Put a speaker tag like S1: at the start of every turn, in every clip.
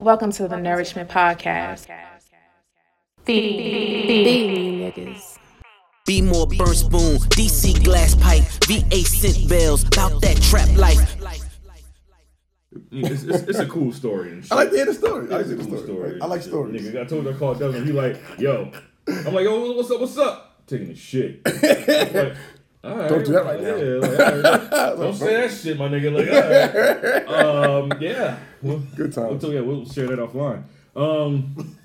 S1: Welcome to the Nourishment Podcast. Feed niggas.
S2: Be more burn spoon, DC glass pipe, VA scent bells, about that trap life.
S3: It's, it's, it's a cool story and shit.
S4: I like to hear the story. I like
S3: It's
S4: to
S3: a
S4: hear the
S3: cool
S4: story.
S3: story.
S4: I like
S3: Shit,
S4: stories.
S3: Nigga, I told you I called Doug and he like, yo. I'm like, yo, what's up, what's up? Taking a shit. Like, all right.
S4: Don't do that right now.
S3: Yeah, like, all right. Don't say that shit, my nigga. Like, all right. Um, yeah. We'll,
S4: Good time.
S3: we'll, yeah, we'll share that offline. Um,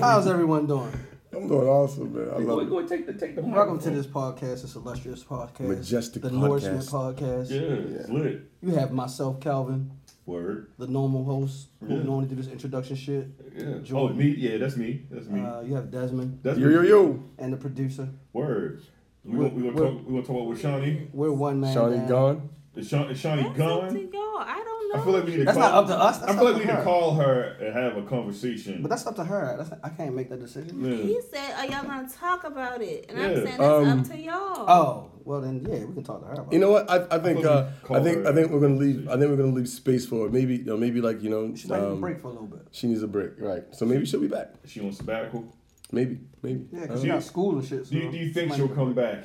S5: How's everyone doing?
S4: I'm doing awesome, man. I
S3: go,
S4: love it.
S3: go take the take the
S5: Welcome to
S3: microphone.
S5: this podcast, this illustrious podcast,
S4: Majestic
S5: the
S4: podcast.
S5: Norseman podcast.
S3: Yeah, it's lit.
S5: You have myself, Calvin,
S3: Word.
S5: the normal host who normally do this introduction shit.
S3: Yeah. Oh,
S5: Jordan.
S3: me? Yeah, that's me. That's me.
S5: Uh, you have Desmond
S3: that's
S4: Yo,
S3: me.
S4: yo, yo.
S5: and the producer.
S3: Word. We gonna, we gonna
S5: What-
S3: talk. We gonna talk about with Shawnee.
S5: We're one man.
S4: Shawnee
S5: down.
S4: gone.
S3: Is, Shawn, is Shawnee
S6: That's up to
S3: gone?
S6: y'all. I don't know.
S3: I feel like we need to
S5: That's
S3: call.
S5: not up to us. That's
S3: I feel like
S5: up
S3: we
S5: to
S3: need to
S5: her.
S3: call her and have a conversation.
S5: But that's up to her. That's I can't make that decision.
S3: Yeah.
S6: He said, "Are y'all gonna talk about it?" And I'm
S3: Yeah.
S6: saying that's up to y'all.
S5: Um, Oh, well then, yeah, we can talk to her. About
S4: You know what? I, I think uh, I think I think we're gonna leave. I think we're gonna leave space for it. Maybe you know, maybe like you know,
S5: She's taking a
S4: um,
S5: break for a little bit.
S4: she needs a break, right? So maybe she'll be back.
S3: She on sabbatical.
S4: Maybe, maybe.
S5: Yeah,
S4: I,
S5: because
S4: don't,
S5: she
S3: you-
S5: got school and shit. So
S3: Do you, do you think she'll come back?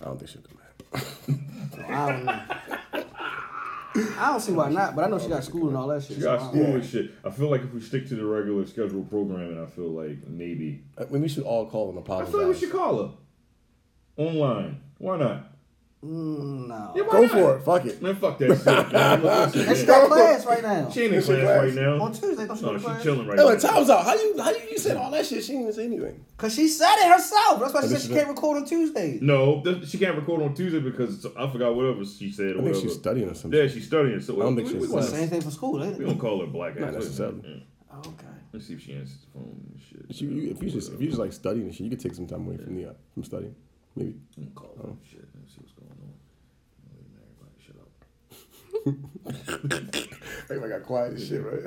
S4: I don't think she'll come back.
S5: I don't know. I don't see why not, but I know she got school and all that shit.
S3: She
S5: so I
S3: got
S5: don't
S3: school
S5: know.
S3: and shit. I feel like if we stick to the regular scheduled programming, I feel like maybe.
S4: Uh, Maybe we should all call and
S3: I
S4: apologize.
S3: feel like we should call her online. Why not?
S5: Mm, No.
S3: Yeah, why
S4: Go
S3: not?
S4: for it. Fuck it.
S3: Man, fuck that shit. man. Look, listen,
S5: And she
S3: man.
S5: got class right now.
S3: She ain't in
S4: It's your
S3: class
S4: class.
S3: right now.
S5: On Tuesday, don't she go
S3: No,
S5: to
S3: she's
S5: class?
S3: chilling right
S4: No, it
S3: now.
S4: times out. How you how you, you said all that shit? She didn't even say anything.
S5: Cause she said it herself. That's why she
S4: this
S5: said she
S4: is
S5: can't record on Tuesday.
S3: No, th- she can't record on Tuesday because I forgot whatever she said. Or
S4: I think
S3: whatever.
S4: she's studying or something.
S3: Yeah, she's studying. So I
S4: don't think she's studying.
S5: Same thing for school. ain't
S3: We
S5: it?
S3: don't call her black ass.
S4: Not necessarily.
S5: Oh, Okay.
S3: Let's see if she answers the phone and shit.
S4: She, you, if you just if you just like studying and shit, you could take some time away from the uh, from studying. Maybe.
S3: I'm gonna call her
S4: Oh.
S3: and shit. Let's see what's going on. I'm waiting for everybody to shut up.
S4: Everybody got quiet and shit, right?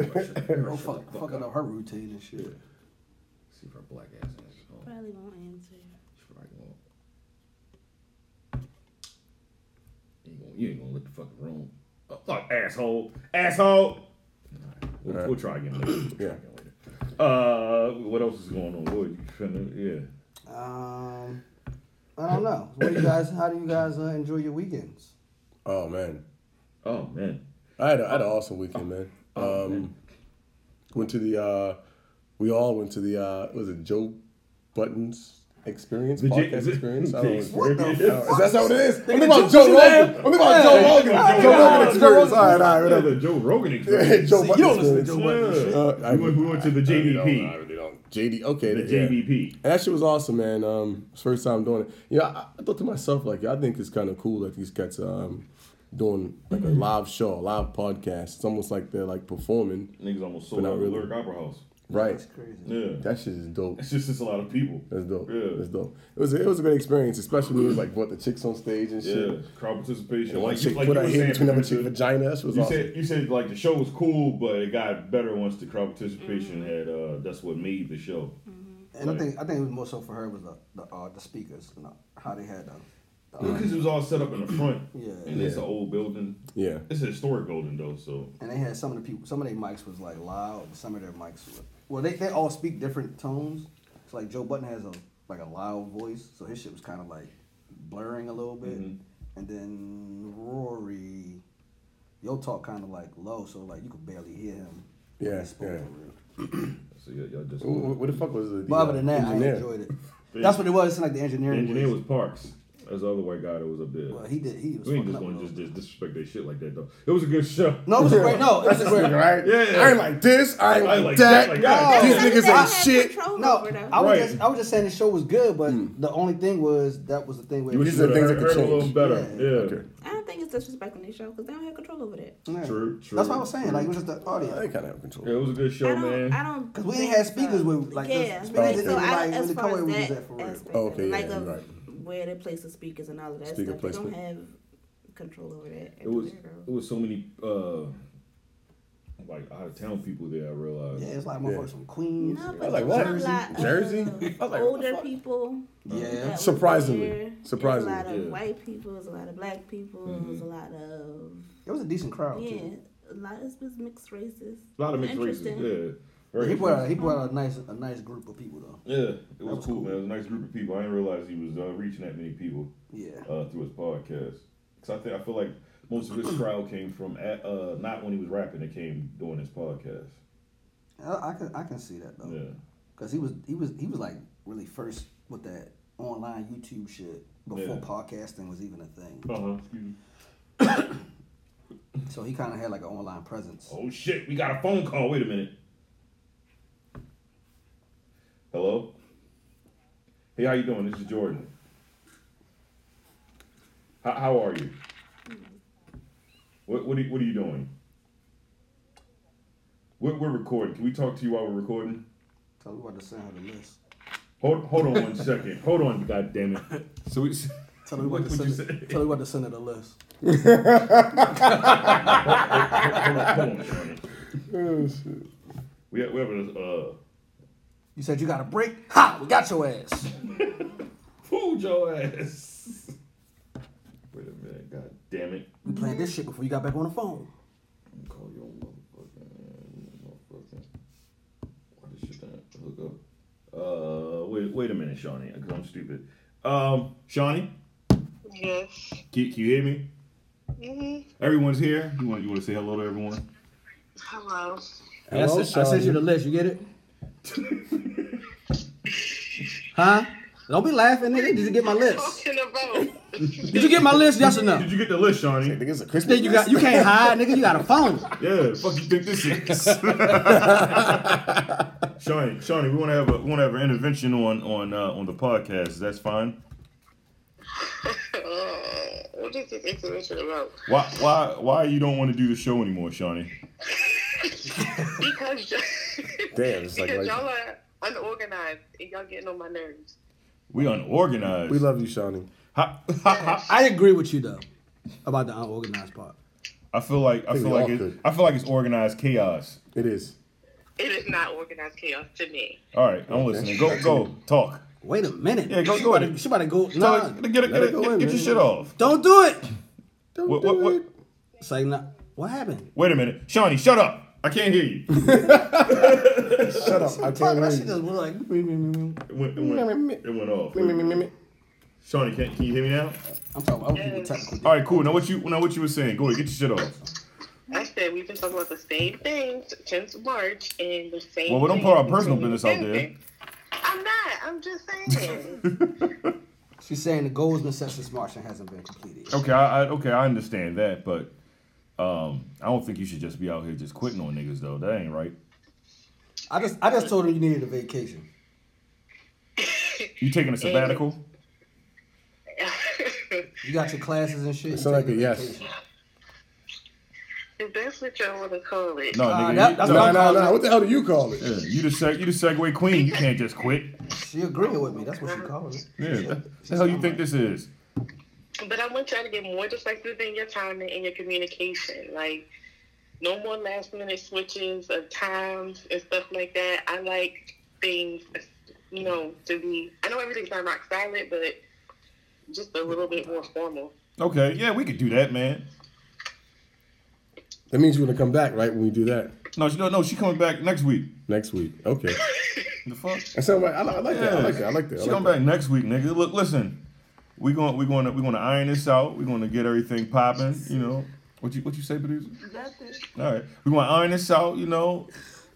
S5: Don't fuck, fucking up her routine and shit.
S3: See if her black ass answers the phone.
S6: Probably won't answer.
S3: She probably won't. You ain't gonna, you ain't gonna look the fucking room. Oh, fuck, asshole. Asshole! Alright, We'll, we'll try again later. We'll try
S4: Yeah.
S3: again later. Uh, what else is going on? What you finna, yeah.
S5: Um, I don't know. What do you guys? How do you guys uh, enjoy your weekends?
S4: Oh man,
S3: Oh, man.
S4: I had, a, I had an awesome weekend, man. Um, went to the uh, we all went to the uh, was it Joe Button's experience
S3: The J-
S4: podcast
S3: is it-
S4: experience? I
S3: the
S4: don't know.
S3: experience.
S5: What
S4: I don't know. Is that not what it is? I'm thinking about
S5: Joe-
S4: Joe
S5: Joe-
S4: Rogan. I'm thinking about Joe Rogan.
S3: Hey,
S4: Joe
S3: Joe
S4: Rogan
S3: Rogan.
S4: experience. All right, all right,
S3: Yeah,
S4: whatever.
S3: the Joe Rogan experience.
S4: Joe Button.
S5: don't listen to
S4: experience.
S5: Joe
S3: Yeah.
S4: Uh, I-
S3: we, went, we went to the
S4: I really don't, I
S3: JVP.
S4: really don't. JD. Okay.
S3: The
S4: yeah.
S3: JVP.
S4: And that shit was awesome, man. Um, it's first time doing it. You know, I, I thought to myself, like, I think it's kind of cool that these cats um doing like a
S3: Mm-hmm.
S4: live show, a live podcast. It's almost like they're like performing,
S3: Niggas almost sold
S4: But not
S3: out
S4: really.
S3: the Lyric Opera House.
S4: right?
S5: Crazy.
S3: Yeah.
S4: That shit is dope.
S3: It's just it's a lot of people.
S4: That's dope.
S3: Yeah.
S4: That's dope. It was a, it was a great experience, especially when we like brought the chicks on stage and shit.
S3: Yeah, crowd participation.
S4: And one
S3: Like, you,
S4: chick
S3: like you
S4: put
S3: were
S4: her hand
S3: saying,
S4: between another
S3: Patricia,
S4: chick's vagina. That shit was
S3: you
S4: awesome.
S3: said you said like the show was cool, but it got better once the crowd participation had. Uh, that's what made the show.
S5: And I think I think it was more so for her was the the, uh, the speakers, you know, how they had them.
S3: Because it was all set up in the front,
S5: Yeah.
S3: and it's an old building.
S4: yeah.
S3: It's a historic building though, so
S5: And they had some of the people. Some of their mics was like loud. and Some of their mics were well. They, they all speak different tones. So like Joe Button has a like a loud voice, so his shit was kind of like blurring a little bit.
S3: Mm-hmm.
S5: And then Rory, yo talk kind of like low, so like you could barely hear him. when he
S4: Yeah,
S5: spoke
S4: yeah.
S5: for real.
S3: so y'all, y'all just.
S4: Wh- wh- What the fuck was it?
S5: But other than that, I enjoyed it. That's what it was. It's like the
S3: the
S5: engineering.
S3: engineer
S5: was,
S3: was Parks. That's the other white guy that was up there.
S5: well, he did. He was.
S3: we ain't
S5: fucking
S3: just
S5: up
S3: gonna
S5: a
S3: just,
S5: little.
S3: just disrespect that shit like that though. It was a good show.
S5: No, it was a great. No, it was a great.
S4: right?
S3: Yeah.
S4: I ain't like this. I ain't
S3: I
S4: like,
S3: like
S4: that.
S3: that, like that.
S4: These
S6: Some of
S4: niggas
S6: that
S4: ain't
S6: I have
S4: shit.
S6: control
S5: No,
S6: over, though.
S5: I was
S3: Right.
S5: just I was just saying the show was good, but
S4: Mm.
S5: the only thing was that was the thing where
S3: You
S4: These
S3: should
S4: are
S3: have
S4: things that
S3: heard,
S4: could
S3: heard a little
S4: change.
S3: better.
S5: Yeah.
S3: Yeah.
S4: Okay.
S6: I don't think it's disrespecting the show because they don't have control over that.
S5: Yeah.
S3: True, true.
S5: That's what I was saying. Like it was just the
S4: I
S5: audience.
S4: kind of have control.
S3: Yeah, it was a good show,
S6: I don't.
S3: man.
S6: I don't.
S5: Cause we ain't
S6: think
S5: had speakers
S6: so.
S5: with like
S6: yeah.
S5: the speakers
S4: Okay.
S5: that
S6: So
S5: didn't
S6: I,
S5: like
S6: as
S5: really
S6: far
S5: come where
S6: as
S5: we was
S6: that
S5: at for real.
S6: aspect,
S4: Oh,
S6: of
S4: okay,
S6: it,
S4: yeah,
S6: like
S4: you're
S6: of
S4: right.
S6: where they place the speakers and all of that
S4: Speaker
S6: stuff, they don't
S4: placement.
S6: have control over that. at
S3: It was
S6: the Lyric.
S3: it was so many uh like out of town people there. I realized.
S5: Yeah, it's like motherfuckers from Queens.
S6: No,
S4: I
S6: but
S4: was like,
S6: there's
S4: what?
S6: a lot
S4: Jersey?
S6: of uh,
S4: I was like, what the
S6: older
S4: fuck?
S6: people. that
S5: Yeah.
S6: was
S4: Surprisingly.
S6: there. There's
S4: Surprisingly,
S6: a lot of
S3: yeah.
S6: white people. There's a lot of black people. There's a lot of
S5: It was a decent crowd
S6: yeah,
S5: too.
S6: a lot of it's mixed races.
S3: A lot of mixed races.
S6: Interesting.
S3: Yeah. Very
S5: He brought out, he
S3: interesting.
S5: brought
S6: Um,
S5: out a nice a nice group of people though.
S3: yeah, it was,
S5: was
S3: cool,
S5: cool.
S3: man. It was a nice group of people. I didn't realize he was uh, reaching that many people
S5: Yeah.
S3: uh, through his podcast. Because I think I feel like most of his crowd came from at, uh, not when he was rapping. It came doing his podcast.
S5: I, I can I can see that though.
S3: Yeah.
S5: Cause he was he was he was like really first with that online YouTube shit before
S3: Yeah.
S5: podcasting was even a thing.
S3: Uh huh. Excuse me.
S5: So he kind of had like an online presence.
S3: Oh shit, we got a phone call. Wait a minute. Hello? Hey, how you doing? This is Jordan. How, how are you? What what are, you- what are you doing? We're, we're recording. Can we talk to you while we're recording?
S5: Tell me about to send her the list.
S3: Hold hold on one second. Hold on, god damn it. So we
S5: Tell her about
S3: What
S5: to
S3: would you
S5: send.
S3: say?
S5: Her, tell her about to send her the list.
S3: hold on, hold on, Jordan. We have, we have a uh,
S5: You said you got a break. Ha! We got your ass.
S3: Fooled your ass. Wait a minute, god damn it.
S5: We planned this shit before you got back on the phone.
S3: I'm gonna call your motherfucking motherfucking. Why this shit not hook up? Uh, wait, wait a minute, Shawnee, because I'm stupid. Um, Shawnee,
S7: Yes.
S3: can, can you hear me?
S7: Mhm.
S3: Everyone's here. You want you want to say hello to everyone?
S7: Hello.
S4: Hello,
S5: I, sent, I sent you
S4: Shawty.
S5: the list. You get it? huh? Don't be laughing, nigga. Did you get my list?
S7: Talking about.
S5: Did you get my list? Yes or no?
S3: Did you get the list, Shawnee?
S4: Nigga, it's a Christmas.
S5: Nigga, you got you can't hide, nigga. You got a phone.
S3: Yeah, fuck you think this is? Shawnee, Shawnee, we want to have a we want to have an intervention on on uh, on the podcast. That's fine.
S7: Uh, what is this information about?
S3: Why why why you don't want to do the show anymore, Shawnee?
S7: Because, y'all,
S4: Damn, it's like-
S7: because
S4: like-
S7: y'all are unorganized and y'all getting on my nerves.
S3: We unorganized.
S4: We love you, Shawnee.
S3: Ha- ha- ha-
S5: I agree with you though about the unorganized part.
S3: I feel like I
S4: think
S3: feel
S4: we all
S3: like it,
S4: could.
S3: I feel like it's organized chaos.
S4: It is.
S7: It is not organized chaos to me.
S3: All right, I'm listening. Go go talk.
S5: Wait a minute.
S3: Yeah, go-
S5: she
S3: go
S5: about
S3: ahead.
S5: to, she about to go.
S3: Tell
S5: Nah,
S3: her- get get,
S4: Let
S3: get,
S4: it go in,
S3: get your
S4: man.
S3: shit off.
S5: don't do it.
S4: Don't
S3: What-
S4: do
S3: what- what-
S4: it.
S5: It's like, nah, what happened?
S3: Wait a minute, Shawnee, shut up. I can't hear you.
S4: Shut up. I can't
S5: Fuck, that
S4: hear
S5: shit
S4: you.
S5: just was like.
S3: It went, it went, it went off.
S4: Me, me, me, me, me.
S3: Shawnee, can, can you hear me now?
S5: I'm talking. I'm people technical.
S3: All right, cool. Now what you now what you were saying? Go ahead, get your shit off.
S7: I said we've been talking about the same thing since March and the same.
S3: Well, we don't
S7: thing
S3: put our personal
S7: continues
S3: business out there.
S7: happening. I'm not. I'm just saying.
S5: She's saying the goals and the census march and hasn't been completed.
S3: Okay, I, I okay I understand that, but um, I don't think you should just be out here just quitting on niggas though. That ain't right.
S5: I just I just told her you needed a vacation.
S3: You taking a sabbatical?
S5: You got your classes and shit.
S4: It
S5: you
S4: sound like
S5: taking
S4: a yes.
S5: vacation.
S7: if that's what y'all want to call it.
S3: No,
S5: Uh,
S3: nigga.
S5: that-
S3: you-
S5: that's
S3: no,
S5: what
S4: Nah,
S5: I'm
S4: nah, nah. What the hell do you call it?
S3: Yeah, you the seg- you the Segway queen. You can't just quit.
S5: She agreeing with me. That's what she calling it.
S3: Yeah, that- the hell you think this is?
S7: But I want y'all to get more decisive in your timing and your communication. Like, no more last minute switches of times and stuff like that. I like things, you know, to be. I know everything's not rock solid, but just a little bit more formal.
S3: Okay, yeah, we could do that, man.
S4: That means you're gonna come back, right? When we do that
S3: No, she, no, no, she coming back next week.
S4: next week. Okay.
S3: The fuck?
S4: That sound right. I, li- I like that. I like that. I like that. I
S3: She
S4: like
S3: coming
S4: that.
S3: back next week, nigga. Look, listen, we going we going to we going to iron this out. We going to get everything popping. You know what you what you say, producer?
S6: Nothing.
S3: All right, we going to iron this out. You know,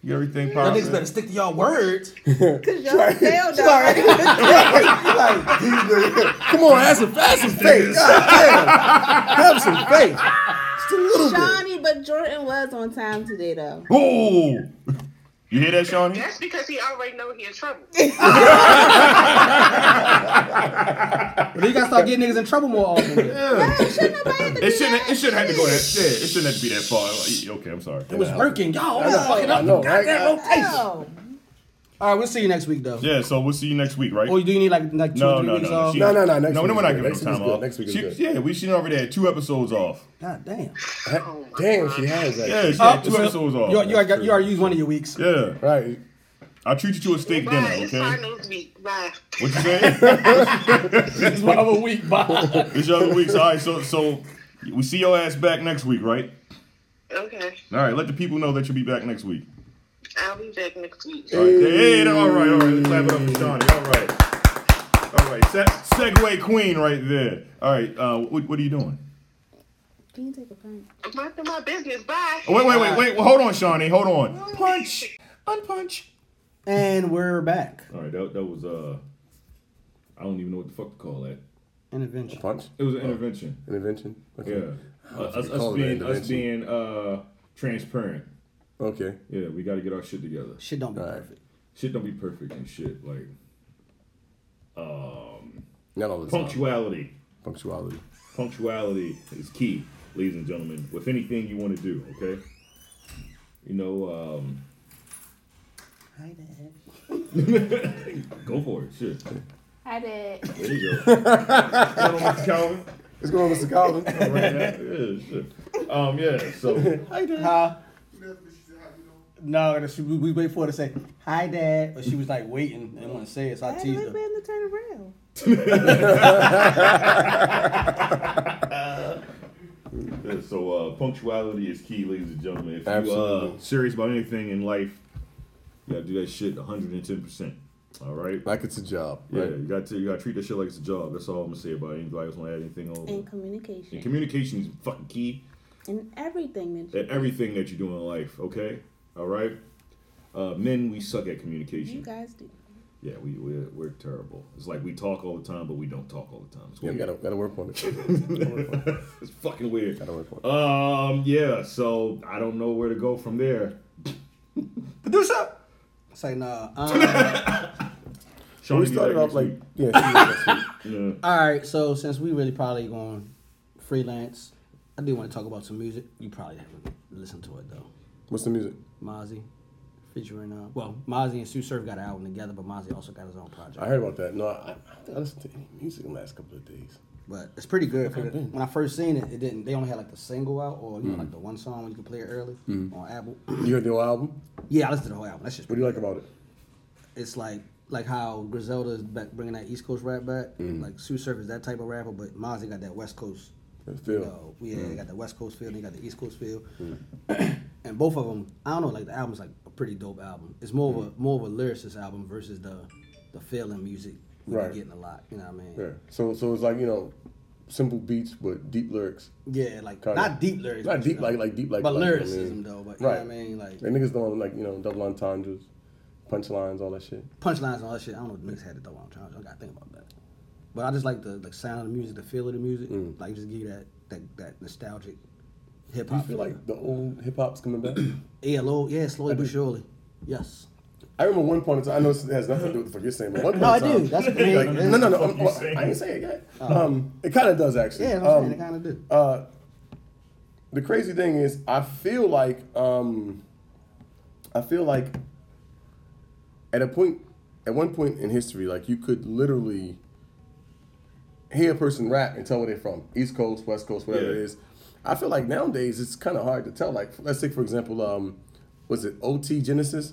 S3: get everything
S5: Y'all niggas better
S3: popping.
S5: stick to y'all words.
S6: Cause y'all failed
S5: Sorry.
S6: already.
S5: like,
S4: These niggas- Come on, have some, have some faith. God damn. Have some faith. Just a little bit.
S6: Johnny, but Jordan was on time today though.
S3: Boom! You hear that, Shawnee?
S7: That's because he already know he in trouble.
S5: but then you gotta start getting niggas in trouble more often.
S3: Yeah.
S6: Shouldn't nobody have to do
S3: It shouldn't.
S6: that?
S3: It shouldn't have to go that. Yeah, it shouldn't have to be that far. Like, Okay, I'm sorry.
S5: It was working, y'all. all fucking
S4: I
S5: up.
S4: know, right?
S6: No.
S5: All right, we'll see you next week though.
S3: Yeah, so we'll see you next week, right?
S5: Or do Oh, uh, you need like like two
S3: No,
S5: or three
S3: no,
S5: weeks
S3: no,
S5: off?
S3: she-
S4: No, no, no. Next
S3: no,
S4: week
S3: we're
S4: is
S3: not
S4: good.
S3: giving her
S4: Next week is
S3: time
S4: good.
S3: off.
S4: Next week is
S3: She-
S4: good.
S3: Yeah, we she already had two episodes off.
S5: God damn.
S4: Damn, she has that.
S3: Yeah, she
S5: Oh,
S3: had two
S5: so
S3: episodes off.
S5: You, you, already- you already used one of your weeks.
S3: yeah,
S4: Right.
S3: I'll treat you to a steak dinner,
S7: Bye. It's
S3: okay?
S7: finals week. Bye.
S3: What you say?
S5: It's one of a week. Bye.
S3: it's your other weeks. All right, so so we see your ass back next week, right?
S7: Okay.
S3: All right, let the people know that you'll be back next week.
S7: I'll be back next week.
S3: All right, hey, all right, all right. Let's clap it up for Shawnee. All right. All right, Se- Segway Queen right there. All right, uh, what, what are you doing?
S6: Can you take a pint?
S7: I'm minding my business. Bye.
S3: Oh, wait, wait, wait, wait. Hold on, Shawnee. Hold on. Punch. Unpunch.
S5: And we're back.
S3: All right, that, that was, uh, I don't even know what the fuck to call that.
S5: Intervention.
S4: Punch?
S3: It was an intervention.
S4: Intervention? Okay.
S3: Yeah. Uh, us,
S4: they
S3: us
S4: call it,
S3: being,
S4: an
S3: us
S4: intervention.
S3: being uh, transparent.
S4: Okay.
S3: Yeah, we got to get our shit together.
S5: Shit don't be
S4: All right.
S5: perfect.
S3: Shit don't be perfect and shit. Like, um,
S4: Not all the time.
S3: punctuality.
S4: Punctuality.
S3: Punctuality is key, ladies and gentlemen, with anything you want to do, okay? You know, um,
S6: Hi, Dad.
S3: go for it. Shit.
S1: I did.
S3: There you go. Hello, Mr. Calvin.
S4: What's going on, Mr. Calvin?
S3: Right now. Yeah, shit. Um, yeah, so.
S5: Huh? No, that's- we, we wait for her to say hi, Dad, but she was like waiting and want to say it, so I
S6: Dad,
S5: teased
S6: look
S5: her.
S6: man to turn around.
S3: Yeah, so uh, punctuality is key, ladies and gentlemen. If you uh,
S4: Absolutely.
S3: serious about anything in life, you gotta do that shit 110. percent All right.
S4: like it's a job.
S3: Yeah,
S4: Right?
S3: you gotta you gotta treat that shit like it's a job. That's all I'm gonna say about it. Anybody else wanna add anything on?
S6: And communication.
S3: And communication is fucking key
S6: and everything that
S3: at everything that you do in life. Okay. All right. Uh, men, we suck at
S6: you, you
S3: communication.
S6: guys do.
S3: Yeah, we we're, we're terrible. It's like we talk all the time, but we don't talk all the time. It's
S4: Yeah,
S3: weird.
S4: gotta, gotta work on it.
S3: it's fucking weird.
S4: Gotta work on it.
S3: Um, yeah. So I don't know where to go from there. Producer.
S5: It's like, nah. Um,
S3: Sean,
S4: we
S3: you
S4: started
S3: back next
S4: off like,
S3: week.
S4: yeah, she was next week.
S3: yeah.
S5: all right, so since we really probably going freelance, I do want to talk about some music. You probably haven't listened to it, though.
S4: what's the music?
S5: Mozzie featuring, uh, well, Mozzie and Sue Surf got an album together, but Mozzie also got his own project.
S4: I heard about that. No, I, I haven't listened to any music in the last couple of days.
S5: But it's pretty good. 'cause
S4: Okay.
S5: When I first seen it, it didn't. They only had like the single out, or you know,
S4: Mm.
S5: like the one song when you can play it early on Apple.
S4: You heard the whole album?
S5: yeah, I listened to the whole album. That's just
S4: Mm-hmm. What do you like about it?
S5: it's like like how Griselda is back bringing that East Coast rap back.
S4: Mm.
S5: Like Sue Surf is that type of rapper, but Mozzie got that West Coast.
S4: The
S5: You
S4: feel.
S5: know, yeah, they got the West Coast feel, they got the East Coast feel,
S4: Hmm.
S5: and both of them. I don't know, like the album's like a pretty dope album. It's more of
S4: Hmm.
S5: a more of a lyricist album versus the the feeling music we
S4: Right.
S5: be getting a lot. You know what I mean?
S4: Yeah. So, so it's like you know, simple beats but deep lyrics.
S5: Yeah, like
S4: Kinda.
S5: not deep lyrics.
S4: Not
S5: but, you
S4: deep
S5: know,
S4: like like deep like.
S5: but
S4: like, I
S5: lyricism
S4: mean-
S5: though. But you
S4: right.
S5: know what I mean, like
S4: Like niggas don't like you know double entendres, punchlines, all that shit.
S5: punchlines and all that shit. I don't know what the mix had to throw on challenge. I gotta think about that. But I just like the like sound of the music, the feel of the music. Like just give you that that, that nostalgic hip
S4: Do Hmm. you
S5: hop.
S4: feel
S5: feel.
S4: like the old hip hop's coming back?
S5: yeah, low, yeah, slowly but surely. Yes.
S4: I remember one point in time. I know it has nothing to do with what you're saying, but one point
S5: No, I
S4: in time,
S5: do. That's great.
S4: like, no, no, no.
S3: What
S4: I'm-
S3: you
S4: well,
S3: saying?
S4: I ain't saying it yet. Um, it kind of does actually.
S5: Yeah, that's what I'm
S4: Um,
S5: saying. It kind of do.
S4: uh, the crazy thing is, I feel like um, I feel like at a point, at one point in history, like you could literally hear a person rap and tell where they're from, East Coast, West Coast, whatever it
S3: Yeah.
S4: is. I feel like nowadays it's kind of hard to tell. Like, let's take for example, um, was it OT Genesis?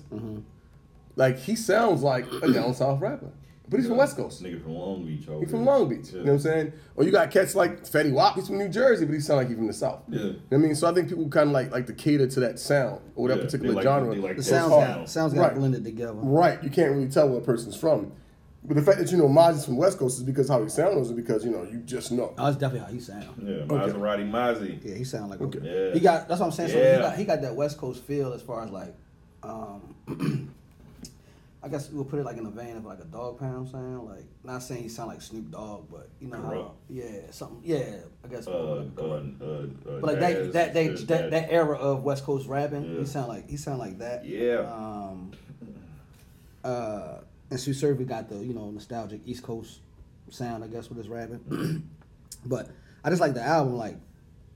S4: Like he sounds like a down south rapper, but he's from West Coast.
S3: Nigga from Long Beach.
S4: He's from Long Beach. You know what I'm saying? Or you got cats like Fetty Wap. He's from New Jersey, but he sound like he's from the South.
S3: Yeah.
S4: You know what I mean, so I think people kind of like like to cater to that sound or that
S3: Yeah, they
S4: particular
S3: like-
S4: genre.
S3: they like
S5: The
S3: It's
S5: sounds
S3: hard.
S5: got sounds got
S4: Right.
S5: blended together.
S4: right. You can't really tell where a person's from. But the fact that you know Maz is from West Coast is because how he sounds is because you know you just know.
S5: Oh, that's definitely how he sound.
S3: Yeah, Maserati Mozzie.
S5: Yeah, he sound like okay.
S3: Yeah.
S5: He got that's what I'm saying. So
S3: Yeah.
S5: he got he got that West Coast feel as far as like, um, I guess we'll put it like in the vein of like a dog pound sound. Like not saying he sound like Snoop Dogg, but you know,
S3: Corrupt.
S5: how, yeah, something, yeah. I guess,
S3: Uh, uh, uh, uh,
S5: but
S3: jazz,
S5: like that that they,
S3: jazz,
S5: that that era of West Coast rapping,
S3: Yeah.
S5: he sound like he sound like that.
S3: Yeah.
S5: Um. Uh, and Sue Survey got the you know nostalgic East Coast sound, I guess, with his rapping. But I just like the album. Like,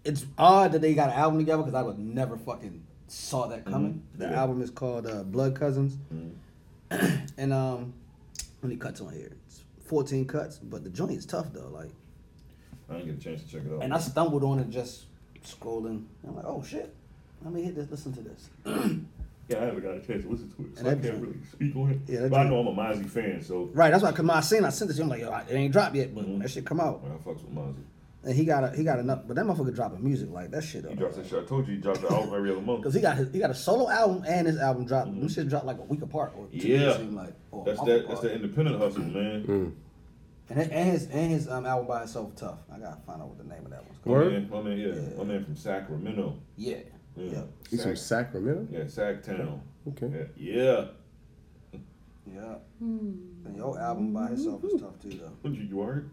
S5: it's odd that they got an album together because I would never fucking saw that coming. The
S3: Yeah.
S5: album is called uh, Blood Cousins, and um, how many cuts on here? It's fourteen cuts, but the joint is tough though. Like,
S3: I didn't get a chance to check it out.
S5: and I stumbled on it just scrolling. I'm like, oh shit, let me hit this. Listen to this.
S3: yeah, I haven't got a chance to listen to it, so
S5: And
S3: I
S5: that
S3: can't
S5: joint-
S3: really speak on it.
S5: Yeah, that
S3: but I
S5: joint-
S3: know I'm a Mozzie fan, so
S5: Right, that's why. Cause my scene, I sent this. to you, I'm like, yo, it ain't dropped yet, but that shit come out.
S3: I fucks with Mozzie.
S5: And he got a, he got enough, but that motherfucker dropping music like that shit up.
S3: He drops that shit. I told you he drops the album every other month.
S5: Cause he got his, he got a solo album and his album dropped. Them shit dropped like a week apart or two
S3: Mm-hmm. Yeah.
S5: days, seem like. Or a
S3: That's
S5: month
S3: that. That's
S5: apart.
S3: that independent hustle, man.
S5: And, and his and his um, album by itself, tough. I gotta find out what the name of that one's called.
S3: My
S4: Word?
S3: man, my man, yeah, my man from Sacramento.
S5: Yeah.
S3: Yeah,
S5: Yeah.
S4: He's from
S3: Sac,
S4: Sacramento.
S3: yeah, Sacktown.
S4: Okay.
S3: Yeah, yeah.
S5: Yeah. And your album by itself is tough too, though.
S3: What you, you are?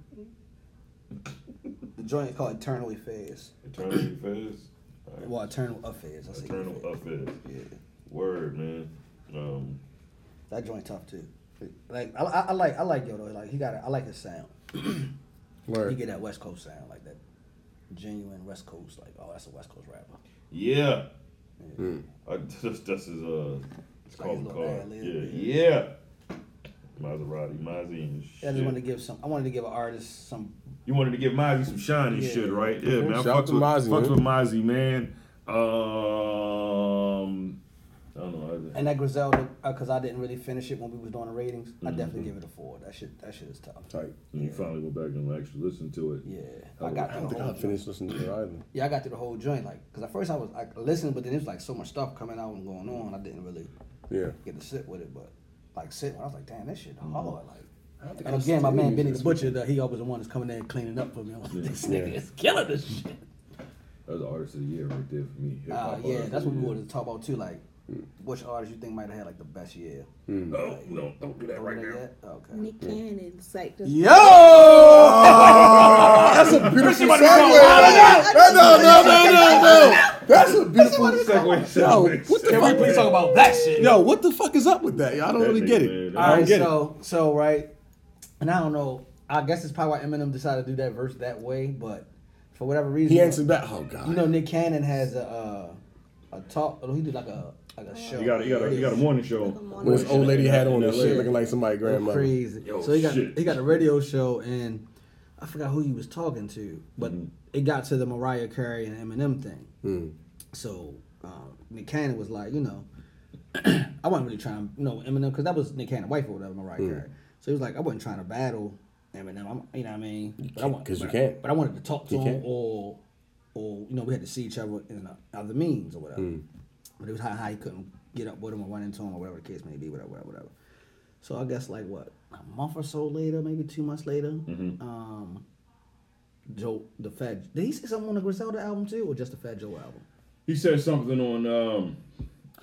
S5: The joint is called Eternally Phase.
S3: Eternal Fizz. Alright.
S5: Well, Eternal Affairs. I say
S3: Eternal
S5: Affairs.
S3: Fizz.
S5: Yeah.
S3: Word, man. Um,
S5: That joint tough too. Like I, I, I like I like yo though. Like he got a, I like his sound. He
S4: Word.
S5: get that West Coast sound like that genuine West Coast. Like oh that's a West Coast rapper.
S3: yeah. I, that's that's his uh. It's
S5: Like
S3: called
S5: his
S3: the
S5: little
S3: car.
S5: ad lib,
S3: Yeah,
S5: yeah.
S3: yeah. Maserati, Mazzy, and shit.
S5: Yeah, I just wanted to give some. I wanted to give an artist some.
S3: You wanted to give Mozzie some shine and
S5: Yeah.
S3: shit, right? Yeah, man. I
S4: Shout out
S3: fucks
S4: to
S3: with,
S4: Mozzie,
S3: fucks
S4: man.
S3: with Mozzie, man. Um, I don't know.
S5: And that Griselda, because I didn't really finish it when we was doing the ratings. I
S4: Mm-hmm.
S5: definitely give it a four. That shit. That shit is tough.
S4: Tight.
S3: And you finally go back and actually listen to it.
S5: Yeah,
S3: I
S5: I got
S4: Oh, I
S5: through
S4: don't
S5: the
S4: think
S5: whole.
S4: I
S5: Joint.
S4: finished listening to it either.
S5: Yeah, I got through the whole joint. Like, cause at first I was like listening, but then it was like so much stuff coming out and going on. I didn't really
S4: Yeah.
S5: get to sit with it, but like sit. When I was like, damn, that shit hard. Like.
S4: Mm-hmm. I don't think
S5: And
S4: I
S5: again, my
S4: listened to
S5: man
S4: any
S5: Benny
S4: music
S5: the Butcher, the, he always the one that's coming there and cleaning up for me. I'm like, this nigga
S4: Yeah.
S5: is killing this shit.
S3: That was the artist of the year right there for me. Hip
S5: Uh,
S3: hop
S5: yeah,
S3: artist
S5: that's
S3: of the
S4: Mm-hmm.
S5: what we
S3: year.
S5: wanted to talk about too. Like,
S4: Mm.
S5: which artist you think might have had like the best year?
S3: No, Mm. Oh, no, don't do that right
S5: Remember
S3: now.
S5: that? Okay.
S6: Nick Cannon, it's like just
S5: Yo! Oh,
S4: That's a beautiful segue. No, no, no, no, no, no. That's a beautiful
S3: Segway,
S4: Yo,
S3: segway,
S4: what the
S3: segway.
S4: fuck?
S5: talk about that shit?
S4: Yo, what the fuck is up with that? Yo, I don't
S3: That
S4: really
S3: nigga,
S4: get
S3: man,
S4: it.
S3: that-
S4: I
S5: All
S4: don't
S5: right,
S4: get it.
S5: so so right, and I don't know. I guess it's probably why Eminem decided to do that verse that way, but for whatever reason,
S4: He answered back. Oh god.
S5: You know, Nick Cannon has a uh, a talk. He did like a like a show.
S3: You got, a- you got, a, you got a morning show.
S6: morning
S4: when this old lady had on this
S3: Yeah.
S4: shit, looking like somebody's
S5: Go
S4: grandmother.
S5: crazy.
S3: Yo,
S5: so he got
S3: shit.
S5: he got a radio show and I forgot who he was talking to, but
S4: Mm-hmm.
S5: it got to the Mariah Carey and Eminem thing. So um, Nick Cannon was like, you know, I wasn't really trying, you know, Eminem because that was Nick Cannon's wife or whatever, Mariah Carey. So he was like, I wasn't trying to battle Eminem. I'm, you know what I mean? But I want-
S4: 'cause you
S5: but-
S4: can't.
S5: But I wanted to talk to
S4: You
S5: him
S4: can't.
S5: or or you know we had to see each other in other means or whatever.
S4: Mm.
S5: But it was how, how he couldn't get up with him or run into him or whatever the case may be, whatever, whatever, whatever. So I guess like what a month or so later, maybe two months later,
S4: Mm-hmm.
S5: um, Joe the Fat. Did he say something on the Griselda album too, or just the Fat Joe album?
S3: He said something on um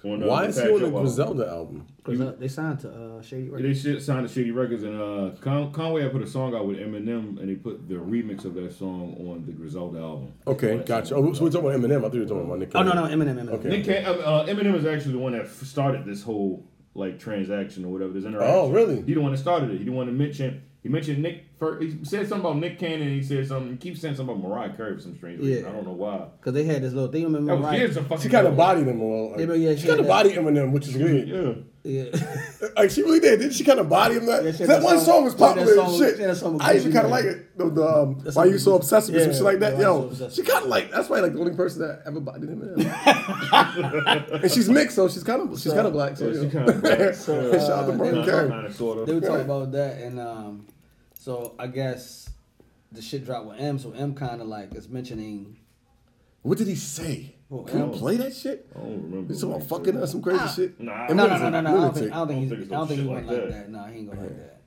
S3: on uh,
S4: Why
S3: the
S4: is he
S3: Fat Joe
S4: on the
S3: album.
S4: Griselda album?
S5: Because they signed to uh, Shady
S3: They
S5: Records.
S3: shit signed to Shady Records and uh, Con- Conway. I put a song out with Eminem, and they put the remix of that song on the Griselda album.
S4: Okay,
S3: That's
S4: gotcha.
S3: on
S4: Oh, so we're talking about Eminem. I thought you were talking about Nick.
S5: Oh no
S4: Cannon.
S5: no Eminem Eminem.
S4: Okay.
S3: Nick Cannon, uh, Eminem is actually the one that f- started this whole like transaction or whatever this interaction.
S4: Oh, really?
S3: He the one that started it. He the one that mentioned. He mentioned Nick. First, he said something about Nick Cannon. and He said something. He keeps saying something about Mariah Carey for some strange reason.
S5: Yeah.
S3: I don't know why.
S5: Because they had this little thing.
S3: That
S5: Remember
S3: was years
S5: Mariah?
S3: of fucking.
S4: She kind
S3: ago.
S4: of bodied him a little. Like,
S5: Yeah, but yeah,
S4: she
S5: she
S4: kind of
S5: had
S4: bodied Eminem, which is weird.
S3: Yeah.
S5: Yeah.
S4: Like she really did. Didn't she kind of body him? That,
S5: Yeah, she had
S4: that
S5: that
S4: one
S5: song-
S4: song was
S5: she had that
S4: popular
S5: song-
S4: and shit.
S5: she had that song with
S4: I even
S5: Gucci
S4: kind of
S5: Mane.
S4: like it. The, the, um,
S5: That
S4: why
S5: song
S4: you so
S5: with Gucci-
S4: obsessed with some
S5: Yeah,
S4: shit like that?
S5: Why You So
S4: Yo,
S5: Obsessed.
S4: she kind of like that's probably like the only person that ever bodied Eminem. and she's mixed, so she's kind of she's kind of black. So
S3: Yeah,
S4: yeah.
S3: she kinda black.
S4: Shout out
S3: Uh,
S4: to Mariah Carey.
S3: Kind of sort of.
S5: They were talking about that, and um, so I guess the shit dropped with M. So M kind of like is mentioning.
S4: What did he say?
S5: Well,
S4: Can
S5: Al-
S4: you play that shit?
S3: I don't remember.
S4: He's talking about fucking us some crazy shit.
S3: Nah.
S4: And
S5: No,
S4: what
S5: no,
S4: is
S5: no,
S4: it?
S5: no, no. I don't
S4: Lunatic.
S5: think, I don't think,
S3: Lunatic.
S5: he's- I don't think he
S3: Don't
S5: went
S3: think
S5: like
S3: it's
S5: that.
S3: no
S5: No, he ain't going like that.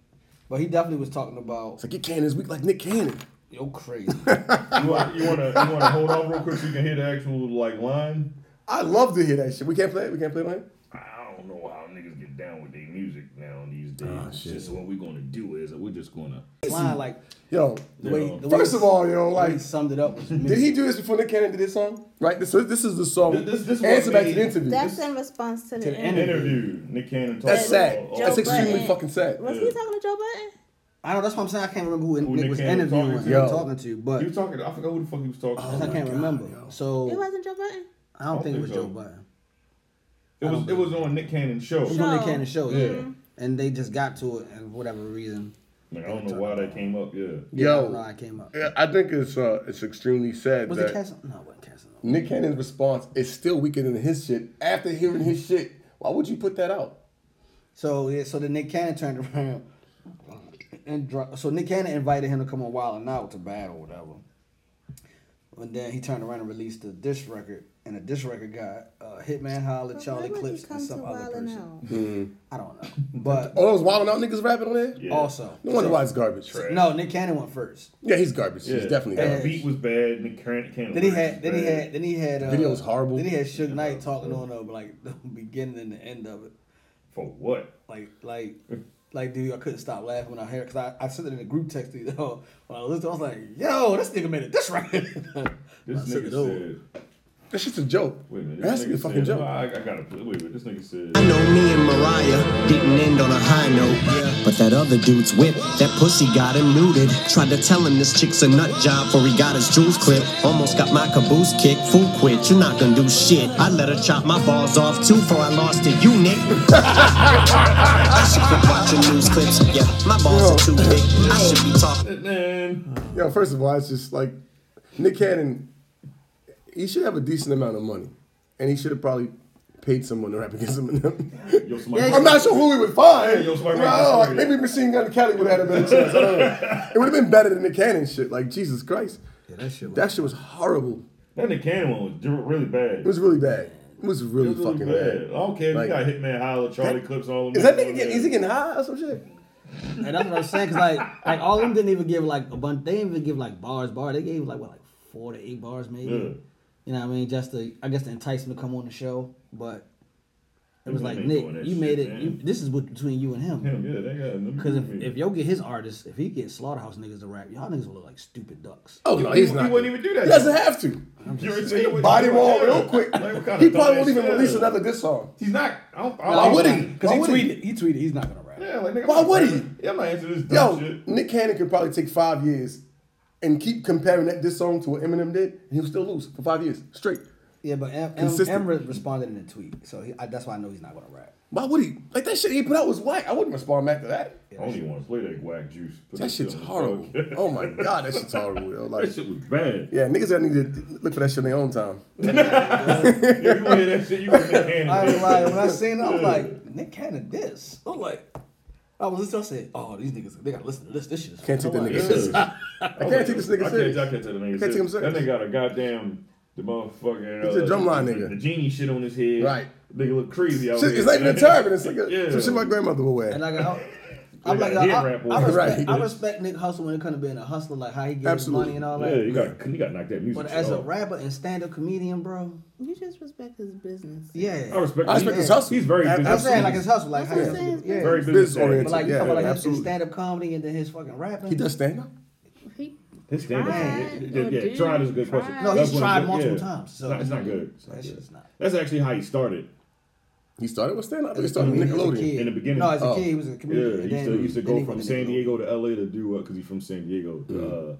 S5: But he definitely was talking about
S4: It's like your cannon's weak like Nick Cannon.
S5: yo crazy.
S3: You want you want to you want to hold on real quick so you can hear the actual like line.
S4: I love to hear that shit. We can't play it. We can't play it on here?
S3: I don't know how niggas get down with their music now these days.
S4: Ah,
S3: It's
S4: shit.
S3: just what we're gonna do is we're just gonna.
S5: Line like
S4: Yo,
S5: the way, the way
S4: first
S5: he-
S4: of all, yo,
S5: the way
S4: like,
S5: he summed it up was
S4: did he do this before Nick Cannon did this song? Right. This, so this is the song.
S3: This- this- this
S4: Answer
S3: what
S4: back to
S3: made-
S4: the interview.
S6: That's in response to the,
S5: the
S6: interview.
S3: Interview Nick Cannon. talking
S4: That's sad.
S3: about- oh,
S4: That's
S6: Joe
S4: extremely
S6: Budden.
S4: fucking sad.
S6: Was he talking to Joe Button?
S5: I don't. That's what I'm saying. I can't remember who,
S3: Who
S5: Nick
S3: Nick
S5: was
S3: Cannon was talking
S5: interviewing
S3: to.
S5: and
S4: Yo.
S5: talking to, but
S3: He was talking. I forgot who the fuck he was talking. to.
S5: Oh, I can't remember.
S6: It
S5: So
S6: wasn't Joe Button.
S5: I don't think it was Joe Button.
S3: it was it was on Nick Cannon's show.
S5: It was on Nick
S6: Show.
S5: Cannon's show,
S3: Yeah.
S5: yeah. And they just got to it, and for whatever reason,
S3: Like, I don't know why that came up. Yeah.
S5: yeah, I
S4: Yo.
S5: don't know how it came up.
S4: Yeah, I think it's uh, it's extremely sad
S5: Was
S4: that
S5: it Casanova? No, it wasn't Casanova.
S4: Nick Cannon's response is still weaker than his shit after hearing his shit. Why would you put that out?
S5: So yeah, so then Nick Cannon turned around and dro- so Nick Cannon invited him to come on Wild and Out to battle or whatever. And then he turned around and released a diss record, and the diss record got uh, Hitman Holla, Charlie
S6: why would
S5: Clips,
S6: he
S5: and
S6: come to
S5: some other
S6: Wildin'
S5: person.
S6: Out?
S4: Mm-hmm.
S5: I don't know, but
S4: Oh, it was wilding out niggas rapping on there.
S3: Yeah.
S5: also
S4: No wonder
S5: so-
S4: why it's garbage.
S5: Oh, No, Nick Cannon went first.
S4: Yeah, he's garbage. He's definitely
S3: That
S5: Yeah.
S4: garbage.
S3: beat was bad, and the current can
S5: Then he had, then he had, then he had. Uh,
S4: Video was horrible.
S5: Then he had Suge Knight talking on uh, like the beginning and the end of it,
S3: for what?
S5: like, like, like, dude, I couldn't stop laughing when I heard because I, I sent it in a group text to you know, when I listened. I was like, yo, this nigga made it this record.
S3: This
S5: I said
S3: nigga
S5: it over.
S3: said.
S4: That shit's a joke.
S3: Wait a minute.
S4: That's
S3: This
S4: a
S3: nigga
S4: fucking
S3: said,
S4: joke.
S3: I, I gotta put. Wait a minute. This nigga
S2: I
S3: said.
S2: know me and Mariah didn't end on a high note, but that other dude's whip, that pussy got him neutered. Tried to tell him this chick's a nut job before he got his jewels clipped. Almost got my caboose kicked. Fool quit, you're not gonna do shit. I let her chop my balls off too before I lost to you, Nick. I should quit watching news clips. Yeah, my balls are too big. I should be talking.
S3: Man,
S4: Yo, first of all, it's just like Nick Cannon. He should have a decent amount of money, and he should have probably paid someone to rap against Eminem.
S3: yo, somebody.
S4: I'm not sure who he would find.
S3: Yo, somebody rap
S4: no,
S3: this
S4: like,
S3: story.
S4: maybe Machine Gun Kelly would have had a better chance. I don't know. It would have been better than Nick Cannon shit. Like Jesus Christ,
S5: Yeah, that shit.
S4: that shit was horrible.
S3: That Nick Cannon one was di- really bad.
S4: It was really bad. It was really
S3: It was really
S4: fucking
S3: bad.
S4: bad.
S3: I don't care if
S4: Like-
S3: you got Hitman Holler, Charlie Clips, all of them.
S4: Is that nigga? Get, is he getting high or some shit?
S5: And that's what I'm saying, cause like, like all of them didn't even give like a bunch. They didn't even give like bars, bar. They gave like what, like four to eight bars, maybe.
S3: Yeah.
S5: You know what I mean? Just to, I guess, to entice them to come on the show. But it was
S3: Them
S5: like
S3: ain't
S5: Nick,
S3: doing that
S5: you
S3: shit,
S5: made it.
S3: man.
S5: You, this is what, between you and him.
S3: Him, yeah, they got them.
S5: Because if, if yo get his artist, if he gets slaughterhouse niggas to rap, y'all niggas will look like stupid ducks.
S4: Oh no,
S3: He-
S4: he's
S3: he
S4: not.
S3: wouldn't even do that
S4: He doesn't have to. Body roll real quick. he probably won't even release another diss song.
S3: He's not. I don't, I
S4: Why
S3: don't-
S4: would he?
S5: Because he
S4: Why would he?
S5: tweeted, he tweeted, he's not gonna rap.
S3: Yeah, like, nigga,
S4: Why
S3: I'm not
S4: would he?
S3: answering- Yeah, I'm not answering this
S4: Yo,
S3: dumb shit.
S4: Nick Cannon could probably take five years and keep comparing that this song to what Eminem did, and he'll still lose for five years straight.
S5: Yeah, but em, em,
S4: Consistent.
S5: Em re- responded in a tweet, so he, I, that's why I know he's not gonna rap.
S4: Why would he? Like that shit he put out was whack. I wouldn't respond back to that.
S3: I don't even want to play that whack juice. Put
S4: That
S3: shit
S4: shit's
S3: on the
S4: horrible.
S3: podcast.
S4: Oh my god, that shit's horrible. Yo. Like,
S3: That shit was bad.
S4: yeah, niggas that need to look for that shit in their own time.
S3: If you wanna hear that shit, you gonna make Cannon.
S5: I was
S3: diss.
S5: like, when I seen it, I was like, Nick Cannon this. I'm like, I was listening, I said, oh, these niggas, they gotta listen to this. This shit is
S4: Can't take that
S5: hilarious.
S4: nigga serious. I can't take this
S3: I
S4: nigga
S3: can't, I
S4: serious.
S3: can't take the nigga
S4: take him
S3: serious.
S4: serious.
S3: That nigga got a goddamn the motherfucking.
S4: He's a drumline
S3: the-
S4: nigga.
S3: The genie shit on his head.
S4: Right.
S3: Nigga look crazy out
S4: Shit,
S3: here.
S4: It's not even a turban. It's like a,
S3: Yeah.
S4: some shit my grandmother would wear.
S5: And like, I, I'm
S3: got
S5: like,
S3: a
S5: I,
S3: hit
S5: I,
S3: rap
S5: I
S3: on it.
S5: respect, I
S4: Right.
S5: respect Nick Hustle when it comes to being a hustler, like how he gets
S4: Absolutely.
S5: money and all
S3: Yeah,
S5: that.
S3: you got you got knocked that music.
S5: But as
S3: shit
S5: a
S3: off.
S5: rapper and stand up comedian, bro,
S6: You just respect his business.
S5: yeah.
S3: I respect.
S4: I respect
S3: he's,
S4: his hustle.
S3: He's very.
S4: I- I'm
S5: I'm
S3: business-
S5: saying, like, his hustle, like, how
S6: That's what I'm
S5: he,
S6: saying.
S5: yeah.
S3: very
S4: business
S3: business
S4: oriented.
S5: But like, you
S4: Yeah,
S5: talking about like his
S4: absolutely.
S5: stand up comedy and then his fucking rapping.
S4: he does stand up.
S6: He,
S3: His stand
S6: Tried
S3: up. Yeah,
S6: or
S3: yeah,
S6: did?
S3: tried is a good question.
S6: Tried.
S5: No,
S3: That's
S5: he's
S3: what
S5: tried
S3: I'm-
S5: multiple
S3: yeah.
S5: times, so-
S3: It's not- it's not good. It's not
S5: That
S3: good.
S5: shit's not-
S3: That's actually how he started
S4: He started with stand up. He
S5: As a
S4: started with
S5: comedian, as a
S4: Nickelodeon.
S5: kid.
S3: in the beginning.
S5: No, as a
S4: Oh.
S5: kid, he was a comedian.
S3: Yeah,
S5: and
S3: he used,
S5: then-
S3: to, he used to
S5: then
S3: go
S5: he
S3: from
S5: went to
S3: San
S5: Nickelodeon.
S3: Diego to LA to do what? Because he's from San Diego. to, Uh,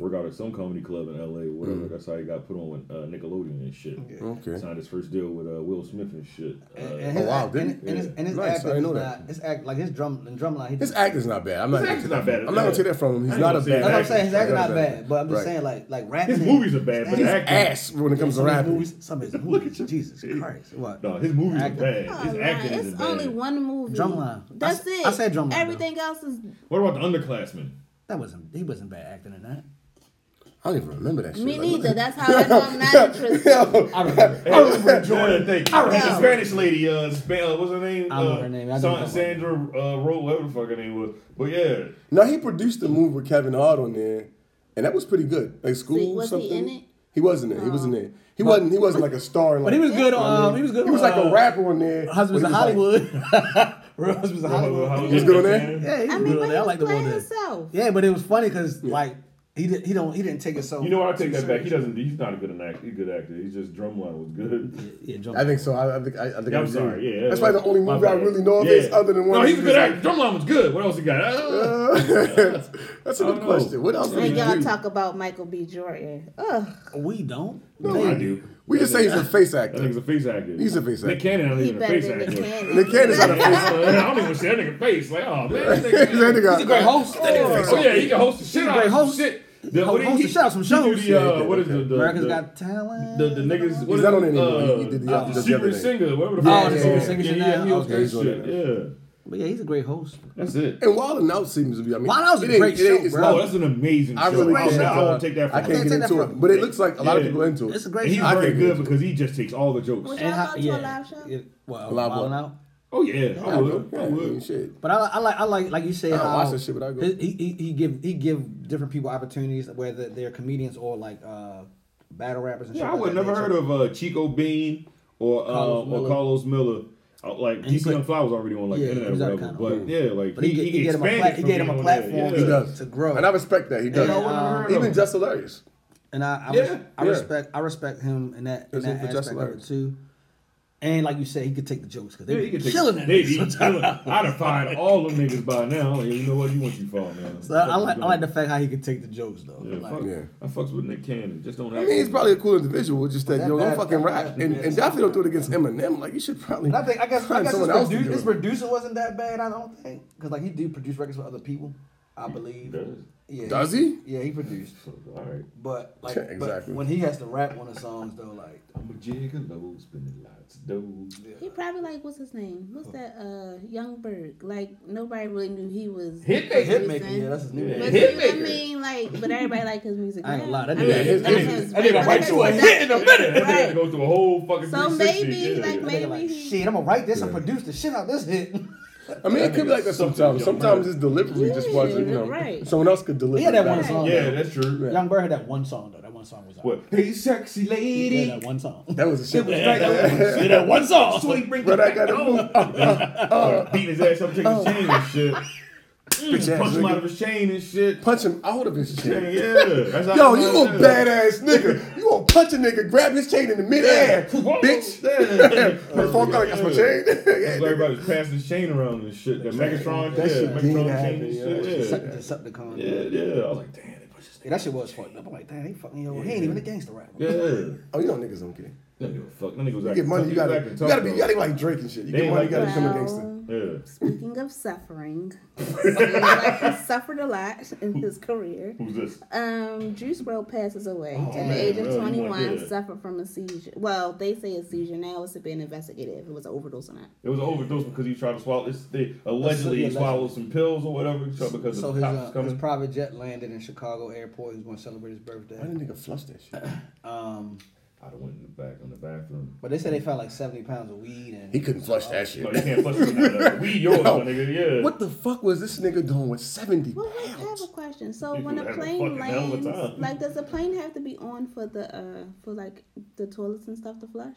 S3: work out at some comedy club in LA, whatever. That's how he got put on with uh, Nickelodeon and shit.
S4: Okay.
S3: Signed his first deal with uh, Will Smith and shit. Uh,
S5: And, and his,
S4: Oh, wow,
S5: act,
S4: did
S5: and,
S4: he?
S5: and his, and his
S4: Nice, I
S5: acting
S4: didn't know
S5: is
S4: that.
S5: not, his act, like his drum and drum line. He
S4: His
S5: just-
S4: acting's not bad. I'm not.
S3: His acting's not bad.
S4: I'm not gonna take that from him. He's
S3: I ain't
S4: not
S3: gonna
S4: a
S3: say
S4: bad.
S5: That's what I'm saying. His
S3: Right,
S5: acting not
S4: right,
S5: bad,
S4: right.
S5: but I'm just
S4: Right.
S5: saying like like rapping.
S3: His movies are bad, but
S5: His
S3: the acting.
S4: Ass when it comes to
S5: some of his
S4: rapping.
S5: movies- some of his movies. Jesus Christ! What?
S3: No, his movies
S5: Acting.
S3: are bad. His
S6: Alright,
S3: acting is
S6: Oh, it's
S3: bad.
S6: only one movie.
S5: Drumline. I
S6: That's
S5: s-
S6: it.
S5: I said Drumline, though.
S6: Everything else is
S3: What about the underclassmen?
S5: That wasn't he wasn't bad acting in that.
S4: I don't even remember that shit.
S6: me
S4: Like, what
S6: neither. That's how I know I'm not interested.
S4: the-
S5: I remember.
S3: I remember Jordan. Thank you. I
S6: remember.
S3: The Spanish lady, uh, Spa- uh, what's her name?
S5: I don't know
S3: Uh,
S5: her name. I do
S3: Sa-
S5: know her name.
S3: Sandra uh, Rowe, whatever the fuck her name was. But yeah,
S4: Now he produced a move with Kevin Hart on there, and that was pretty good. Like school
S6: See, was he
S4: something.
S6: in it? Oh.
S4: He wasn't there. He wasn't there. He wasn't. He wasn't like a star. in,
S5: But
S4: like,
S5: he was good
S4: you know what I
S5: on.
S4: mean?
S5: Um, he was good.
S4: He was
S5: on,
S4: like a
S5: uh,
S4: rapper on there.
S5: Husbands
S4: but
S5: of
S4: he was like-
S5: Hollywood. Real husbands of Hollywood.
S3: Hollywood
S4: He's good on that?
S3: House.
S5: Yeah, he was
S6: I
S5: good
S6: mean,
S5: on
S6: but
S5: that.
S6: he
S5: I
S6: was
S5: like the one
S6: playing
S5: that.
S6: himself.
S5: Yeah, but it was funny because like he did, he don't he didn't take it so.
S3: You know what? I take that back. He doesn't. He's not a good an actor. He's a good actor. He's just drumline was good.
S5: Yeah, Drumline.
S4: I think so. I, I think. I, I think.
S3: Yeah,
S4: I
S3: I'm
S4: do.
S3: sorry. Yeah,
S4: That's probably the only
S3: my
S4: movie I
S3: bad.
S4: really know of
S3: Yeah.
S4: his other than one.
S3: No,
S4: where
S3: he's a
S4: he
S3: good
S4: was
S3: actor. Drumline was good. What else he got? Uh,
S4: like- That's a
S3: I don't
S4: good
S3: know.
S4: question. What else? did he
S6: And y'all
S4: do?
S6: talk about Michael B. Jordan. Uh, Ugh.
S5: we don't.
S3: no, I do.
S4: We just say he's a face
S3: That nigga's
S4: actor.
S3: a face actor.
S4: He's a face
S3: Nick
S4: actor.
S3: Cannon not
S6: He
S3: even a
S6: better
S3: face
S6: than Nick
S3: actor.
S6: Cannon.
S4: Nick Cannon's not a face. actor.
S3: I don't even see that nigga face. Like, oh man, that
S4: That
S3: nigga-
S4: nigga got-
S5: He's a great host.
S3: Oh yeah, he can host the shit
S5: a
S3: out.
S5: great
S3: of
S5: host.
S3: Shit. The,
S5: Ho- host the shit out some
S3: he do
S5: shows.
S3: The, uh,
S4: Yeah, okay,
S3: what is it? The,
S5: America's
S3: the,
S5: Got Talent.
S3: the, the niggas. what
S4: He's
S3: is
S4: not
S3: it?
S4: on it anymore.
S3: Uh,
S4: He- he did the-
S3: uh,
S4: the other
S3: secret
S4: day.
S3: singer. Whatever the
S5: Yeah,
S3: fuck
S5: yeah,
S3: it's
S5: yeah,
S3: called.
S5: Secret
S3: Yeah,
S5: Singer
S3: yeah, he
S5: now.
S3: hosts
S4: Okay,
S3: that
S4: he's on
S3: shit. Yeah.
S5: But yeah, he's a great host.
S3: That's it.
S4: And Wild and Out seems to be. I mean,
S5: Wild 'N Out's
S4: it
S5: a
S4: ain't-
S5: great
S4: it ain't-
S5: show,
S4: it's
S5: bro.
S4: not-
S3: Oh, that's an amazing show.
S4: I really
S3: I'll,
S4: can't.
S3: not- I
S4: uh,
S3: won't take that. For
S4: I can't
S3: him.
S4: get
S5: that
S4: into
S5: from-
S4: it, but it looks like a lot of
S3: Yeah.
S4: people into
S5: It's a
S4: it.
S5: great
S3: And he's
S5: show.
S4: I
S3: very
S4: can't
S3: good
S4: do it.
S3: because he just takes all the jokes.
S6: Would
S5: And
S6: y'all
S5: how-
S6: go to
S5: yeah,
S6: a live show?
S5: It, well,
S4: Live
S5: Wild
S4: what?
S5: 'N Out.
S3: Oh yeah, I
S4: I
S3: would. I
S4: mean,
S3: would.
S4: shit.
S5: But I, I like I like like you said
S4: I don't
S5: how
S4: watch that shit, but I go.
S5: He, he he give he give different people opportunities whether they're comedians or like uh battle rappers and shit.
S3: Yeah, I
S5: like
S3: would
S5: that.
S3: never heard of uh, Chico Bean or uh, or
S5: Carlos Miller.
S3: Carlos Miller. Uh, like
S5: he
S3: DC
S5: put-
S3: Young Fly was already on like
S5: Yeah,
S3: the internet
S5: he was
S3: or
S5: out
S3: whatever.
S5: kinda.
S3: But yeah, like
S5: But he get- he get him a
S3: expanded
S5: plat- he
S3: from
S5: get him
S3: being
S5: a
S3: on there.
S5: platform.
S3: Yeah.
S5: He
S4: He does
S5: to grow.
S4: and I respect that he does.
S3: Yeah, I wouldn't have heard of
S4: Even
S3: him.
S4: Just Hilarious.
S5: And I, I,
S3: Yeah,
S5: res- I
S4: yeah.
S5: respect I respect him in that in
S4: That's it
S5: that
S4: for
S5: aspect
S4: Justin
S5: of it
S4: Lawrence.
S5: too. And like you said, he could take the jokes because
S3: Yeah,
S5: they
S3: he
S5: be
S3: could take-
S5: killing it.
S3: They be killing. I'd have fired all them niggas by now. Like, you know what? You went too far, man.
S5: So I, I like I like the fact how he could take the jokes though.
S3: Yeah,
S5: Like,
S3: fuck,
S4: Yeah.
S3: I fucks with Nick Cannon. Just don't.
S4: I mean, he's probably a cool individual. Just that,
S5: That
S4: yo, don't
S5: bad-
S4: fucking
S5: that
S4: rap,
S5: bad-
S4: and,
S5: yeah.
S4: and definitely don't do it against Eminem. Like you should probably.
S5: And I think I guess I
S4: find
S5: guess his,
S4: someone else to
S5: produ-
S4: do
S5: his
S4: it.
S5: producer wasn't that bad. I don't think because like he do produce records for other people. I believe.
S3: does.
S5: Yeah.
S4: Does he?
S5: Yeah, he produced.
S3: All right.
S5: But like,
S4: Yeah,
S5: but
S4: exactly.
S5: when he has to rap on the songs though, like
S3: I'm a gigolo, spinning lots of dough.
S6: He probably like what's his name? What's that? Uh, Young Berg. Like nobody really knew he was
S3: Hitmaker.
S5: Hitmaker, yeah, that's his new
S3: Yeah.
S5: name.
S6: But
S3: Hit-
S5: Hit-
S6: you, I
S3: Hitmaker.
S6: mean, like, but everybody like his music.
S5: I ain't gonna
S6: now.
S5: lie, that
S6: I
S5: nigga-
S6: mean,
S4: his-
S6: that's
S4: his-
S6: his-
S3: that nigga
S6: that's
S3: write
S6: his-
S3: you a
S6: that's-
S3: hit in a minute.
S6: Right.
S3: Go through a whole fucking.
S6: So
S3: 360.
S6: maybe,
S3: Yeah.
S6: like, maybe
S5: like,
S6: he-
S5: shit, I'm gonna write this and produce the shit out this hit.
S4: I mean, it could be like that sometimes. Sometimes it's delivery just wasn't. You know,
S6: Right.
S4: someone else could deliver.
S5: He had that
S4: it
S5: one
S4: back.
S5: song.
S3: Yeah,
S5: though.
S3: that's true.
S5: Young Bird had that one song though. That one song was out.
S3: What? Hey, sexy lady.
S5: Yeah, that one song.
S4: That was a shit.
S5: was great. That was- that one song.
S3: Sweet bring
S4: But I got to
S3: home.
S4: move. up.
S3: Beating his ass up, taking his chain and shit.
S4: Bitch ass
S3: Punch him out of
S4: nigga.
S3: his chain and shit.
S4: Punch him out of his
S3: Yeah,
S4: chain.
S3: that's how
S4: Yo,
S3: I
S4: you
S3: feel.
S4: a badass nigga. You gonna punch a nigga, grab his chain in the midair,
S3: Whoa.
S4: bitch.
S3: Yeah.
S4: Fuck out, I got my chain. Yeah,
S3: That's why everybody's passing the chain around and shit. That Megatron,
S4: That
S3: yeah,
S4: shit
S3: Megatron
S4: did
S3: chain
S4: happen,
S3: and
S4: yo.
S3: shit.
S5: Suck-
S3: Yeah.
S5: Decepticon.
S3: Yeah, yeah. I was like, damn, they push this
S5: Yeah, that shit was fucked up. I'm like, damn, they fucking yo. He ain't even a gangster rapper.
S3: Yeah.
S4: Oh, you know niggas don't get it.
S3: They don't give a fuck. None of niggas
S4: You
S3: acting
S4: get money,
S3: tough.
S4: you gotta,
S3: Niggas acting
S4: you
S3: tough,
S4: gotta be,
S3: though.
S4: you gotta be like Drake and shit. You
S3: They
S4: get
S3: ain't
S4: money, you
S3: like
S4: gotta
S3: that.
S4: become a gangster.
S3: Yeah.
S6: Speaking of suffering, seems like he suffered a lot in his career.
S3: Who's this?
S6: Um, Juice WRLD passes away at
S3: Oh, man,
S6: the age
S3: really?
S6: of
S3: You want
S6: 21.
S3: that.
S6: Suffered from a seizure. Well, they say a seizure. Now it's been investigated if it was an overdose or not.
S3: It was an overdose because he tried to swallow. It's, they allegedly he
S5: allegedly.
S3: swallowed some pills or whatever because
S5: So
S3: of the cops
S5: his, uh, his
S3: coming.
S5: private jet landed in Chicago airport. He was going to celebrate his
S4: Why
S5: birthday.
S4: did nigga flush that shit?
S5: Um,
S3: I'd have went in the back on the bathroom.
S5: but they said they found like seventy pounds of weed and
S4: He couldn't flush that
S3: No, you
S4: shit.
S3: can't flush with that. We yours,
S4: No.
S3: my nigga. Yeah.
S4: What the fuck was this nigga doing with 70
S6: Well, wait, I have a
S4: pounds?
S6: question. So
S3: You
S6: when
S3: have
S6: a
S3: a
S6: plane
S3: fucking hell of
S6: lands,
S3: a time.
S6: like, does the plane have to be on for the uh for like the toilets and stuff to flush?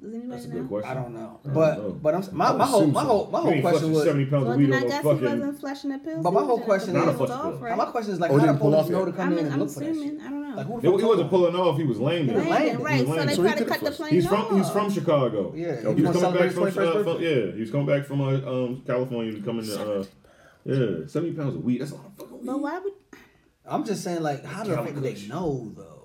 S6: Does anybody
S3: That's a
S6: know?
S3: good question.
S5: I don't know.
S3: don't
S5: But
S3: know.
S5: but I'm s- my,
S4: would
S5: my whole
S4: assume
S5: my
S4: so.
S5: whole my
S3: You
S5: whole
S3: ain't
S5: question
S3: flushing
S5: was
S3: 70 pounds
S6: Well,
S3: of weed
S6: then
S3: on
S6: I
S3: no
S6: guess he
S3: fucking.
S6: wasn't flushing the pills.
S5: But my
S6: he
S5: whole
S6: was
S5: question
S6: just
S3: is-
S6: was
S3: Not a
S6: off,
S3: flush
S6: right?
S5: my question is like
S4: Oh,
S5: how
S4: they
S5: the
S4: didn't pull
S5: police
S4: off
S5: know
S4: yet.
S5: to come
S6: I'm,
S5: in and
S6: I'm
S5: look for that
S6: assuming.
S5: shit.
S6: I don't know.
S5: Like who
S3: It,
S5: the
S3: it
S5: fuck
S3: wasn't
S5: told
S3: pulling off. He was landing.
S5: He was
S6: Landing,
S5: landing.
S6: right?
S3: He was
S6: So they
S3: landing.
S4: So he
S6: tried to
S4: could've
S6: cut the
S4: flushed.
S6: plane
S3: He's from. He's
S6: off.
S3: from Chicago.
S5: Yeah, he
S3: He was
S5: wanna
S3: coming back
S5: celebrate his
S3: from.
S5: 21st
S3: Uh,
S5: birthday.
S3: from yeah, he was coming back from uh, um, California to come into. Uh, yeah, seventy pounds of weed. That's a lot of fucking
S6: But
S3: weed.
S6: why would?
S5: I'm just saying like how the fuck did they
S3: Calculation.
S5: know though?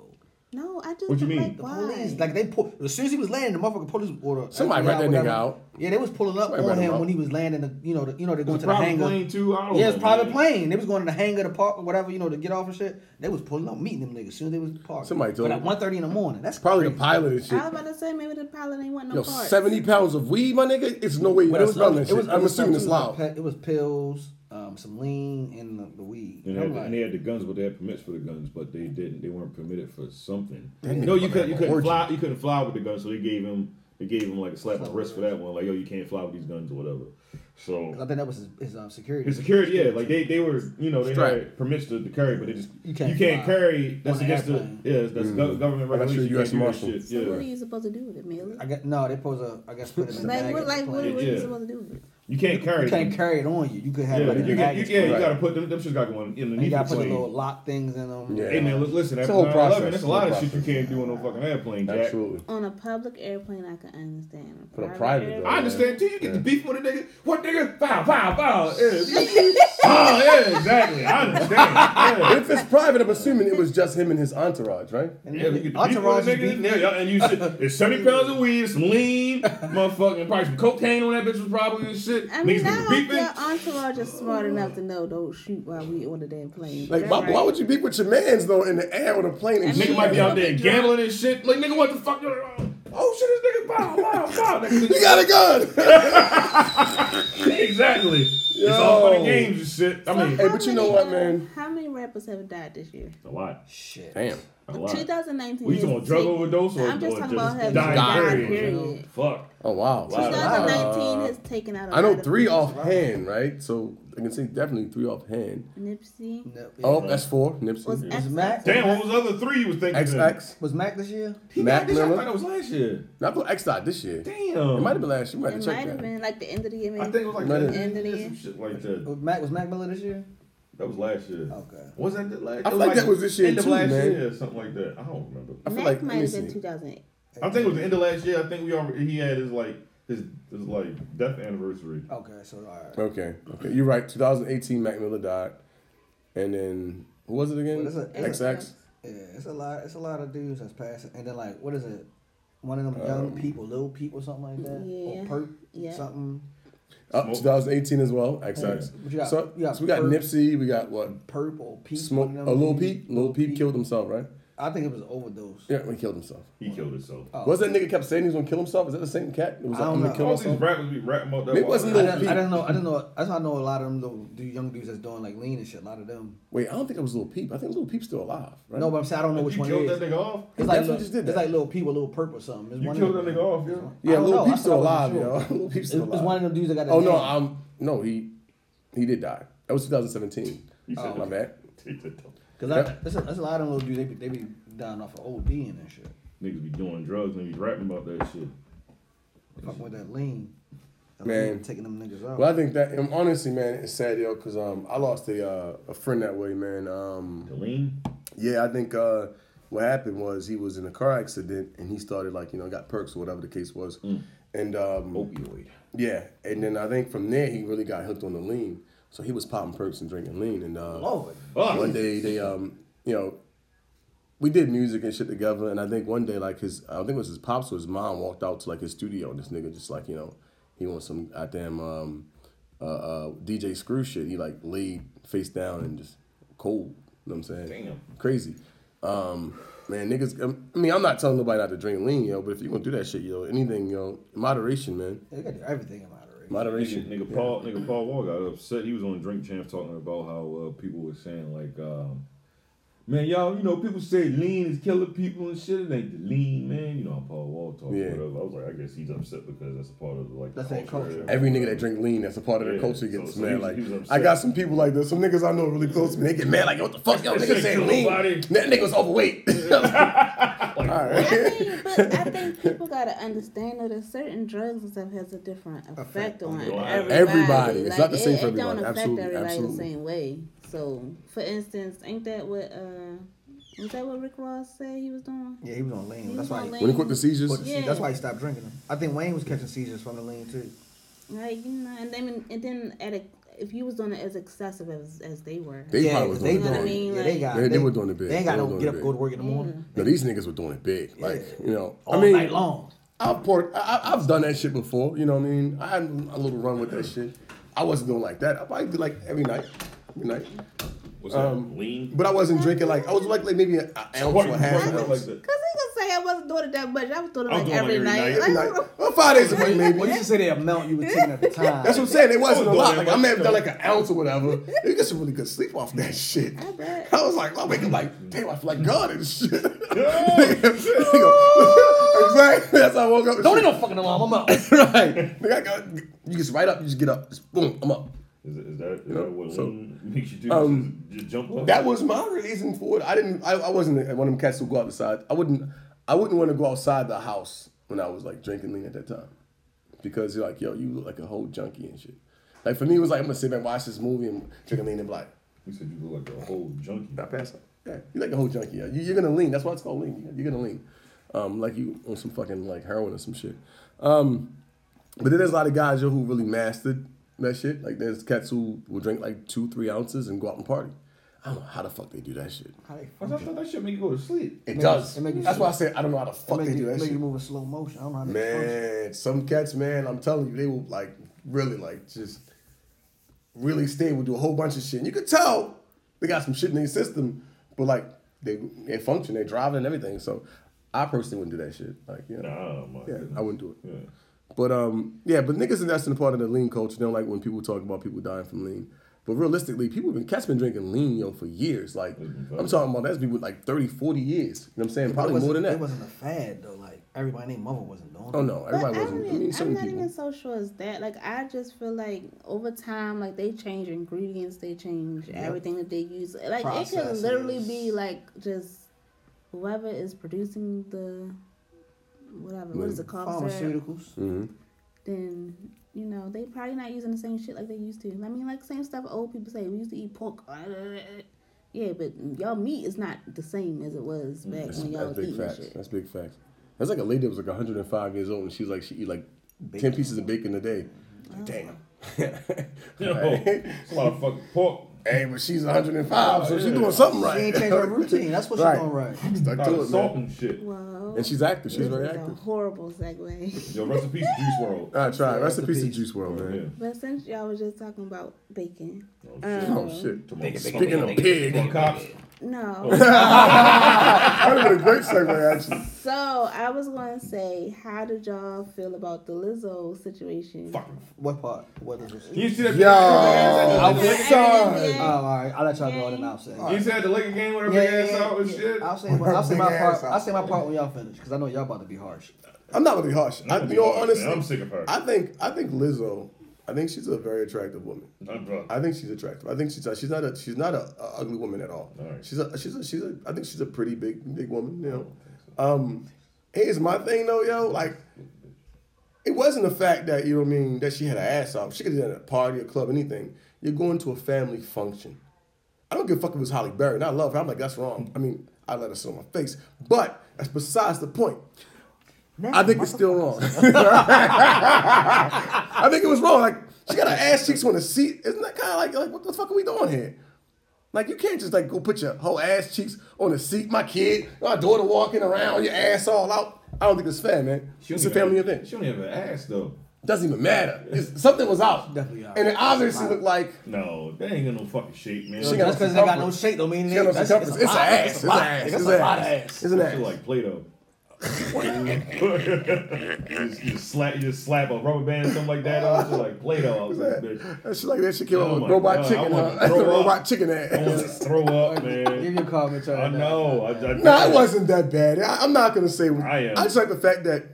S6: No, I just.
S3: What you mean?
S6: was Like,
S3: The
S5: The
S6: why?
S5: police like they pull as soon as he was landing, the motherfucking police or the
S4: Somebody
S5: FBI,
S4: rat that nigga
S5: uh, whatever.
S4: out.
S5: Yeah, they was pulling up
S4: Somebody
S5: on
S4: rat him
S5: him
S4: out.
S5: when he was landing. The, you know, the, you know they're going to the
S3: Private
S5: hangar.
S3: plane too. I don't
S5: Yeah,
S3: know,
S5: it's private
S3: man.
S5: plane. They was going to the hangar to park or whatever, you know, to get off and shit. They was pulling up, meeting them niggas soon as they was parked.
S4: Somebody told
S5: But at
S4: him.
S5: 1.30 in the morning. That's
S4: Probably the
S5: crazy.
S4: pilot and
S6: I
S4: shit.
S6: was about to say maybe the pilot ain't want no
S4: Yo,
S6: parts.
S4: 70 pounds of weed, my nigga? It's no way you're
S5: But it
S4: not
S5: was
S4: smelling
S5: other,
S4: that
S5: it was
S4: shit. I'm
S5: other
S4: assuming
S5: stuff,
S4: it's
S5: too, like
S4: loud.
S5: pe- It was pills, um, some lean, and the, the weed.
S3: And
S5: And
S3: they, had,
S5: I'm
S3: and they
S5: like,
S3: had the guns, but they had permits for the guns, but they didn't. They weren't permitted for something.
S4: That nigga
S3: No, you
S4: fucking
S3: couldn't. You
S4: had
S3: couldn't
S4: an
S3: fly. You couldn't fly with the gun, so they gave him. They gave him like a slap on the wrist for that one. Like, yo, you can't fly with these guns or whatever.
S5: I
S3: So
S5: think that was his, his um, security.
S3: his security, yeah, like they, they were, you know, they
S4: Strike.
S3: had permits to, to carry, but they just
S5: You
S3: you
S5: can't
S3: can't,
S5: fly
S3: carry. That's
S5: on an
S3: against the
S5: airplane.
S3: yeah, that's go- government
S4: I'm not sure
S3: regulations. You
S4: US
S3: can't do that
S4: Marshal.
S3: shit.
S6: So what are
S3: Yeah,
S6: you supposed to do with it, Millie?
S5: I got, no, they supposed to, I guess, put it in the
S6: Like
S5: bag.
S6: what?
S5: at the
S6: Like what?
S5: plane.
S6: What are
S3: Yeah.
S6: you supposed to do with it?
S3: you can't carry.
S5: You can't
S3: them.
S5: carry it on you. You could have
S3: Yeah,
S5: like
S3: you,
S5: a
S3: can,
S5: bag.
S3: you,
S5: You,
S3: yeah, you
S4: Right.
S3: gotta put them. Them shit gotta go in in the
S5: you gotta put the
S3: plane.
S5: little lock things in them.
S4: Yeah.
S3: Hey man, look, listen.
S4: It's
S3: After
S4: a whole
S3: 9/11,
S4: process.
S3: there's a
S4: It's a
S3: lot of
S4: process.
S3: shit you can't do on no fucking airplane, Jack.
S4: Absolutely.
S6: On a public airplane, I can understand.
S4: But a private, though.
S3: I understand too. You get the beef with a nigga. What nigga? Pow, pow, pow. Yeah. oh, yeah, exactly. I understand.
S4: If it's private, I'm assuming it was just him and his entourage, right?
S5: And
S3: Yeah. Yeah, we get the beef
S5: Entourage
S3: with a
S5: is
S3: nigga.
S5: beefing.
S3: Yeah, y'all- and you said it's 70 pounds of weed, some lean, motherfucking probably some cocaine on that bitch was probably and shit.
S6: I mean,
S3: Niggas
S6: um, I
S3: been
S6: hope
S3: beefing.
S6: your entourage is smart enough to know don't shoot while we on the damn plane.
S4: Like, why, why would you be with your mans, though, in the air on a plane and
S6: I mean,
S3: Nigga
S4: shit?
S3: might be out there
S6: Drunk.
S3: gambling and shit. oh, Like, nigga, what the fuck? Oh shit, this nigga, pow, pow, pow. Nigga,
S4: You got a gun!
S3: exactly. It's all for the games and shit. I mean,
S4: Hey, but you know what, man?
S6: How many rappers have died this year?
S3: a lot.
S5: Shit.
S4: Damn.
S3: A lot.
S6: 2019.
S3: We talking about
S6: is
S3: drug
S6: sick.
S3: overdose or,
S6: I'm just
S3: or
S6: talking
S3: just
S6: about having
S3: dying
S6: died,
S3: period.
S6: period.
S3: Fuck.
S4: Oh wow. Wow.
S6: 2019 has taken out. a
S4: Uh, I know
S6: lot of
S4: three
S6: people.
S4: offhand, right? So I can say definitely three offhand.
S6: Nipsey
S5: No, yeah.
S4: Oh, that's four.
S6: was
S4: Nipsey.
S6: X.
S5: Mac?
S3: Damn, what was the other three you was thinking? then?
S4: XX.
S5: Was Mac this year?
S4: Mac
S3: This year, I
S4: Miller.
S3: thought it was last year.
S4: Not for X dot this year. It
S3: Damn.
S4: might have been last year. You might have
S6: It
S4: to
S6: might
S4: check
S6: have
S4: that.
S6: been like the end of the year.
S3: I
S6: Maybe.
S3: think it was like
S4: Might have-
S3: last year. Some shit like that.
S5: Was Mac was Mac Miller this year?
S3: That was last year.
S5: Okay.
S3: Wasn't that last?
S4: I feel like that was this year
S3: end of
S4: too,
S3: last
S4: man.
S3: year, or something like that. I don't remember.
S4: I feel like-
S6: Mac
S4: let
S6: might
S4: me
S6: have been
S4: see.
S6: 2008.
S3: I think it was the end of last year. I think we already he had his like his his like death anniversary.
S5: Okay, so all right.
S4: Okay. Okay. You're right. 2018, Mac Miller died, and then who was it again?
S5: What is it?
S4: XX.
S5: Yeah, it's a lot. It's a lot of dudes that's passing, and then like, what is it? One of them
S4: Uh,
S5: young people, little people, something like that,
S6: Yeah.
S5: or perp,
S6: Yeah.
S5: something.
S4: Up 2018 as well. XX.
S5: What you got?
S4: So,
S5: You got
S4: so we got
S5: Ferg.
S4: Nipsey. We got what?
S5: Perp or peep.
S4: Smoke.
S5: one
S4: A
S5: of them
S4: little
S5: dudes.
S4: Peep. Little Peep killed himself, right?
S5: I think it was an overdose.
S4: Yeah, he killed himself.
S3: He killed himself.
S4: Was that nigga kept saying he was gonna kill himself? Is that the same cat? It was
S5: Oh.
S4: like,
S5: I don't
S4: I'm gonna
S5: know.
S4: kill
S3: All these
S4: myself.
S3: rappers be rapping about that.
S4: Maybe it wasn't
S3: wild
S5: I
S4: Lil
S3: ass
S5: didn't, I
S4: Peep.
S5: didn't know. I didn't know. That's how I know a lot of them. Little, do young dudes that's doing like lean and shit. A lot of them.
S4: Wait, I don't think it was Little Peep. I think Little Peep's still alive. Right?
S5: No, but I'm saying I don't know
S3: shit.
S5: which
S3: You
S5: one it
S3: killed
S5: is.
S3: that nigga off.
S5: It's like,
S4: That's what
S5: little,
S4: just did
S5: it's
S4: that.
S5: like little people, little purple or something. It's
S3: You
S5: one
S3: killed that
S5: of them.
S3: nigga off. Yeah.
S4: yeah,
S5: I don't know.
S4: Little
S5: I
S4: Peep's still
S5: thought
S4: alive,
S5: I wasn't
S4: yo.
S5: sure.
S4: Little Peep's
S5: It's,
S4: still
S5: it's
S4: alive.
S5: one of them dudes that got. a
S4: Oh no,
S5: name.
S4: um, no, he he did die. That was 2017. Oh, my bad.
S3: Take that though.
S5: Cause I, that's, a, that's a lot of them little dudes. They be, they be dying off of OD and that shit.
S3: Niggas be doing drugs and be rapping about that shit.
S5: Fuck with that lean. That
S4: Man.
S5: lean taking them niggas out.
S4: Well, I think that and honestly, man, it's sad, yo, because um, I lost a uh, a friend that way, man. Um,
S3: Lean.
S4: yeah, I think uh, what happened was he was in a car accident and he started like you know got perks or whatever the case was, and um,
S3: Opioid.
S4: yeah, and then I think from there he really got hooked on the lean, so he was popping perks and drinking lean, and uh,
S5: Lord.
S3: Fuck.
S4: one day they um you know we did music and shit together and i think one day like his i think it was his pops or his mom walked out to like his studio and this nigga just like you know he wants some goddamn um uh, uh dj screw shit he like laid face down and just cold you know what i'm saying
S3: Damn.
S4: crazy um man niggas um, i mean i'm not telling nobody not to drink lean yo but if you gonna do that shit yo anything yo moderation man
S5: They gotta do everything in moderation.
S4: moderation
S3: Nigga, nigga Paul, nigga Paul Wall got upset. He was on Drink Champs talking about how uh, people were saying like, um, man, y'all, you know, people say lean is killing people and shit. It ain't the lean, man. You know how Paul Wall talk,
S4: Yeah.
S3: whatever. I was like, I guess he's upset because that's a part of like
S5: That's that culture.
S4: Every nigga that drink lean, that's a part of their
S3: Yeah,
S4: culture,
S3: so-
S4: gets
S3: so he
S4: mad.
S3: was-
S4: Like
S3: he was upset.
S4: I got some people like this. Some niggas I know really close to me. They get mad like, yo, what the fuck, y'all
S3: This
S4: niggas
S3: ain't
S4: saying
S3: true,
S4: lean?
S3: nobody.
S4: That nigga was overweight.
S3: Like,
S6: I think, but I think people gotta understand that certain drugs and stuff has a different effect on
S3: everybody.
S6: everybody.
S4: Everybody. It's not the same
S6: it,
S4: for
S6: it don't
S4: everyone.
S6: affect
S4: Absolutely,
S6: everybody
S4: absolutely.
S6: the same way. So, for instance, ain't that what uh, was that what Rick Ross said he was doing?
S5: Yeah, he was on lean.
S6: He
S5: That's
S6: was
S5: why.
S6: on
S5: He,
S4: when he quit the seizures,
S5: quit the seed.
S6: Yeah.
S5: That's why he stopped drinking them. I think Wayne was catching seizures from the lean too.
S6: Like you know, and then and then at a, if you was doing it as excessive as as they were,
S4: they
S5: yeah,
S4: probably
S5: 'cause
S4: was
S5: they
S4: doing
S6: know what I
S5: doing.
S4: it.
S6: mean?
S5: Yeah, they got.
S4: They- they were doing it big.
S5: They got
S4: They were
S5: to
S4: doing
S5: get
S4: it
S5: up,
S4: big.
S5: go to work in the morning.
S4: No, these niggas were doing it big. Like
S5: Yeah.
S4: you know,
S5: All
S4: I mean,
S5: night long.
S4: I've poured. I, I- I've done that shit before. You know what I mean? I had a little run with that shit. I wasn't doing like that. I probably do like every night, every night.
S3: what's that? lean.
S4: um, But I wasn't drinking like I was like, like maybe an ounce
S3: What-
S4: or a half
S3: what-
S4: an
S3: like
S4: ounce.
S3: that.
S6: Cause he could say I wasn't doing it that much. I was doing it
S3: I'm
S6: like
S3: doing it
S6: every
S3: every
S6: night.
S3: night.
S4: Every
S6: Like,
S4: night, well, five days a week maybe.
S5: Well, you should say the amount you were taking at the time.
S4: That's what I'm saying. It wasn't a
S3: was
S4: lot.
S3: doing
S4: Like
S3: that
S4: I may
S3: much
S4: have done like an ounce or whatever. You get some really good sleep off that shit. I
S6: bet.
S4: was like, I wake up like, damn, I feel like God and shit. exactly. That's how I woke up. and
S5: Don't need
S4: shit.
S5: no fucking alarm. I'm out.
S4: right. Nigga, I got, you just right up. You just get up. Just boom. I'm up.
S3: Is, is that, is that what
S4: So-
S3: lean makes you do?
S4: Um,
S3: just, just jump up.
S4: That was my reason for it. I didn't. I, I wasn't one of them cats who go outside. I wouldn't. I wouldn't want to go outside the house when I was like drinking lean at that time, because you're like, yo, you look like a whole junkie and shit. Like for me, it was like I'm gonna sit back, and watch this movie, and drinking lean and be like,
S3: you said you look like a whole junkie.
S4: I pass out. Yeah, you like a whole junkie. Yeah. You, you're gonna lean. That's why it's called lean. You're gonna lean, um, like you on some fucking like heroin or some shit. Um, but then there's a lot of guys yo who really mastered that shit. Like there's cats who will drink like two, three ounces and go out and party. I don't know how the fuck they do that shit.
S5: How they
S3: I thought that shit make you go to sleep.
S4: It
S5: Make-
S4: does.
S5: it make you
S4: That's
S5: feel-
S4: why I said I don't know how the fuck
S5: make
S4: they do
S5: you,
S4: that
S5: make
S4: shit.
S5: you move in slow motion. I don't know how to function.
S4: Man, some cats, man, I'm telling you, they will like really like just really stay will do a whole bunch of shit. And you could tell they got some shit in their system, but like they they function, they drive and everything. So I personally wouldn't do that shit. Like, you know.
S3: Nah, Oh, my
S4: Yeah,
S3: goodness.
S4: I wouldn't do it.
S3: Yeah.
S4: But um, yeah, but niggas and that's in part of the lean culture. They don't like when people talk about people dying from lean. But realistically, people been cats been drinking lean yo for years. Like I'm talking about that's been with like 30, 40 years. You know what I'm saying?
S5: It
S4: Probably
S5: wasn't-
S4: more than
S5: It
S4: that.
S5: wasn't a fad though. Like everybody, and their mother wasn't doing it.
S4: Oh no,
S6: But I
S4: everybody wasn't. I
S6: don't-
S4: mean,
S6: I'm
S4: certain
S6: not even
S4: people.
S6: so sure as that. Like, I just feel like over time, like they change ingredients, they change everything that they use. Like, it could literally be
S5: Processes.
S6: like just whoever is producing the whatever. What is it called? sir?
S5: Pharmaceuticals.
S6: Then you know they probably not using the same shit like they used to. I mean, like same stuff old people say. We used to eat pork. Yeah, but y'all meat is not the same as it was back when y'all
S4: That's
S6: was
S4: big
S6: eating
S4: facts.
S6: shit.
S4: That's big facts. That's like a lady that was like 105 years old and she was like she eat like 10 pieces of bacon a day.
S6: Oh.
S4: Like, damn.
S3: Yo, it's a lot of fucking pork.
S4: Hey, but she's 105, so she's
S3: Yeah.
S4: doing something
S5: She
S4: right.
S5: ain't changing her routine. That's what
S4: Right.
S5: she's doing right.
S4: Stuck
S3: A lot
S4: to
S3: of
S4: it,
S3: salt
S4: man.
S3: and shit.
S6: Well,
S4: And she's active. She's
S6: this
S4: very
S6: is a
S4: active.
S6: horrible segue.
S3: Yo, rest in peace, Juice World.
S4: I try. Rest in
S5: Rest in
S4: peace to
S5: peace.
S4: Juice World,
S3: Yeah.
S4: man.
S6: But since y'all was just talking about bacon,
S4: Oh shit.
S3: Tomorrow.
S4: Speaking of pig,
S3: Fuck cops.
S6: no.
S3: Oh.
S4: that would have been a great segue actually.
S6: so I was gonna say, how did y'all feel about the Lizzo situation?
S3: Fuck.
S5: What part? What is this?
S3: You see that?
S4: Yo,
S3: I
S6: And
S5: Oh,
S6: then,
S5: all right. I'll let y'all go on and I'll say.
S3: You said the Laker game with her big ass out and shit.
S5: I'll say, my- I'll say my
S4: Big ass
S5: part.
S4: out.
S5: I'll say my part when y'all finish, because I know y'all about to be harsh.
S4: I'm not gonna be harsh. I,
S3: gonna
S4: you
S3: be
S4: know,
S3: harsh,
S4: honestly,
S3: man. I'm sick of her.
S4: I think I think Lizzo. I think she's a very attractive woman.
S3: Uh, bro.
S4: I think she's attractive. I think she's she's not a she's not a, a ugly woman at all.
S3: All right.
S4: She's a she's a, she's a I think she's a pretty big big woman. You know. Um, here's my thing though, yo. Like, it wasn't the fact that you know what I mean that she had her ass off. She could have done it at a party, a club, anything. You're going to a family function. I don't give a fuck if it was Holly Berry, and I love her. I'm like, that's wrong. I mean, I let her sit on my face, but that's besides the point. I think it's still wrong. I think it was wrong. Like she got her ass cheeks on the seat. Isn't that kind of like like what the fuck are we doing here? Like you can't just like go put your whole ass cheeks on the seat. My kid, my daughter walking around, your ass all out. I don't think it's fair, man.
S3: She
S4: it's a
S3: don't
S4: family
S3: even-
S4: event.
S3: She don't even have an ass though.
S4: Doesn't even matter. It's, something was out,
S5: Definitely out.
S4: and it obviously looked like
S3: No, that ain't got no fucking shape, man.
S4: She
S3: She
S4: got
S3: got
S5: That's because they got no shape, don't mean
S4: you know,
S5: they- that's-
S4: circumference. It's an
S5: lot.
S4: ass. It's an
S5: lot.
S4: ass.
S5: It's
S4: It's an
S5: a lot of
S4: ass.
S5: ass.
S4: It's an
S3: shit
S4: ass.
S3: like Play-Doh. you, just, you just slap, you just slap a rubber band or something like that. on shit like Play-Doh. I was like, bitch,
S4: That shit like that shit came
S3: Oh
S4: out with
S3: my
S4: robot
S3: God, I
S4: chicken.
S3: wanna
S4: Huh?
S3: throw up.
S4: robot chicken
S3: I want to
S4: ass.
S3: throw up,
S5: Give
S3: man.
S5: your comment.
S3: I know. I, I,
S4: No, it wasn't that bad. I, I'm not gonna say.
S3: I am.
S4: I just like the fact that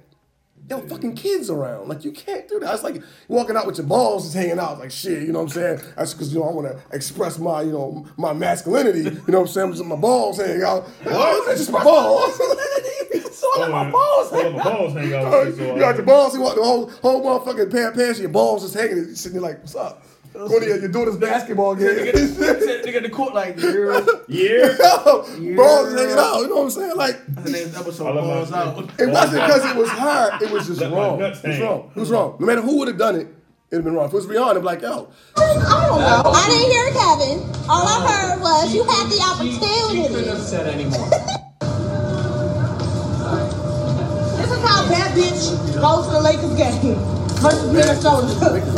S4: yo, fucking kids around. Like you can't do that. It's like walking out with your balls just hanging out. Like shit, you know what I'm saying? That's because you know I want to express my you know my masculinity. You know what I'm saying? Just my balls hanging out. Oh, that's just my balls. so I let my balls
S3: Oh,
S4: hang
S3: my
S4: out.
S3: balls hang out.
S4: Uh,
S3: So
S4: you
S3: I-
S4: got your balls. You walk the whole whole motherfucking pair of pants. Your balls just hanging. You sitting there like, what's up? Go to your, your daughter's basketball game. Oh,
S5: Nigga in the court like girl.
S3: Yeah.
S4: balls hanging out. You know what I'm saying? Like.
S5: The next
S3: I
S5: episode
S3: love my-
S5: balls out.
S4: It wasn't because it was her. It was just
S3: Let my
S4: wrong.
S3: nuts
S4: It was
S3: hang.
S4: wrong. It was wrong. No matter who would have done it, it'd have been wrong. If it was Rihanna, it'd be like, yo,
S8: I don't know. I didn't hear Kevin. All I heard was you had the opportunity. She, she said anymore. this is how that bitch goes to the Lakers game versus Minnesota.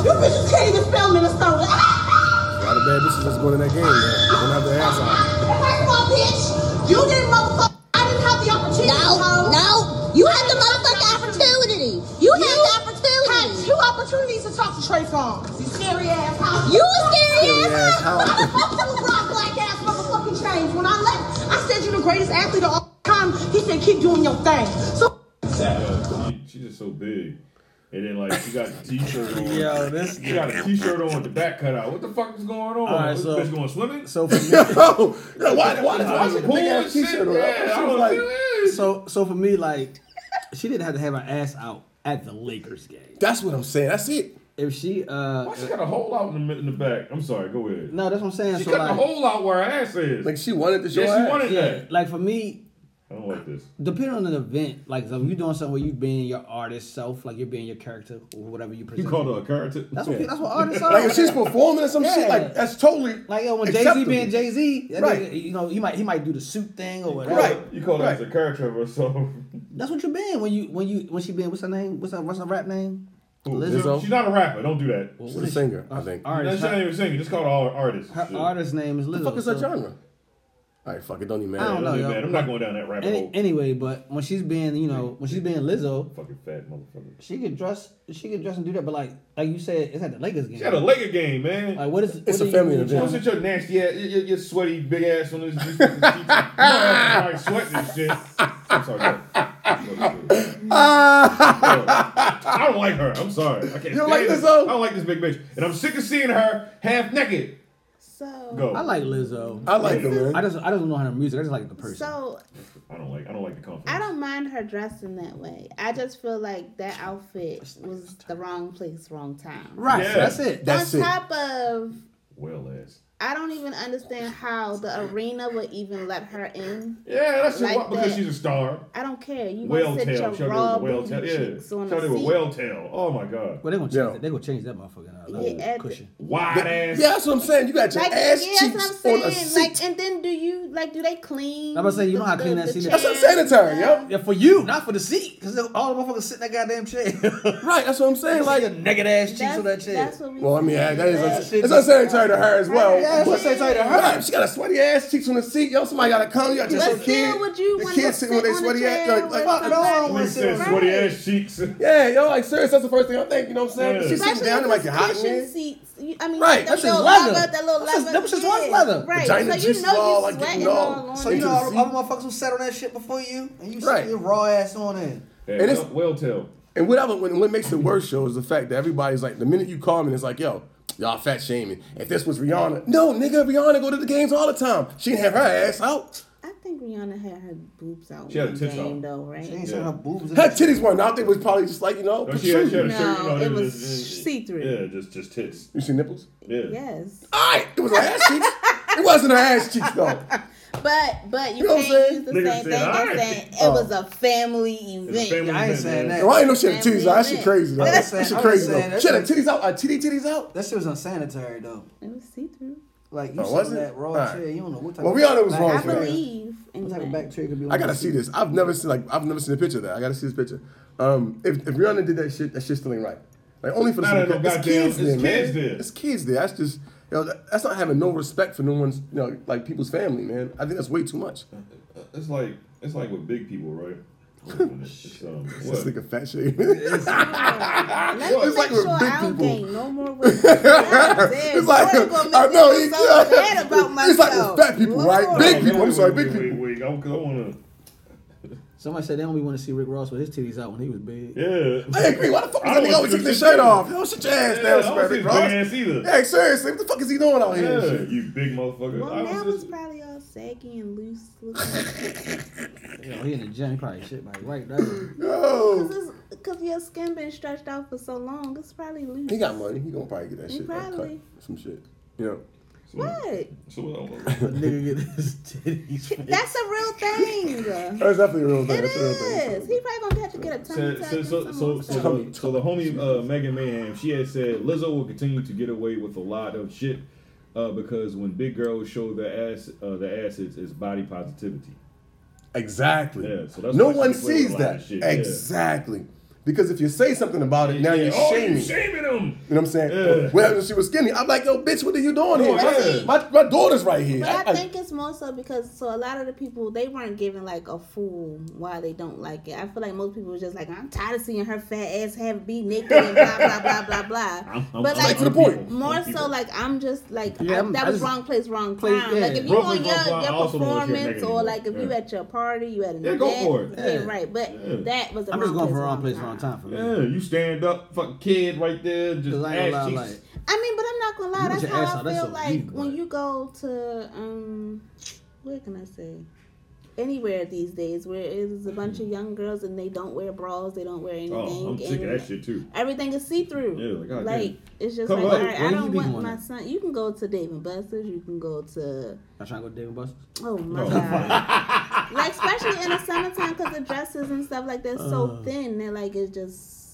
S8: you bitches can't even spell Minnesota.
S4: a lot of bad bitches that's going in that game, man. They Don't have their ass out.
S8: First of all, bitch, you didn't motherfucker. I didn't have the opportunity. No, no. You had the motherfucking opportunity. You, had the opportunity. Had two opportunities to talk to Trey Songz. You scary ass house. You a scary,
S4: ass
S8: ass
S4: house.
S8: house. Why the fuck you rock black ass motherfucking change? When I left, I said you're the greatest athlete of all time. He said keep doing your thing. So
S3: Yo, she, she just so big. And then like she got a t-shirt on.
S5: Yo, this-
S3: she got a t-shirt on with the back cut out. What the fuck is going on?
S5: right,
S3: This
S5: so-
S3: bitch going swimming?
S5: So for me,
S4: Yo, yo, why, why, why, why is your
S3: Pool
S4: big ass
S3: shit?
S4: t-shirt on?
S3: Yeah,
S4: She
S3: I
S4: was
S3: was
S4: like,
S3: like,
S5: so so for me, like she didn't have to have her ass out at the Lakers game.
S4: that's what I'm saying. That's it.
S5: If she uh
S3: why she got a hole out in the, mid- in the back? I'm sorry, go ahead.
S5: no, that's what I'm saying.
S3: she
S5: so
S3: cut
S5: like,
S3: the hole out where her ass is.
S4: Like she wanted to show
S3: yeah, she
S4: her ass.
S3: wanted
S5: yeah,
S3: that.
S5: like for me,
S3: I don't like this.
S5: depending on an event, like so if you're doing something where you being your artist self, like you're being your character or whatever you
S3: You
S5: present.
S3: called her a character.
S5: that's what that's what artists are.
S4: Like if she's performing or some shit,
S5: Yeah.
S4: like that's totally
S5: Like yo, when Jay Z
S4: acceptable.
S5: being Jay Z,
S4: Right.
S5: you know, he might he might do the suit thing or whatever.
S4: Right.
S3: You called
S4: Right.
S3: her as a character of herself.
S5: That's what you been when you when you when she been what's her name? What's her what's her rap name?
S4: Lizzo?
S3: She's not a rapper. Don't do that.
S5: What
S4: She's
S5: is
S4: a
S5: she?
S4: singer, I
S5: Uh,
S4: think.
S3: That's
S5: Artist.
S3: not
S5: Her,
S3: even singing. Just call her artist.
S5: her
S3: Shit.
S5: artist name is Lizzo.
S4: What the fuck is her
S5: so-
S4: genre? All right, fuck it. Don't even matter.
S5: I don't know,
S3: It
S5: yo.
S3: was bad. I'm not going down that rabbit
S5: Any,
S3: hole.
S5: anyway, but when she's being, you know, when she's being Lizzo,
S3: Fucking fat motherfucker.
S5: she can dress, she can dress and do that. But like, like you said, it's at the Lakers game.
S3: She had a Laker game, man.
S5: Like, what is?
S4: It's
S5: what
S4: a
S5: are you-
S4: family
S5: what are you
S4: event.
S3: Don't sit your nasty ass, your, your, your sweaty big ass on this. this- this- this- this- Sorry, sweating and shit. I'm sorry. bro. I don't like her. I'm sorry. I can't
S4: You
S3: stand
S4: don't like
S3: her.
S4: Lizzo?
S3: I don't like this big bitch, and I'm sick of seeing her half naked.
S6: So
S3: Go.
S5: I like Lizzo.
S4: I like them, man.
S5: I just, I just don't know her music. I just like the person.
S6: so
S3: I don't like. I don't like the confidence.
S6: I don't mind her dressing that way. I just feel like that outfit was the wrong place, wrong time.
S5: right,
S3: Yeah.
S5: that's it.
S4: That's
S6: On
S4: it.
S6: top of
S3: Well ass.
S6: I don't even understand how the arena would even let her in.
S3: Yeah, that's just
S6: Like
S3: why- because
S6: that.
S3: she's a star.
S6: I don't care. You
S3: Whale
S6: want to sit
S3: tail.
S6: your
S3: Shout
S6: raw
S3: out to whale
S6: booty
S3: tail. Yeah.
S6: cheeks
S3: Shout
S6: on the
S3: out to
S6: seat.
S3: whale tail. Oh my god.
S5: Well, they gonna change.
S4: Yo.
S5: That. They gonna change that motherfucking uh,
S6: Yeah, at the-
S5: cushion.
S3: Wide ass.
S4: Yeah, that's what I'm saying. You got your
S6: Like,
S4: ass
S6: yeah,
S4: cheeks
S6: that's what
S4: on
S6: I'm
S4: a
S6: saying.
S4: seat.
S6: Like, and then do you like? Do they clean?
S5: I'm about to say, you know how clean that seat is. That's
S4: that's
S6: chairs?
S4: unsanitary, yo.
S5: Yeah, for you, not for the seat, because all the motherfuckers sit in that goddamn chair.
S4: Right, that's what I'm saying. Like,
S5: like your naked ass cheeks
S6: That's,
S5: on that chair.
S6: that's what we.
S4: well, I mean, yeah, that is
S5: That
S4: uns-
S5: shit
S4: it's
S5: be-
S4: unsanitary to her as well.
S5: Yeah, it's
S4: but-
S5: unsanitary to her.
S4: Right, she got a sweaty ass cheeks on the seat. Yo, somebody got to come. You got your
S6: But
S4: little
S6: still,
S4: kid.
S6: would you
S4: The
S6: wanna
S4: kids sitting with
S6: sit
S4: their
S6: on a
S4: sweaty ass.
S6: chair
S4: Like,
S6: with
S4: fuck it, I don't
S6: somebody?
S4: wanna
S3: Nigga
S4: sit on
S3: said
S4: that.
S3: sweaty ass cheeks.
S4: Yeah, yo, like serious. That's the first thing I'm thinking. You know what I'm saying?
S3: Yeah.
S4: She's sitting
S6: Especially
S4: down there
S6: with
S4: like your
S6: those
S4: hot
S6: cushion
S4: man.
S6: seats. You- I mean,
S4: Right,
S6: that
S4: that's
S6: little
S4: just
S5: leather.
S6: leather, that little
S5: That's just-
S6: leather.
S5: that was just one
S6: yeah.
S5: leather.
S6: Right.
S4: Vagina
S6: so you
S4: juices
S6: know
S4: all,
S6: you're
S4: like, getting
S6: sweating
S4: all-
S6: all on
S4: so
S5: So you
S4: Into
S5: know
S4: the
S5: all
S4: seat.
S5: the other motherfuckers who sat on that shit before you, and you sit
S4: Right.
S5: your raw ass on it.
S3: Yeah,
S4: And it's-
S3: whale tail.
S4: And what, I, what, what makes it worse, yo, is the fact that everybody's like, the minute you call me, it's like, yo, y'all fat shaming. If this was Rihanna, no, nigga, Rihanna go to the games all the time. She didn't have her ass out.
S6: I think Rihanna had her boobs out
S3: She
S6: one
S3: had her tits
S6: game
S3: out.
S6: though,
S5: She
S6: right?
S5: ain't showing her boobs. in
S4: Her
S5: the-
S4: titties weren't out. They was probably just like, you know,
S3: No, Oh, she had, she had a
S4: protruding.
S3: shirt. you know,
S6: No,
S3: they
S6: it
S3: were
S6: was
S3: just-
S6: see-through.
S3: Yeah, just just tits.
S4: You see nipples?
S3: Yeah.
S6: Yes,
S4: All right, it was her ass cheeks. It wasn't her ass cheeks, though.
S6: but but you,
S4: You know what I'm
S6: can't
S4: saying?
S6: use the
S3: Nigga
S6: same
S3: said,
S6: thing.
S3: "All
S6: I'm
S3: right."
S6: saying it was a family event.
S3: family
S5: I ain't saying that.
S4: Yo, I ain't no shit had titties out. That shit crazy, though.
S5: I'm
S4: That
S5: just
S4: shit
S5: saying- I'm
S4: crazy,
S5: just saying,
S4: though.
S5: that's
S4: Shit had
S5: just-
S4: titties out. Are titty titties out?
S5: That shit was unsanitary though.
S6: It was see through.
S5: Like you
S4: Oh,
S5: sit
S4: was
S5: on
S4: it?
S5: that raw
S4: Alright.
S5: chair, you don't know what type.
S4: Well,
S5: of
S4: Rihanna was
S5: like,
S4: wrong
S6: I
S4: for that.
S6: believe in
S5: What type of
S6: that.
S5: bacteria could be on
S4: I gotta
S5: that
S4: see
S5: shit?
S4: this. I've never seen like I've never seen a picture of that. I gotta see this picture. Um, if, if Rihanna did that shit, that shit still ain't right. Like only for the
S3: Nah,
S4: simple
S3: nah,
S4: fact-
S3: no
S4: it's
S3: goddamn-
S4: kids
S3: it's
S4: there, man.
S3: kids there.
S4: It's kids there. That's just you know, that- that's not having no respect for no one's you know like people's family, man. I think that's way too much.
S3: It's like it's like with big people, right? It's, um, what?
S4: This nigga fat shit. it's
S6: Let me
S4: It's like
S6: make
S4: with
S6: sure
S4: big
S6: I don't
S4: people.
S6: gain no more weight. it's
S4: like I know he.
S6: so bad about myself.
S4: it's like with fat people, right?
S6: Lord.
S3: Oh,
S4: Big
S3: man,
S4: people. I'm
S3: wait,
S4: sorry,
S3: wait,
S4: big
S3: wait,
S4: people.
S3: Wait, wait, I, I wanna.
S5: Somebody said they only want to see Rick Ross with his titties out when he was big.
S3: Yeah.
S4: I agree. Why the fuck
S3: I
S4: is
S3: don't
S4: that nigga always
S3: see
S4: taking
S3: the
S4: his
S3: shit
S4: shirt
S3: either.
S4: off? Yo, shit your ass
S3: Yeah, I
S4: down,
S3: don't
S4: Sperry
S3: see his
S4: Ross.
S3: big ass either.
S4: Yeah, seriously, what the fuck is he doing out here? and
S3: Yeah,
S4: shit?
S3: you big motherfucker. I
S6: Well,
S3: don't
S6: now
S3: see
S6: it's
S3: this-
S6: probably all saggy and loose looking.
S5: You know, he in the gym, he probably shit like right there.
S4: Yo.
S6: Because your skin been stretched out for so long, it's probably loose.
S4: He got money. He gonna probably get that
S6: He
S4: shit like, cut.
S6: probably.
S4: Some shit. You know.
S6: What?
S3: So what I want-
S5: But nigga get his titties. fixed.
S6: That's a real thing.
S4: That's definitely a real thing.
S6: it
S4: That's a real thing.
S6: is. He probably gonna have to get a tummy
S3: So,
S6: tuck.
S3: so,
S6: and
S3: so,
S6: some
S3: so,
S6: more
S3: so,
S6: stuff.
S3: the, so the homie uh, Megan Mayhem, she had said Lizzo will continue to get away with a lot of shit uh, because when big girls show their ass, uh, their assets is body positivity.
S4: Exactly.
S3: Yeah, so that's
S4: no
S3: why she
S4: one
S3: gets away with
S4: sees
S3: a lot of
S4: that.
S3: shit, yeah.
S4: exactly. Because if you say something about it, now
S3: Yeah,
S4: you're
S3: oh,
S4: shaming.
S3: you
S4: You
S3: shaming him.
S4: know what I'm saying?
S3: Yeah.
S4: Well, she was skinny. I'm like, yo, bitch, what are you doing here?
S3: Oh,
S4: My-
S3: yeah.
S4: My, my, daughter's right here.
S6: But I, think it's more so because so a lot of the people they weren't given like a fool why they don't like it. I feel like most people was just like I'm tired of seeing her fat ass have be naked and blah blah blah blah blah.
S3: I'm- I'm-
S6: but
S3: I'm
S6: like
S4: to the point.
S3: people.
S6: more
S3: I'm
S6: so
S3: people.
S6: like I'm just like
S5: Yeah,
S6: I-
S5: I'm-
S6: that
S5: I
S6: was
S5: just-
S6: wrong place wrong
S5: Place-
S6: time. Like
S5: yeah.
S6: if you
S3: Wrong
S6: on
S3: place, wrong
S6: your,
S3: time. I
S6: your
S3: also don't wanna hear
S6: performance
S3: negative
S6: or
S3: anymore.
S6: like if you
S3: Yeah.
S6: at your party you at an
S3: Yeah,
S6: event,
S3: go for it.
S6: yeah,
S5: Yeah.
S6: right. But
S3: Yeah.
S6: that was the
S5: I'm
S6: wrong
S5: just going
S6: place,
S5: for wrong place, wrong time for me.
S3: Yeah, you stand up, fuck kid right there, just
S5: Cause I ain't
S3: ass
S5: gonna
S3: cheeks.
S5: lie, like
S6: I mean, but I'm not gonna
S5: You
S6: lie.
S5: put
S6: That's
S5: your ass
S6: how
S5: out,
S6: I
S5: that's
S6: feel
S5: so
S6: like
S5: evil,
S6: when
S5: like-
S6: you go to um, what can I say? Anywhere these days, where it's a bunch of young girls and they don't wear bras, they don't wear anything.
S3: oh, I'm sick of
S6: and
S3: that shit too.
S6: Everything is see through.
S3: Yeah, like, God
S6: like
S3: damn.
S6: it's just
S3: Come
S6: like,
S3: on,
S6: all right,
S5: where
S6: I
S5: you
S6: don't
S5: be
S6: want
S5: going
S6: my
S5: at?
S6: son. You can go to Dave and Buster's. You can go to
S5: I trying to go to Dave and Buster's.
S6: oh my
S3: No,
S6: god like especially in the summertime because the dresses and stuff like that's
S5: Uh.
S6: so thin that like it's just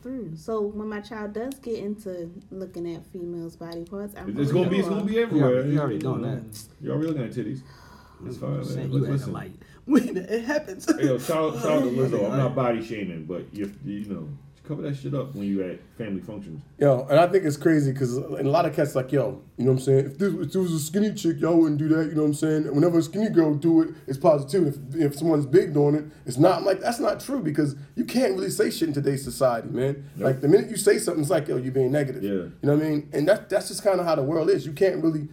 S6: through. So when my child does get into looking at females' body parts, I'm
S3: it's gonna be, it's gonna be everywhere.
S5: You already doing that.
S3: You already looking at titties. It's fine.
S5: I'm saying,
S3: man.
S5: you
S3: Like,
S5: acting
S3: listen,
S5: like when it happens.
S3: Hey, yo, shout, shout out to Lizzo. I'm not body shaming, but you, you know, Cover that shit up when you at family functions.
S4: Yo, and I think it's crazy because a lot of cats like, yo, you know what I'm saying? If this, if this was a skinny chick, y'all wouldn't do that. You know what I'm saying? And whenever a skinny girl do it, it's positive. If, if someone's big doing it, it's not. I'm like, that's not true because you can't really say shit in today's society, man.
S3: Nope.
S4: Like the minute you say something, it's like, yo, you're being negative.
S3: Yeah.
S4: You know what I mean? And that, that's just kind of how the world is. You can't really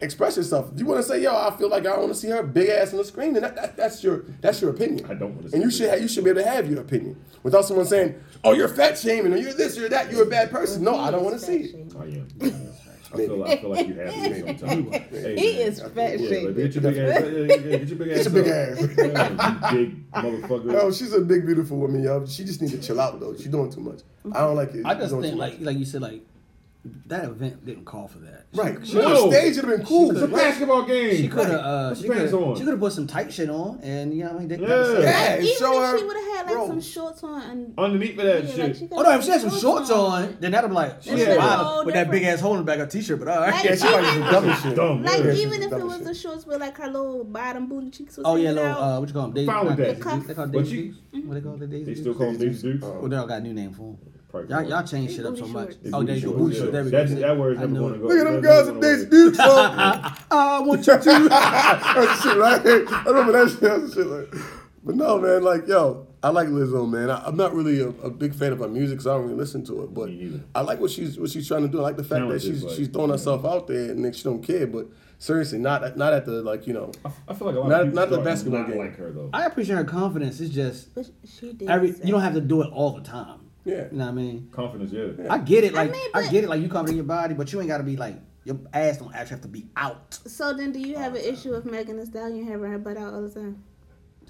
S4: express yourself. If you want to say, yo, I feel like I want to see her big ass on the screen, then that, that, that's your that's your opinion.
S3: I don't wanna
S4: And you
S3: see
S4: should
S3: that.
S4: ha- you should be able to have your opinion without someone saying, "Oh, you're fat shaming, or you're this, you're that, you're a bad person." No, I don't want to see it.
S3: I am. I feel, like, I feel like you have to sometimes. Hey,
S6: He
S3: man.
S6: is fat
S3: Yeah,
S6: shit.
S3: like, get your big ass. yeah, yeah, yeah, Get your big ass.
S4: your big Oh,
S3: up. Yeah, you big motherfucker.
S4: No, she's a big beautiful woman, y'all. She just needs to chill out though. She's doing too much. I don't like it.
S5: I
S4: She's
S5: just
S4: doing
S5: think
S4: too
S5: like
S4: much.
S5: like you said like that event didn't call for that. She-
S4: right. She
S3: No.
S4: on stage, it'd have been cool.
S3: It's a basketball game.
S5: She could have uh,
S3: Put
S5: she
S3: your
S5: could
S3: pants on.
S5: she could have put some tight shit on and you know what I mean. They-
S3: Yeah.
S4: yeah, and
S6: Even if
S4: show her.
S6: she would have had like
S4: Bro.
S6: some shorts on, and,
S3: underneath for
S6: yeah,
S3: that
S6: like,
S3: Oh, shit.
S6: she
S5: Oh no, if she had some shorts on, then that'd be like she's
S3: Yeah.
S5: wild with that big
S6: Different.
S5: ass hole in the back of her t-shirt. But all right,
S6: Like,
S4: yeah, she might have been double shit.
S3: Dumb.
S6: Like
S3: yeah.
S6: even if
S4: double
S6: it was
S4: shit.
S6: the shorts with like her little bottom booty cheeks was
S5: oh yeah,
S6: hanging
S5: little
S6: out.
S5: uh, what you call them? Daisy,
S3: Fine with
S5: not
S3: that.
S5: Daisy Dukes. They call them
S3: But
S5: Daisy
S3: she-
S5: Dukes? What they call the Daisy
S3: They
S5: Dukes?
S3: still call them Daisy Dukes.
S4: Oh,
S5: Well, they all got a new name for them.
S3: Probably
S5: Y'all,
S3: for
S5: y'all
S3: it.
S5: change shit up
S6: Booty
S5: so much.
S6: shorts.
S5: Oh, there you go. Booty shorts. There we go.
S3: That's, that word's
S5: I
S3: never
S5: know
S3: going to go.
S5: it.
S4: Look at them
S3: That's
S4: guys
S3: never
S4: with
S3: gonna
S4: Daisy
S3: work.
S4: Dukes. son.
S5: I want you to.
S4: that shit right here. I remember that shit. That shit like, but no, man, like, yo, I like Lizzo, man. I, I'm not really a, a big fan of her music, so I don't really listen to it. But
S3: Me neither.
S4: I like what she's what she's trying to do. I like the fact
S3: Talented,
S4: that she's
S3: but-
S4: she's throwing herself out there and then she don't care. But seriously, not at- not at the like you know.
S3: I feel like a lot
S4: Not-
S3: of people
S4: not the
S3: start
S4: basketball
S3: not
S4: game.
S3: like her, though.
S5: I appreciate her confidence. It's just
S6: But she did.
S5: every
S6: say-
S5: you don't have to do it all the time.
S4: Yeah.
S5: You know what I mean?
S3: Confidence, yeah.
S5: I get it. Like I,
S6: mean, but-
S5: get it. Like you confident in your body, but you ain't got to be like your ass don't actually have to be out.
S6: So then, do you
S3: Oh,
S6: have an issue with Megan Thee Stallion having her butt out all the time?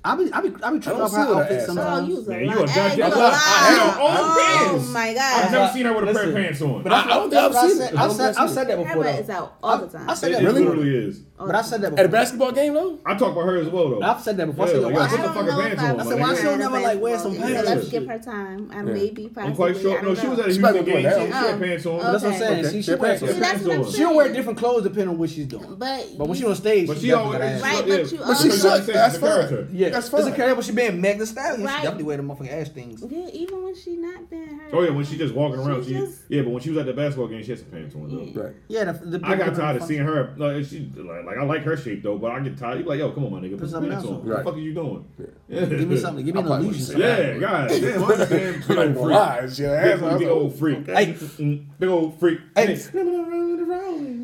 S5: I be I be I be tripping
S4: don't
S5: off
S4: see
S5: her
S4: what her
S5: outfit
S4: ass
S6: Oh,
S5: sometimes.
S6: you was a
S3: Man, you
S6: liar.
S3: a goddamn
S6: Hey, you a
S3: liar.
S6: liar.
S3: I have all
S6: Oh
S3: pants.
S6: my
S3: I've
S6: god.
S3: never seen her with a pair of
S5: Listen,
S3: pants on.
S5: But I, I
S4: don't
S5: don't
S4: think
S5: think
S4: I've
S5: I've seen
S4: seen it.
S5: said,
S4: I don't
S5: I've said,
S4: think I've
S5: I've said that
S6: Her
S5: before.
S6: butt
S5: though.
S6: is out all the
S5: I've-
S6: time.
S5: I've said
S3: It
S5: that
S3: is-
S5: before.
S3: literally is.
S5: But I've said that
S4: At a
S5: before.
S4: basketball game though.
S3: I talk about her as well, though.
S5: I've said that before. I
S3: Yeah,
S5: said, yo,
S3: like,
S5: why-
S3: yo, put the
S6: don't
S3: fucking
S6: know
S3: pants
S6: if I
S3: on.
S6: would
S5: I said,
S3: my
S5: why
S3: nigga.
S5: she don't never, like, wear
S6: Yeah,
S5: some
S6: Let's
S5: pants?
S6: give her time. I maybe possibly.
S3: I'm quite
S6: I
S3: sure. No,
S6: don't
S3: she was
S6: know.
S3: at a
S4: She might
S3: Houston
S4: be
S3: game.
S4: going
S3: She she
S4: down.
S3: had pants on.
S6: Okay.
S5: That's what I'm saying.
S4: Okay,
S5: She, she,
S4: check
S5: wear,
S4: that.
S6: See, that's what I'm
S3: She
S6: saying.
S5: she'll wear different clothes depending on what she's doing.
S6: But
S5: But when
S6: you-
S5: she's on stage,
S3: But
S5: she
S3: she
S5: definitely got
S3: always.
S5: ass.
S6: Right,
S3: yeah,
S6: but you
S4: But she
S6: That's
S4: sucks.
S3: fine.
S4: That's
S3: It's a character.
S4: fine.
S5: Yeah,
S4: that's
S5: It's
S4: fine.
S5: a character, but she being Meg Thee Stallion.
S6: Right.
S5: She definitely wearing the motherfucking ass things.
S6: Yeah, even when she not been her.
S3: Oh yeah, when she just walking around, she,
S6: She just-
S3: yeah. But when she was at the basketball game, she had some pants on. Though.
S4: Right.
S5: Yeah, the, the
S3: I got tired of seeing her. Like, she like, like I like her shape though, but I get tired. You be like, yo, come on, my nigga, put some
S5: something
S3: pants
S5: else
S3: on.
S5: on.
S3: What the
S4: Right.
S3: fuck are you doing? Yeah.
S5: Give me something. Give me an
S4: probably
S5: illusion.
S3: Yeah, god damn, I'm just saying, big old freak.
S4: Lies, yeah,
S3: Big,
S4: that's what I
S3: big
S4: was-
S3: old freak.
S5: Hey.
S3: Mm, big old freak.
S5: Hey.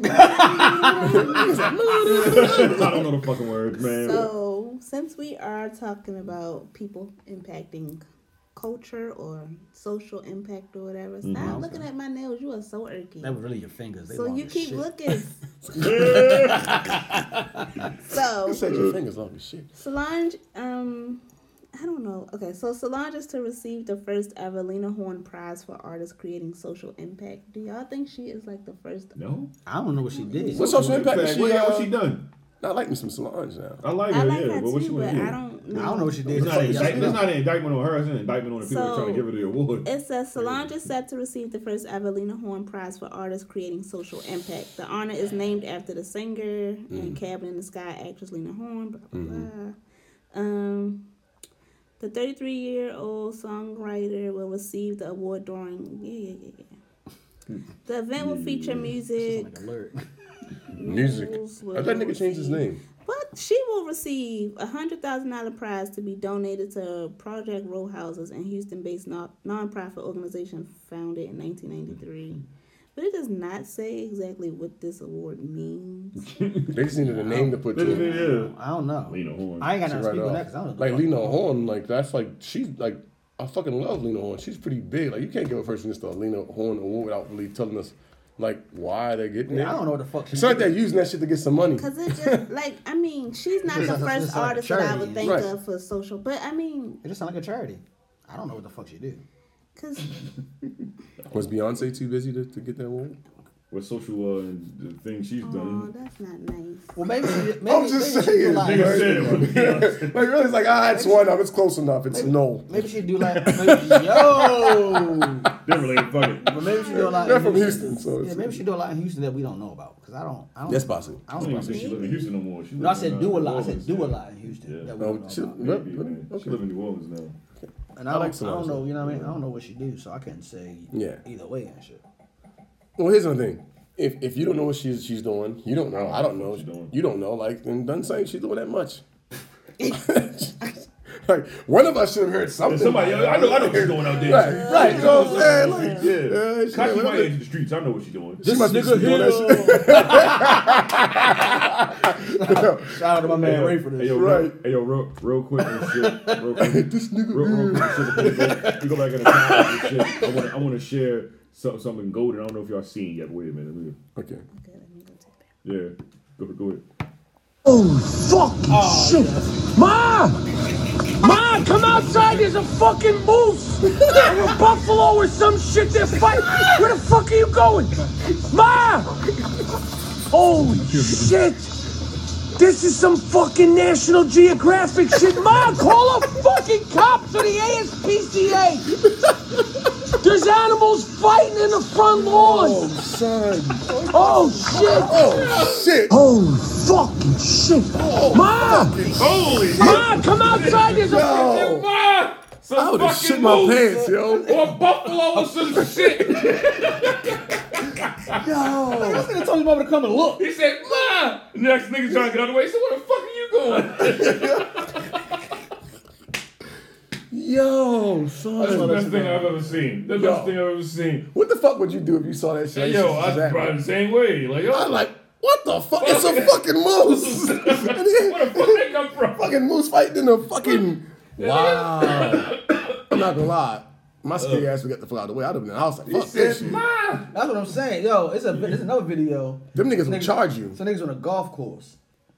S3: I don't know the fucking words, man.
S6: So since we are talking about people impacting culture or social impact or whatever, stop
S3: Mm-hmm.
S6: looking at my nails. You are so irky.
S5: That was really your fingers. They
S6: So
S5: long
S6: you
S5: as
S6: keep
S5: shit.
S6: looking. so
S4: Set your fingers long as shit.
S6: Solange, um, I don't know. Okay, so Solange is to receive the first ever Lena Horne Prize for artists creating social impact. Do y'all think she is like the first?
S3: no.
S5: I don't know what she did.
S4: What's social
S3: What,
S4: impact? Is she,
S3: what,
S4: uh,
S3: what she done?
S4: I like me some Solange now.
S3: I like her,
S6: I like
S3: yeah,
S6: her
S3: but what she
S6: too,
S3: wanna
S6: but
S3: do?
S6: I don't know.
S5: I don't know what she did.
S3: It's not, an
S5: Yes,
S3: indictment,
S5: no.
S3: it's not an indictment on her. It's an indictment on the people that are trying to
S6: So-
S3: give her the award.
S6: It says Solange is set to receive the first ever Lena Horne Prize for artists creating social impact. The honor is named after the singer and Cabin in the Sky actress Lena Horne. Blah blah blah. Um, the 33 year old songwriter will receive the award during yeah yeah yeah yeah. The event will feature music.
S5: Like alert.
S4: Music. I thought nigga changed his name.
S6: But she will receive a hundred thousand dollar prize to be donated to Project Row Houses, a Houston-based non nonprofit organization founded in 1993. But it does not say exactly what this award means.
S4: They just needed a name to put to it.
S3: Yeah.
S5: I don't know.
S3: Lena Horne.
S5: I ain't got
S4: She
S5: nothing
S4: right
S5: to speak on that
S4: off.
S5: because I don't know.
S4: Like Lena Horne, like that's like she's like I fucking love Lena Horne. She's pretty big. Like you can't give a person just a Lena Horne award without really telling us like why they're getting it.
S5: I don't know what the fuck she
S4: It's like they're
S5: did.
S4: using that shit to get some money.
S6: Cause it just like I mean, she's not
S5: It's
S6: the
S5: like a- it's
S6: first
S5: like a
S6: artist that I
S5: charity,
S6: would
S5: yeah.
S6: think
S4: Right.
S6: of for social. But I mean,
S5: It just sound like a charity. I don't know what the fuck she did.
S6: cause
S4: Was Beyonce too busy to, to get that award?
S3: With social uh, and the things she's
S6: oh,
S3: done.
S6: that's not nice.
S5: Well, maybe she did. Maybe,
S4: I'm just
S5: maybe she do
S4: saying,
S5: like-
S3: Nigga said it was Beyonce.
S4: Like really, it's like ah, it's one up. It's close enough. It's no.
S5: Maybe she do like, maybe, yo.
S3: They're related. Fuck it.
S5: But maybe she do a lot.
S4: They're
S5: in
S4: from Houston, so
S5: Yeah,
S4: it's,
S5: maybe she do a lot in Houston that we don't know about because I don't. I don't.
S4: That's possible.
S3: I
S5: I don't
S3: don't
S5: know.
S3: even think she live in Houston no more. She
S5: No, I
S3: live in,
S5: said
S3: uh,
S5: do a
S3: New
S5: lot. I said
S3: Orleans,
S5: do a
S3: yeah.
S5: lot in Houston.
S3: Yeah.
S5: That we
S4: Oh,
S5: don't know
S4: she,
S5: about.
S3: Maybe,
S4: okay.
S3: man. She live in New Orleans now.
S5: And I,
S4: I
S5: don't,
S4: like
S5: I don't
S4: Solange.
S5: know, you know what I mean? I don't know what she do, so I couldn't say
S4: Yeah.
S5: either way and shit.
S4: Well, here's the thing. If, if you don't know what she's she's doing, you don't know. I don't know.
S3: What she's doing.
S4: You don't know. Like, then doesn't say she's doing that much. like, one of us should have heard something.
S3: And somebody, else- I know, I know what's going out there.
S4: Right, right. You know what I'm saying? Like,
S3: Yeah,
S4: yeah, she-
S3: Cocky
S4: wait
S3: might
S4: a minute.
S3: in the streets. I know what she's doing.
S4: She must be doing that
S5: Shout out to my man Ray for
S3: Hey,
S5: this.
S3: yo,
S4: Right.
S3: real, hey, yo, real, real quick and shit. Real quick.
S4: This nigga
S3: Real, real quick and shit. Before we go, we go back in the time and shit. I want to I wanna share something, something golden. I don't know if y'all seen yet. Wait a minute. Let me,
S4: Okay.
S6: Good, let me go take that.
S3: yeah. Go, go ahead.
S2: Oh, fucking shit. Ma! Ma, come outside, there's a fucking moose! or a buffalo or some shit, they're fighting! Where the fuck are you going? Ma! Holy shit! This is some fucking National Geographic shit! Ma, call a fucking cops to the ASPCA! There's animals fighting in the front lawn!
S4: Son.
S2: Oh shit!
S4: Oh, shit.
S2: Holy fucking shit! Ma!
S3: Holy
S2: Ma, come outside. There's a
S4: No.
S3: Ma! Some
S4: I would have shit my pants, yo.
S3: Or buffalo or some shit.
S5: I said I told you mama to come and look.
S3: He said, Ma! Next nigga trying to get out of the way. He said, Where the fuck are you going?
S4: Yo,
S3: That's the
S4: son.
S3: best thing I've ever seen. The best thing I've ever seen.
S4: What the fuck would you do if you saw that shit?
S3: Yo,
S4: That's
S3: I was
S4: exactly-
S3: probably the same way. Like, yo,
S4: I'm like, what the fuck? It's a fucking moose. And then-
S3: where the fuck they come from?
S4: fucking moose fighting in a fucking. Wow. I'm not gonna lie. My scary ass would get the fuck out of the way. I'd have been in the house like, fuck this shit.
S3: Ma!
S5: That's what I'm saying. Yo, it's a it's another video.
S4: Them niggas will charge you.
S5: So niggas on a golf course.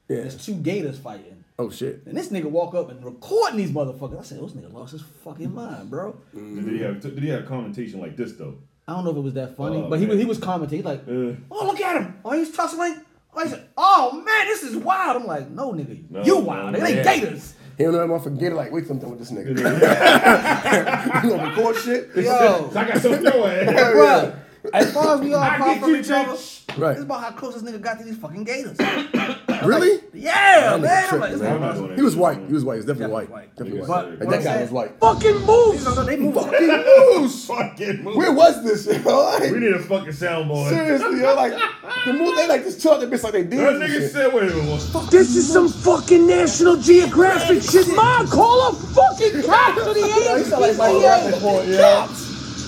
S4: Yeah.
S5: There's two gators fighting.
S4: Oh shit.
S5: And this nigga walk up and recording these motherfuckers. I said, this nigga lost his fucking mind, bro.
S3: Did he have, did he have a commentation like this, though?
S5: I don't know if it was that funny,
S3: Oh,
S5: but he, was-
S3: man.
S5: he was commenting. He's like, oh, look at him. Oh, he's tussling. Oh, he's oh, man, this is wild. I'm like, no, nigga,
S3: No,
S5: you wild.
S3: no,
S5: they
S3: yeah.
S5: gators.
S4: He don't know that motherfucker get it like, wait, I'm done with this nigga. you gonna record shit?
S5: Yo,
S3: I got something going.
S5: bro. As far as we all
S3: I
S5: apart
S3: get
S5: from
S3: you,
S5: each other,
S3: Jake.
S4: Right.
S5: it's about how close this nigga got to these fucking gators.
S4: Really?
S5: yeah,
S4: That nigga
S5: man. I'm
S4: tripped,
S5: like, it's
S4: man.
S5: like-
S4: He was white. He was white. He's definitely
S5: Definitely
S4: white.
S5: white.
S4: Definitely
S3: Nigga
S4: white.
S5: But-
S3: said,
S4: and
S5: what
S4: that
S5: I'm
S4: guy
S5: saying-
S4: was white.
S2: fucking moose.
S5: No, no, they move.
S4: Fucking moose.
S3: Fucking move.
S4: Where was this? Yo? Like,
S3: We need a fucking soundboard.
S4: seriously, yo, like the moose. They like just tell the bitch like they did.
S3: That
S4: and
S3: nigga
S4: shit.
S3: said, wait a minute. what-
S2: This is some fucking National Geographic shit. Ma, call a fucking cops to the
S5: He sound like Michael
S2: ASPCA.
S5: Rappaport, yeah.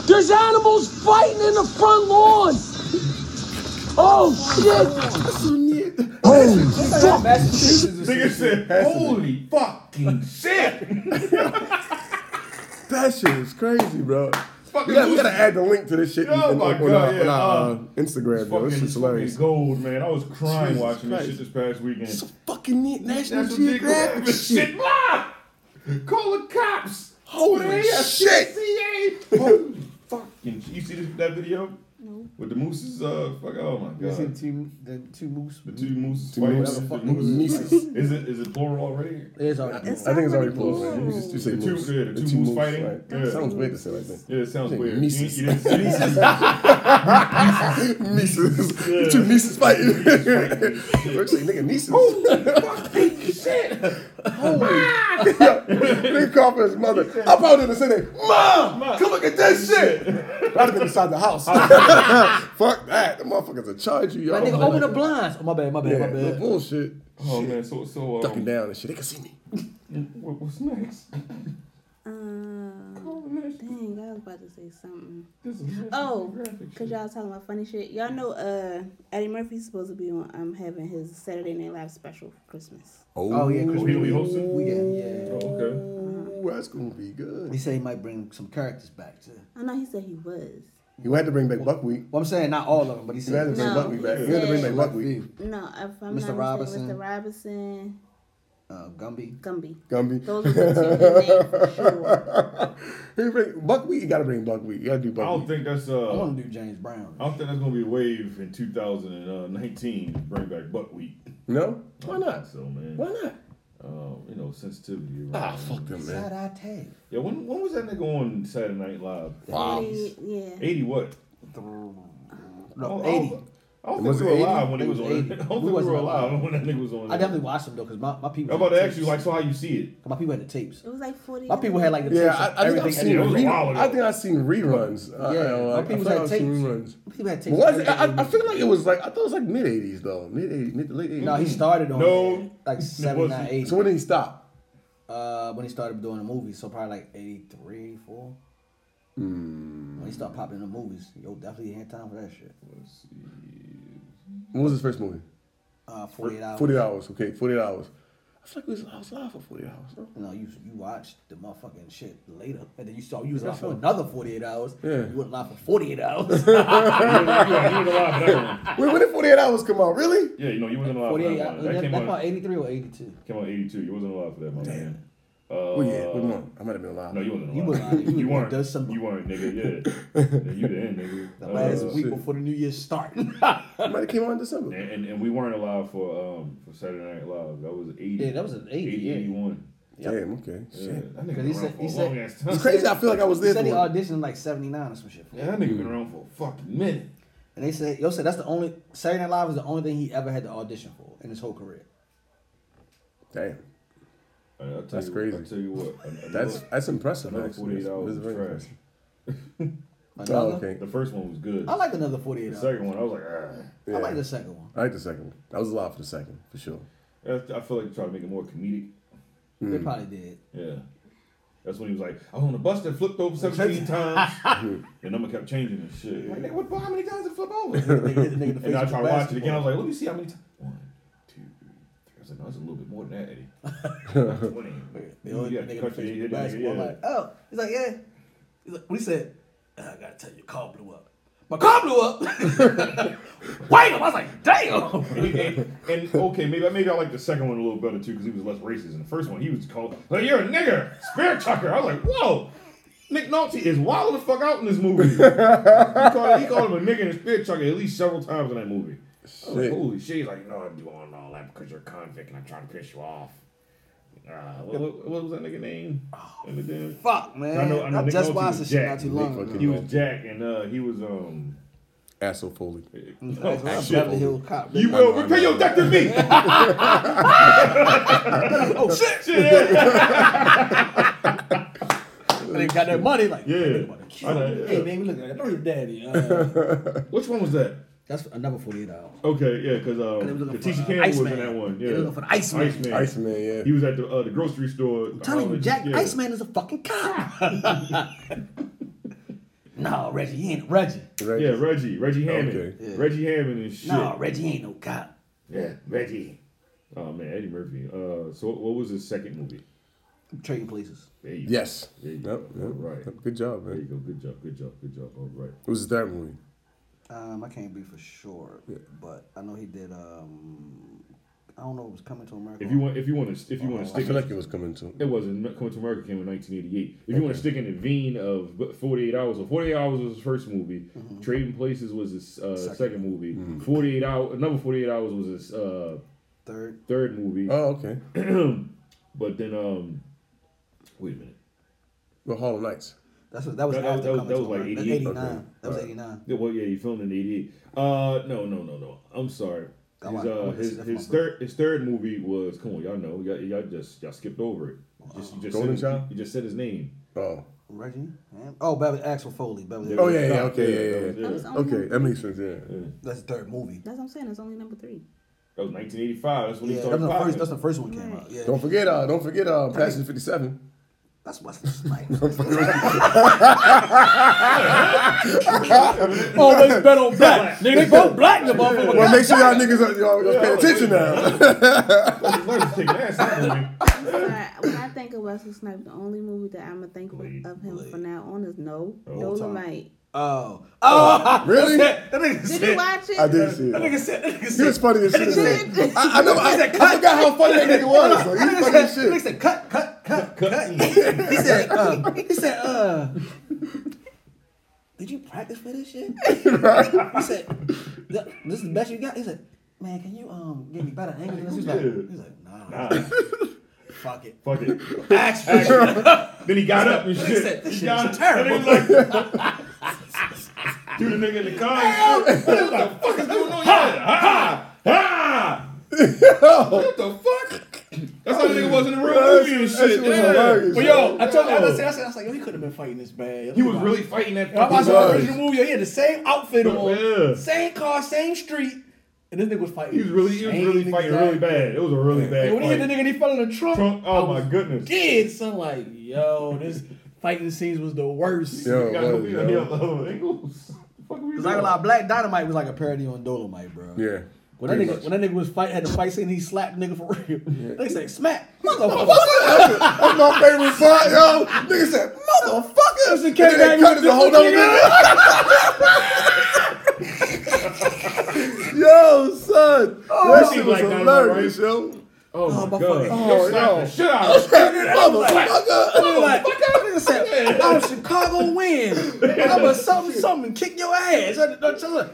S2: There's animals fighting in the front lawn. Oh shit! Holy
S5: It's like Massachusetts or some
S3: Nigga
S5: shit.
S3: said, holy fucking shit.
S4: That shit is crazy, bro.
S3: Fucking
S4: We gotta, we gotta
S3: moose.
S4: add the link to this shit
S3: Oh
S4: in-
S3: my
S4: on,
S3: God,
S4: our,
S3: yeah,
S4: on our uh,
S3: uh,
S4: Instagram, bro. This
S3: fucking,
S4: shit's hilarious.
S3: fucking gold, man. I was crying
S4: Jesus
S3: watching
S4: Christ.
S3: this shit this past weekend.
S4: Some fucking neat National
S3: That's what you
S4: Geographic
S3: grab.
S4: shit.
S3: Ma! Call the cops.
S4: Holy
S3: Over there,
S4: shit.
S3: CCA. Holy fucking shit. You see this, that video? No. With the mooses, uh, fuck, oh my
S5: You seen
S3: god.
S5: two, the two moose?
S3: The two mooses
S4: Two
S3: fighting.
S4: mooses.
S3: The
S4: Fucking
S3: mooses.
S4: mooses.
S3: Is it, is it plural already?
S5: It's already
S6: It's
S4: I think it's already
S6: already
S4: closed.
S6: closed.
S4: Right? You just- you say
S3: The two-
S4: moose.
S3: yeah, the two moose fighting.
S4: right?
S3: Yeah.
S4: Sounds weird to say like that.
S3: Yeah, it sounds
S4: Like
S3: weird.
S4: Mises.
S3: You, you didn't see Mises.
S5: Mm.
S4: Nieces. The two nieces fighting. We're saying nigga nieces.
S3: shit.
S4: Nigga called for his mother. I probably didn't say that. Mom, come look at this shit. But I'd have been inside the house. Fuck that. The motherfuckers will charge you,
S5: That
S4: y'all.
S5: nigga open the blinds. Oh my bad, my bad,
S4: Yeah,
S5: my
S4: no
S5: bad.
S4: bullshit.
S3: Oh man, so so
S4: Ducking
S3: um,
S4: down and shit. They can see me.
S3: what, what's next?
S6: Um, dang, I was about to say something.
S3: This is
S6: Oh, because y'all was talking about funny shit. Y'all know uh Eddie Murphy's supposed to be on um having his Saturday Night Live special for Christmas.
S5: Oh yeah, Chris
S3: Who we hosting?
S5: We yeah.
S3: Oh, okay.
S4: Ooh, that's gonna be
S5: He
S4: good.
S5: said he might bring some characters back too.
S6: I know he said he was.
S4: You had to bring back buckwheat.
S5: Well, I'm saying not all of them, but he
S4: You had to bring
S5: said
S6: No,
S4: buckwheat back. You had to bring back buckwheat.
S6: No, if I'm
S5: Mr.
S6: not
S5: Robinson.
S6: mistaken, Mr. Robinson,
S5: uh, Gumby.
S6: Gumby.
S4: Gumby.
S6: Those are the two good names. for Sure.
S4: You bring buckwheat. You gotta bring buckwheat. You gotta do
S3: I don't
S4: buckwheat.
S3: think that's
S5: I
S3: uh.
S5: want to do James Brown.
S3: I don't think that's gonna be a wave in 2019 to uh, bring back buckwheat.
S4: No? Why not?
S3: So man,
S4: Why not?
S3: Um, you know sensitivity. Around.
S4: Ah, fuck them, man.
S5: Side eye tag.
S3: Yeah, when when was that nigga on Saturday Night Live?
S6: Yeah.
S3: Eighty what?
S5: No,
S3: Oh,
S5: 80.
S3: I, I don't
S4: Was
S3: think we
S4: it
S3: were
S4: 80?
S3: alive when it was on.
S5: It
S3: I
S5: was
S3: don't
S5: 80.
S3: think
S5: We
S3: we
S5: wasn't
S3: were
S5: alive.
S3: alive when that nigga was on.
S5: I definitely watched them though, cause my, my people.
S3: I'm about to ask you like, so how you see it?
S5: my people had the tapes.
S6: It was like 40.
S5: My people had like the tapes.
S4: Yeah,
S5: of
S4: I, I think I've
S5: everything.
S4: seen.
S3: It was a
S4: re-
S3: while ago.
S4: I think I've seen reruns. I- I
S5: Yeah,
S4: know,
S5: my
S4: like, I
S5: people's
S4: feel like
S5: had
S4: I've seen
S5: tapes.
S4: reruns.
S5: My people had
S4: But
S5: tapes.
S4: was
S5: of
S4: it? I, I
S5: everything.
S4: feel like it was like I thought it was like mid '80s though, mid '80s, mid to late '80s.
S5: No, he started on
S3: No,
S5: it, like
S3: it
S5: seven, nine,
S3: wasn't.
S5: eight.
S4: So when did he stop?
S5: uh, when he started doing the movies, so probably like 83, 84. When he started popping in the movies, yo, definitely had time for that shit.
S4: When was his first movie?
S5: Uh, 48 hours.
S4: Forty hours. Okay, forty hours. I feel like it was, I was live for forty hours. Though.
S5: You know, you you watched the motherfucking shit later, and then you saw you was alive
S4: That's
S5: for
S4: right.
S5: another 48 hours.
S4: Yeah.
S5: You wasn't alive for 48 hours.
S3: You wasn't- you wasn't you wasn't alive for that one.
S4: Wait, when did forty eight hours come out? Really?
S3: Yeah, you know, you wasn't alive for that
S5: 48
S3: one.
S5: hours.
S3: That
S5: That,
S3: came
S5: that's
S3: out
S5: about 83 or 82.
S3: came out '82. You wasn't alive for that, my man. Uh,
S4: Oh yeah, wait, no, I might have been alive.
S3: No, you wasn't alive.
S5: You wasn't alive. You was
S3: You weren't.
S5: does some-
S3: You weren't, nigga. Yeah, Yeah, you the end, nigga.
S5: The last
S3: Uh,
S5: week
S4: shit.
S5: before the New Year's start.
S4: I might have came out in December.
S3: And, and and we weren't alive for um for Saturday Night Live. That was eighty.
S5: Yeah, that was an 80, yeah.
S3: 81.
S4: Damn. Okay.
S3: Yeah, that nigga
S4: Shit.
S5: 'Cause
S3: been
S5: he
S3: around
S5: said-
S3: for
S5: he
S3: a
S5: said-
S3: long ass
S4: It's
S3: time.
S4: crazy. I feel like I was
S5: He
S4: there.
S5: said he
S4: For it.
S5: auditioned like 79 or some shit.
S3: Yeah, that nigga been around for a fucking minute.
S5: And they said, yo, said that's the only, Saturday Night Live is the only thing he ever had to audition for in his whole career.
S3: Oh,
S4: Damn.
S3: I- I'll tell
S4: That's
S3: you,
S4: crazy.
S3: I tell you what. an- another-
S4: That's that's impressive.
S3: another
S4: actually.
S3: forty-eight
S4: That's-
S3: hours
S4: that's
S3: was
S4: very
S3: trash.
S4: impressive.
S5: Another-
S4: Oh, okay.
S3: The first one was good.
S5: I liked another 48
S3: the
S5: hours.
S3: second one. I was like, ah.
S5: I
S4: Yeah.
S5: like the second one.
S4: I like the second one. I was alive for the second for sure.
S3: That's- I feel like they tried to make it more comedic.
S5: They probably did.
S3: Yeah. That's when he was like, I was on a bus that flipped over 17 times. The number kept changing and shit. Like, what, how many times did it flip over?
S5: They hit the nigga in the face
S3: and I
S5: with
S3: tried
S5: the
S3: to watch it again. I
S5: basketball.
S3: was like, let me see how many times. One, two, three. I was like, no, that's a little bit more than that, Eddie. 20.
S5: They hit
S3: Yeah,
S5: the nigga in the
S3: cut
S5: face
S3: your-
S5: with the
S3: yeah,
S5: basketball.
S3: yeah.
S5: Like, oh, he's like, yeah. He's like, we said, "Ah, I gotta tell you, your car blew up. My car blew up. Wait, I was like, damn.
S3: and okay, maybe maybe I like the second one a little better too because he was less racist. In the first one, he was called like you're a nigger, spirit chucker. I was like, whoa, Nick Nolte is wild the fuck out in this movie. he, called, he called him a nigger and a spirit chucker at least several times in that movie. I was like,
S4: Shit.
S3: holy shit! He's like, no, I'm doing all that because you're a convict and I'm trying to piss you off. Uh, what, what- what was that nigga name? in the damn-
S5: Fuck, man.
S3: I know- I know Nick
S5: just
S3: Nolte
S5: watched
S3: was
S5: this shit not
S3: jacked.
S5: too
S3: Nick
S5: long
S4: fucking
S5: ago.
S3: He was Jack, and uh, he was um.
S4: Asshole Foley.
S5: That's why I'm
S3: shit.
S5: Beverly Hill Cop.
S3: You will repay your debt to me.
S5: oh shit!
S3: Shit, yeah.
S5: They got that money, like
S3: Yeah.
S5: "Nigga about to kill
S3: I know,
S5: me."
S3: yeah.
S5: Hey, baby, look at that. Know your daddy. Uh,
S3: Which one was that?
S5: that's another forty-eight hours.
S3: Okay, yeah, because
S5: they was
S3: um,
S5: looking
S3: Katisha
S5: for, uh,
S3: Campbell was in
S5: Iceman.
S3: that one.
S5: They
S3: Yeah,
S5: was looking for the Iceman.
S4: Iceman, yeah.
S3: He was at the uh, the grocery store. Uh, I'm
S5: telling you, Jack Iceman is a fucking cop. no, Reggie, he ain't Reggie.
S4: Right?
S3: Yeah, Reggie, Reggie Hammond,
S4: Okay.
S5: Yeah.
S3: Reggie Hammond and shit.
S5: No, Reggie ain't no cop.
S3: Yeah, Reggie. Oh man, Eddie Murphy. Uh, so what was his second movie?
S5: Trading places.
S3: There you go.
S4: Yes.
S3: There you
S4: Yep,
S3: go.
S4: yep.
S3: All right.
S4: Good job,
S3: There you
S4: man.
S3: go. Good job. Good job. Good job. All right.
S4: It was his third movie.
S5: Um, I can't be for sure, but I know he did. Um, I don't know if it was coming to America.
S3: If you want, if you want to, if
S5: Oh,
S3: you want to
S4: I
S3: stick,
S4: feel like it was coming to.
S3: it wasn't Coming to America came in 1988. If you want to stick in the vein of 48 Hours, well, 48 Hours was his first movie. Trading Places was his uh, second. movie. 48 Hours, number 48 Hours was his uh,
S5: third,
S3: third movie.
S4: Oh, okay.
S3: But then, um, wait a minute.
S4: Well, Harlem Nights.
S5: that's what that was
S3: That- that
S5: after
S3: was-
S5: coming
S3: that
S5: to
S3: was like
S5: America.
S3: 88,
S5: That's 89.
S4: okay.
S5: That was
S4: Alright.
S5: 89.
S3: Yeah, well, yeah, he filmed in '88. Uh, no, no, no, no. I'm sorry.
S5: I
S3: His,
S5: want- I
S3: uh,
S5: want to see
S3: his,
S5: that
S3: his
S5: from my-
S3: third his third movie was come on y'all know y'all, y'all just y'all skipped over it You just, you just
S4: Golden
S3: said,
S4: Child?
S3: you just said his name
S4: Oh.
S5: Reggie. Ham- Oh, Beverly, Axel Foley. Beverly.
S4: Oh
S5: Hills.
S4: yeah, yeah, okay, yeah, yeah.
S3: that was,
S6: That's
S3: yeah.
S6: only
S4: Okay,
S6: number-
S4: that makes sense. Yeah.
S5: That's the third movie.
S6: That's what I'm saying. It's only number three.
S3: that was 1985 that's when he
S5: Yeah, that's
S3: started
S5: the
S3: popping.
S5: first. That's the first one came out. Yeah,
S4: Don't forget, uh, don't forget, uh, Passion Fifty Seven.
S5: that's Wesley Snipes.
S3: Oh,
S9: Always bet on black. Nigga, they both black in the motherfucker.
S4: Well, make sure y'all niggas are y'all, y'all paying attention now.
S3: His life was kicking ass in that movie.
S6: I'm sorry. when I think of Wesley Snipes, the only movie that I'm going to think of
S3: Blade.
S6: him from now on is No. Dolomite.
S5: Oh, oh,
S4: Really?
S9: That nigga
S6: Did
S9: said.
S6: you watch it?
S4: I did see
S9: That
S4: it.
S9: nigga said. That nigga
S4: He
S9: said.
S4: was funny as shit.
S6: Did you?
S4: man. I, I know. I, I forgot how funny that nigga was. Like, he
S5: That
S4: was
S5: nigga
S4: funny as
S5: said- that nigga
S4: shit.
S5: said, cut, cut, cut, cut. he said, uh, he said, uh, did you practice for this shit? he said, "Th- this is the best you got? He said, man, can you um give me better angles? He was like, he was like nah, fuck it.
S3: fuck it
S9: Actually,
S3: then he got up and shit
S9: said, "This
S3: he
S9: shit
S3: got
S9: is
S3: up and he was like threw the nigga in the car and shit. what the fuck is going on
S4: shit was
S9: yeah.
S4: hilarious.
S9: But yo, I told you, I
S4: Yo.
S9: said, I said, I was like, yo, he could have been fighting this bad.
S3: Oh, He was really fighting that.
S9: And I watched
S3: fucking-
S9: the
S4: was.
S9: original movie. Yo, he had the same outfit on,
S3: Yeah.
S9: same car, same street, and this nigga was fighting.
S3: He was really, he was really
S9: same
S3: fighting
S9: exact-
S3: really bad. It was a really
S9: And
S3: bad
S9: when he hit the
S3: fight.
S9: nigga, and he fell in the trunk.
S3: Trunk-
S9: I
S3: oh my
S9: was
S3: goodness.
S9: Dead son, like yo, this fighting scenes was the worst.
S4: Yo,
S3: We
S4: it
S3: got no
S4: was,
S3: beat on
S4: yo.
S3: the other angles. Fuck we
S5: Cause I
S3: doing?
S5: ain't gonna lie, Black Dynamite was like a parody on Dolomite, bro.
S4: Yeah.
S5: When that
S4: Pretty
S5: nigga,
S4: much.
S5: when that nigga was fight had the fight scene, he slapped nigga for real. They said smack, motherfucker.
S4: That's my favorite part, yo. Nigga said, motherfucker.
S9: Listen, came
S4: Nigga,
S9: back,
S4: cut is a whole nother nigga. Yo, son. that shit
S3: seemed
S4: was
S3: like that,
S4: hilarious, yo.
S3: Oh my
S5: my
S3: god!
S5: fucking-
S3: Yo, slap
S4: yo.
S3: the shit out of him.
S5: Nigga
S4: Motherfucker.
S5: like, nigga said, I'm Chicago win. I'm a something something, kick your ass. Shwa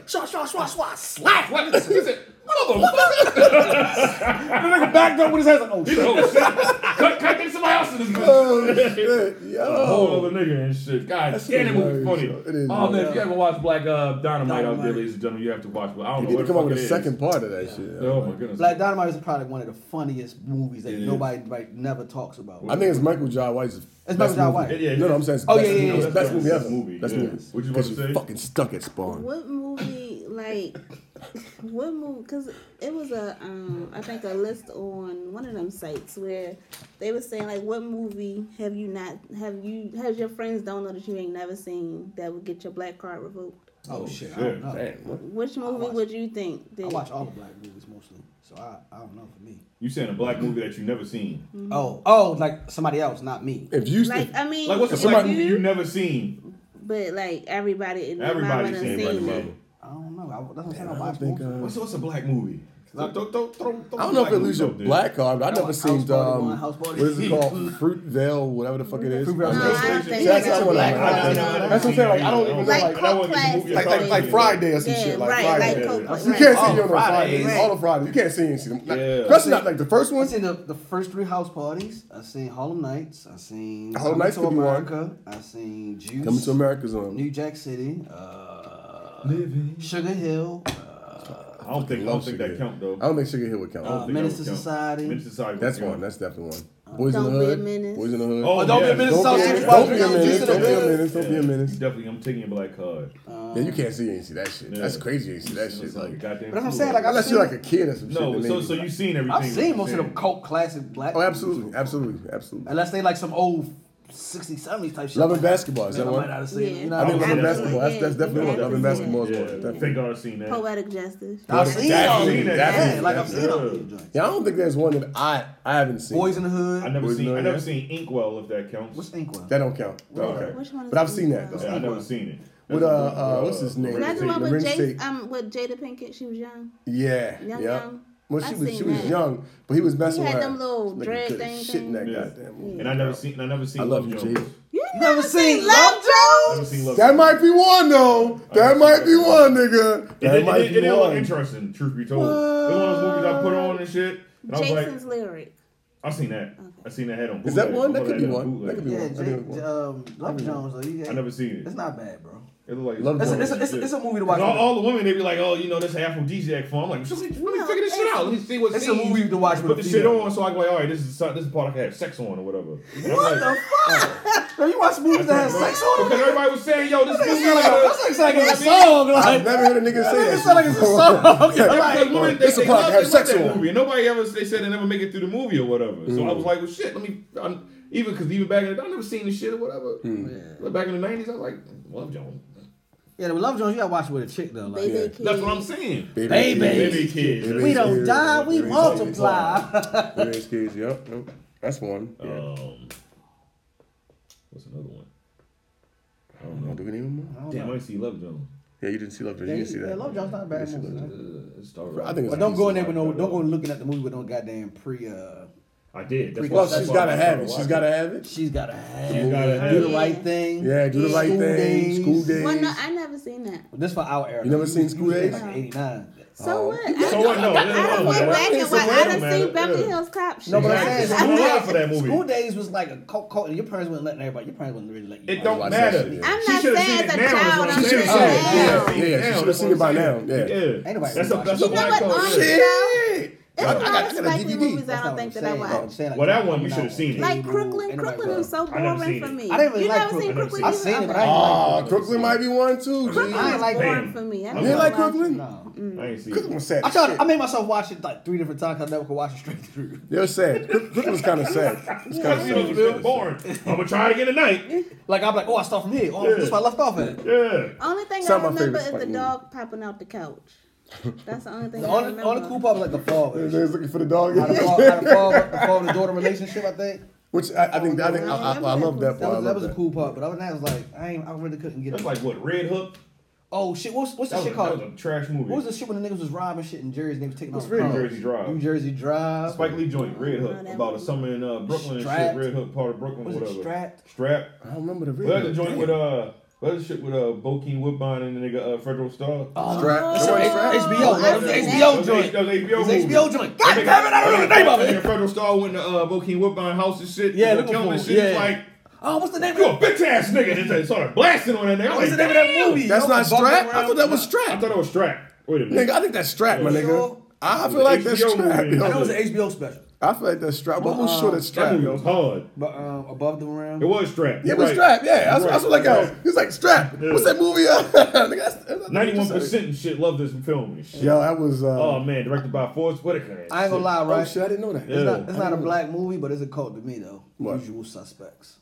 S5: shwa shwa shwa slap.
S3: Slap the- he said,
S9: The nigga backed up with his hands like, oh shit.
S3: "Oh, shit. Cut, cut, get somebody else in this
S4: Oh,
S3: bitch."
S4: shit,
S3: A
S4: yo.
S3: whole other nigga and shit. God damn, that movie
S4: Oh. hilarious,
S3: funny.
S4: yo. It is
S3: Oh man, if
S4: hilarious.
S3: you haven't watched Black uh, Dynamite, out there,
S5: Dynamite.
S3: ladies and gentlemen, you have to watch. But I don't
S4: You
S3: know
S4: need to
S3: where the
S4: come up
S3: fuck
S4: with a
S3: it
S4: second
S3: is.
S4: part of that shit. yo.
S3: Oh my goodness.
S5: Black Dynamite is probably one of the funniest movies that
S3: It is.
S5: nobody like, never talks about.
S4: I think it's Michael Jai White's. best
S5: Michael Jai
S4: movie.
S5: White.
S3: Yeah, yeah,
S4: no,
S3: yeah.
S4: no, I'm saying it's
S5: Oh,
S4: best
S5: yeah, yeah,
S4: movie,
S5: yeah.
S4: it's best movie ever.
S3: Movie,
S4: best
S3: yeah.
S4: movie.
S3: What you about
S4: Because
S3: to
S4: you're
S3: say?
S4: fucking stuck at Spawn.
S6: What movie, like, what movie? Because it was a, um, I think a list on one of them sites where they were saying like, what movie have you not have you has your friends don't know that you ain't never seen that would get your black card revoked?
S5: oh shit, I
S3: shit.
S5: don't know.
S6: Which movie
S5: watch-
S6: would you think?
S5: I
S6: That,
S5: watch all the black movies mostly, so I, I don't know for me.
S3: You saying a black movie that you never seen?
S5: Oh, oh, like somebody else, not me.
S4: If you
S6: like, I mean,
S3: Like what's a black movie you never seen?
S6: but like everybody in their mama
S3: Everybody's
S6: done
S3: seen Black
S6: seen
S3: Mother.
S6: it.
S5: I don't know. I, that's what I'm saying. I
S4: I
S5: watch
S4: think,
S5: movies.
S4: uh,
S3: What's what's a black movie? I don't
S4: I don't know if it loses your black card, but I never
S5: House
S4: seen
S5: Party
S4: um,
S5: One, House
S4: what
S5: Party
S4: is it
S5: Two.
S4: called? Fruitvale, whatever the fuck it is. I
S5: Fruitvale
S6: No,
S4: know.
S6: I don't think
S4: See, that's
S6: that's
S4: how I wanna
S6: black
S4: learn.
S6: card.
S4: That's what I'm saying. Like I don't even know.
S6: Like
S4: Like,
S6: cult classic.
S4: like, like, like Friday or some
S6: Yeah,
S4: shit. Like
S6: right,
S4: Friday.
S6: like
S3: Yeah.
S6: Coco.
S4: you can't
S6: right.
S4: see them on
S5: Fridays.
S4: Fridays. All the Fridays. You can't see and see them. Like,
S3: Yeah.
S4: Especially not like the first
S5: I
S4: one.
S5: seen the, the first three house parties. I seen Harlem Nights. I seen
S4: Harlem
S5: Coming
S4: Nights
S5: to
S4: could be one.
S5: America. I seen Juice.
S4: Coming to America's on.
S5: New Jack City. Uh, Sugar Hill.
S4: Oh,
S5: Uh,
S3: I don't think I don't think that count though.
S4: I don't think Sugar Hill would count.
S3: I don't
S5: Uh,
S3: think
S5: Menace
S3: that would
S5: to
S3: count.
S5: Society.
S3: Menace to Society.
S4: That's
S3: would
S4: one.
S3: count.
S4: That's definitely one. Boys in
S6: Oh. Don't
S4: the
S6: Be a
S4: hood.
S6: Menace.
S4: Boys in the hood.
S3: Oh,
S9: Don't be a
S3: yeah.
S9: menace.
S4: Don't
S9: South
S4: be a
S9: Central
S4: menace.
S9: Park.
S4: Don't be a
S9: Juice
S4: menace.
S9: in the
S4: Don't be a
S9: hood.
S4: menace. Don't be a menace.
S3: Definitely, I'm taking a black card.
S4: Yeah, you can't see and see that shit. That's crazy. You ain't see that
S3: It's
S4: shit.
S3: like a
S4: Like
S3: goddamn
S5: Um, But I'm
S3: fool.
S5: saying, like, I-
S4: unless you're like a kid or some shit.
S3: no.
S4: then
S3: So
S4: maybe.
S3: so you've seen everything?
S5: I've seen
S3: that
S5: most of
S3: you're
S5: them cult classic black.
S4: Oh, absolutely, absolutely, absolutely.
S5: Unless they like some old 60s, 70s type shit.
S4: Love and
S5: Like,
S4: Basketball, is
S5: then
S4: that
S5: I
S4: one?
S5: might not have seen it,
S6: Yeah.
S5: you know
S4: I
S5: what
S4: think
S5: mean?
S4: Love and
S3: Yeah.
S4: Basketball. That's that's definitely one. Love and Basketball is
S3: saying.
S4: one.
S3: Yeah,
S4: Definitely.
S3: thank God I've seen that.
S6: Poetic Justice.
S5: I've
S4: That's
S5: seen
S3: that.
S5: all
S3: Seen
S5: of them.
S3: that.
S5: Yeah,
S3: Yeah.
S5: like I've seen all
S3: Yeah.
S5: of them joints.
S4: Yeah, I don't think there's one that I I haven't seen.
S5: Boys in the Hood.
S3: I never
S4: Boys
S3: seen.
S4: know
S3: I never
S4: that.
S3: seen Inkwell if that counts.
S5: What's Inkwell?
S4: That don't count. That don't
S3: Which
S4: count.
S6: one is
S4: But I've
S6: it?
S4: seen that though.
S6: Yeah.
S3: yeah, I never seen it.
S4: With uh, uh what's his name?
S6: That's the one with
S4: Lorenz
S6: Jada,
S4: Tate.
S6: um, with Jada Pinkett. She was young.
S4: Yeah.
S6: Young,
S4: Yeah.
S6: young.
S4: Well,
S6: I
S4: she was
S6: seen
S4: she was
S6: that.
S4: young, but he was messing
S6: He
S4: with
S6: had
S4: her.
S6: them little
S4: This nigga
S6: dread
S4: could've
S6: thing
S4: Shit in that
S6: things.
S3: Yeah.
S4: goddamn movie.
S3: And I never seen. I never seen.
S4: I love
S3: Love
S4: you,
S3: Jones.
S4: Jada.
S6: You
S5: never seen Love
S3: I never seen Love.
S4: That
S3: Jones.
S4: might be one though. That
S3: never
S4: might
S3: seen
S4: be
S3: that.
S4: one, nigga.
S3: It,
S4: That
S3: it,
S4: might
S3: it,
S4: be
S3: it didn't look
S4: one.
S3: interesting. Truth be told, it was one of those movies I put on and shit. And I was like,
S6: Jason's lyric.
S3: I seen that. I seen that head on.
S4: Is that
S3: bootleg.
S4: one? That
S3: I had
S4: could be
S3: on
S4: one.
S3: bootleg.
S4: That could be
S5: Yeah,
S4: one. I
S5: Jake,
S4: think it was.
S5: um, Love Jones. Though, you,
S3: I never seen it.
S5: It's not bad, bro.
S3: It looked like
S4: Love
S5: It's a,
S4: Jones.
S5: it's, a, it's, a, it's a movie to watch.
S3: all, all the women they be like, oh, you know, that's an aphrodisiac for. I'm like, just really
S6: No,
S3: figure this shit
S6: it's-
S3: out. Let me see what.
S5: it's a
S3: scenes-
S5: movie to watch with
S3: Put the
S5: a
S3: shit
S5: female.
S3: on, so I can like, all right, this is this is part I can have sex on or whatever. And I'm
S5: what
S3: like,
S5: the fuck? Bro, you watch movies that have sex on them?
S3: Because everybody was saying, yo, this movie
S5: That's like a- that's like- like a song. Like,
S4: I've never heard a nigga say that.
S5: it's not like it's a song. It's like-
S3: Because women, they,
S4: It's a
S3: they
S4: part
S3: love-
S4: to have
S3: they love
S4: sex
S3: that
S4: on.
S3: movie. And nobody ever, they said they never make it through the movie or whatever. So I
S5: Mm.
S3: was like, well, shit, let me, i even because even back in the day, I never seen this shit or whatever.
S5: Mm.
S3: But back in the 90s, I was like, love Jones.
S5: Yeah, with Love Jones, you gotta watch with a chick though. Like,
S6: Baby Kid.
S3: That's what I'm saying.
S4: Baby.
S3: Baby kids.
S4: Baby
S5: we don't
S4: kids.
S5: die, we
S4: Baby
S5: multiply.
S4: kids. Baby kids. Yep. yep. That's one. Yeah.
S3: Um, what's another one? I don't
S4: Oh,
S3: know.
S4: do we need one more?
S3: Damn, I didn't see Love Jones.
S4: Yeah, you didn't see Love Jones.
S5: Yeah,
S4: you didn't see that.
S5: yeah, Love Jones not a bad
S4: You didn't see
S5: movie.
S4: Love
S5: man.
S3: Uh, it's Star Wars.
S4: I think it's-
S5: But don't go in there with no. Don't go looking at the movie with no goddamn pre. Uh,
S3: I did. That's
S4: Jones. Well,
S3: why-
S4: she's
S3: that's why I
S4: gotta have
S3: started
S4: it. She's
S3: watching.
S4: gotta have it.
S5: she's gotta have.
S3: She's gotta have
S5: do the
S3: it.
S5: right thing.
S4: Yeah, do the right
S5: School
S4: thing.
S5: days.
S4: School days.
S6: Well, no, I never seen that.
S5: This for our era.
S4: You never seen School
S5: said
S4: Days?
S5: Like '89.
S6: So what? I,
S3: So what? No,
S6: I done went back and watched. I done
S3: man.
S6: seen Beverly
S3: Yeah.
S6: Hills Cop. shit.
S5: No, but I'm
S3: Exactly.
S5: saying
S3: School
S5: school,
S3: life
S5: days,
S3: for that movie.
S5: school days was like a cult, cult. Your parents weren't letting everybody. Your parents wouldn't really let you.
S3: It
S5: watch
S3: don't
S4: watched that
S3: matter.
S4: shit, yeah.
S6: I'm
S3: She
S6: not
S3: should've
S6: saying
S3: seen it
S6: as a
S3: now, is
S6: child.
S3: what
S6: I'm
S3: I'm saying.
S6: saying
S4: Yeah,
S6: now.
S4: yeah, yeah, she
S3: That's
S4: should've
S3: what
S4: seen it by
S3: I'm
S4: now.
S3: saying.
S4: Yeah.
S3: Yeah.
S5: Ain't nobody
S3: That's a
S5: watching
S3: that's
S5: it.
S3: a
S6: You know
S3: black
S6: what?
S3: culture.
S6: Honestly, though, It's
S4: I
S6: a lot
S4: got
S6: of
S4: that on
S6: Spike Lee
S4: DVD.
S5: That's
S6: movies I don't
S5: not what
S6: think that I
S5: I'm saying. I'm
S6: watch.
S5: saying,
S3: Well, that
S5: John
S3: one you should have
S5: Malkovich.
S3: seen it.
S6: Like Crooklyn,
S5: Ain't nobody
S6: Crooklyn
S5: got
S6: is so
S3: I never
S6: boring
S3: seen
S6: for
S3: it.
S6: me.
S5: I didn't really
S6: you
S5: like
S6: never seen
S5: Crooklyn.
S6: Crooklyn?
S5: I
S6: either?
S5: seen it, but
S6: Okay.
S4: Ah,
S3: Crooklyn.
S4: Crooklyn might be one too.
S6: Crooklyn
S5: I
S4: G.
S5: ain't
S6: is
S5: like
S6: boring
S3: Crooklyn.
S6: for me. I
S3: You
S4: ain't
S6: don't
S4: like
S6: watch it.
S4: Crooklyn?
S5: No.
S3: I ain't seen
S4: Crooklyn
S3: it.
S4: was sad.
S5: I
S4: as
S5: tried.
S4: shit.
S5: I made myself watch it like three different times. 'cause I never could watch it straight through.
S4: You're sad. Crook- Crooklyn was kind of sad. It's kind
S3: That shit was
S4: of
S3: real
S4: sad.
S3: boring. I'm gonna try it again tonight.
S5: Like I'm like, oh, I start from here. Oh,
S3: Yeah.
S5: that's where I left off at.
S3: Yeah.
S6: Only thing
S4: Some
S6: I
S4: of my
S6: remember
S4: favorite
S6: is the
S4: Spike movies.
S6: dog popping out the couch. That's the only thing
S5: The
S6: I
S5: only,
S6: remember.
S5: only cool part was like the fall.
S4: They
S5: bitch.
S4: was looking for the dog.
S5: How to fall, how to fall, the fall and the daughter relationship. I think
S4: Which I, I think I think I, I, I love that
S5: that
S4: part. I
S5: was, that
S4: love
S5: was a
S4: that.
S5: cool part. But other than that, it was like I ain't. I really couldn't get
S3: That's
S5: it.
S3: like what Red Hook.
S5: oh shit, what's what's
S3: That
S5: the
S3: was, a,
S5: shit
S3: that
S5: called?
S3: was a trash movie.
S5: What was the shit when the niggas was robbing shit in Jersey? They was taking
S4: What's
S5: off
S4: Red Hook?
S5: cars?
S3: New Jersey Drive.
S5: New Jersey Drive.
S3: Spike Lee joint, Red
S6: Oh,
S3: Hook,
S6: that
S3: about a
S6: movie.
S3: summer in uh, Brooklyn
S5: Strapped.
S3: and shit. Red Hook, part of Brooklyn,
S5: Was it
S3: whatever.
S5: Strapped?
S3: Strap.
S4: I don't remember the
S3: Well, that's the
S4: real.
S3: joint with uh, well, that's the shit with uh, Bokeem Woodbine and the nigga uh, Federal Star.
S5: Oh,
S4: Strap.
S5: It's on
S4: Somebody strapped?
S5: HBO.
S6: I've
S5: That was the
S6: seen
S5: HBO
S3: that.
S5: joint.
S3: That was HBO
S5: It was
S3: movie.
S5: HBO joint. God damn it! I don't know the name of
S3: And
S5: it.
S3: Federal Star went to uh, Bokeem Woodbine house and shit.
S5: Yeah,
S3: they were
S5: looking
S3: killing
S5: for
S3: and
S5: him.
S3: shit. He's
S5: Yeah.
S3: like,
S5: Oh, what's the name
S3: you a
S5: of it?
S3: bitch ass nigga. And they started blasting on that nigga. I'm
S5: What's
S3: like,
S5: the name of that movie?
S4: That's
S5: You know,
S4: not
S5: bumping
S4: strap. I
S5: around.
S4: thought that was
S3: I
S4: strap.
S3: thought it was Strap. Wait a
S4: Nigga,
S3: minute.
S4: I think that's strap, my
S3: Yeah.
S4: nigga. I I feel
S3: It was
S4: like that's
S3: HBO
S4: strap.
S3: movie.
S4: yo.
S3: I
S5: I know it was Oh. an HBO special.
S4: I feel like that's strap. What was sure that's
S3: That
S4: strap?
S3: movie was hard.
S5: But um, above the rim.
S3: It was Strap.
S4: It was strap. Yeah, that's, that's what I got. He was like strap.
S3: Yeah.
S4: What's that movie? uh, nigga, that's- that's-
S3: Ninety-one percent and shit love this film and shit.
S4: Yo, that was. Uh,
S3: Oh man, directed by Forrest Whitaker.
S5: I ain't gonna lie, right?
S4: oh shit, I didn't know that.
S3: Yeah.
S5: It's not, it's not a black movie, but it's a cult to me though.
S4: What?
S5: Usual suspects.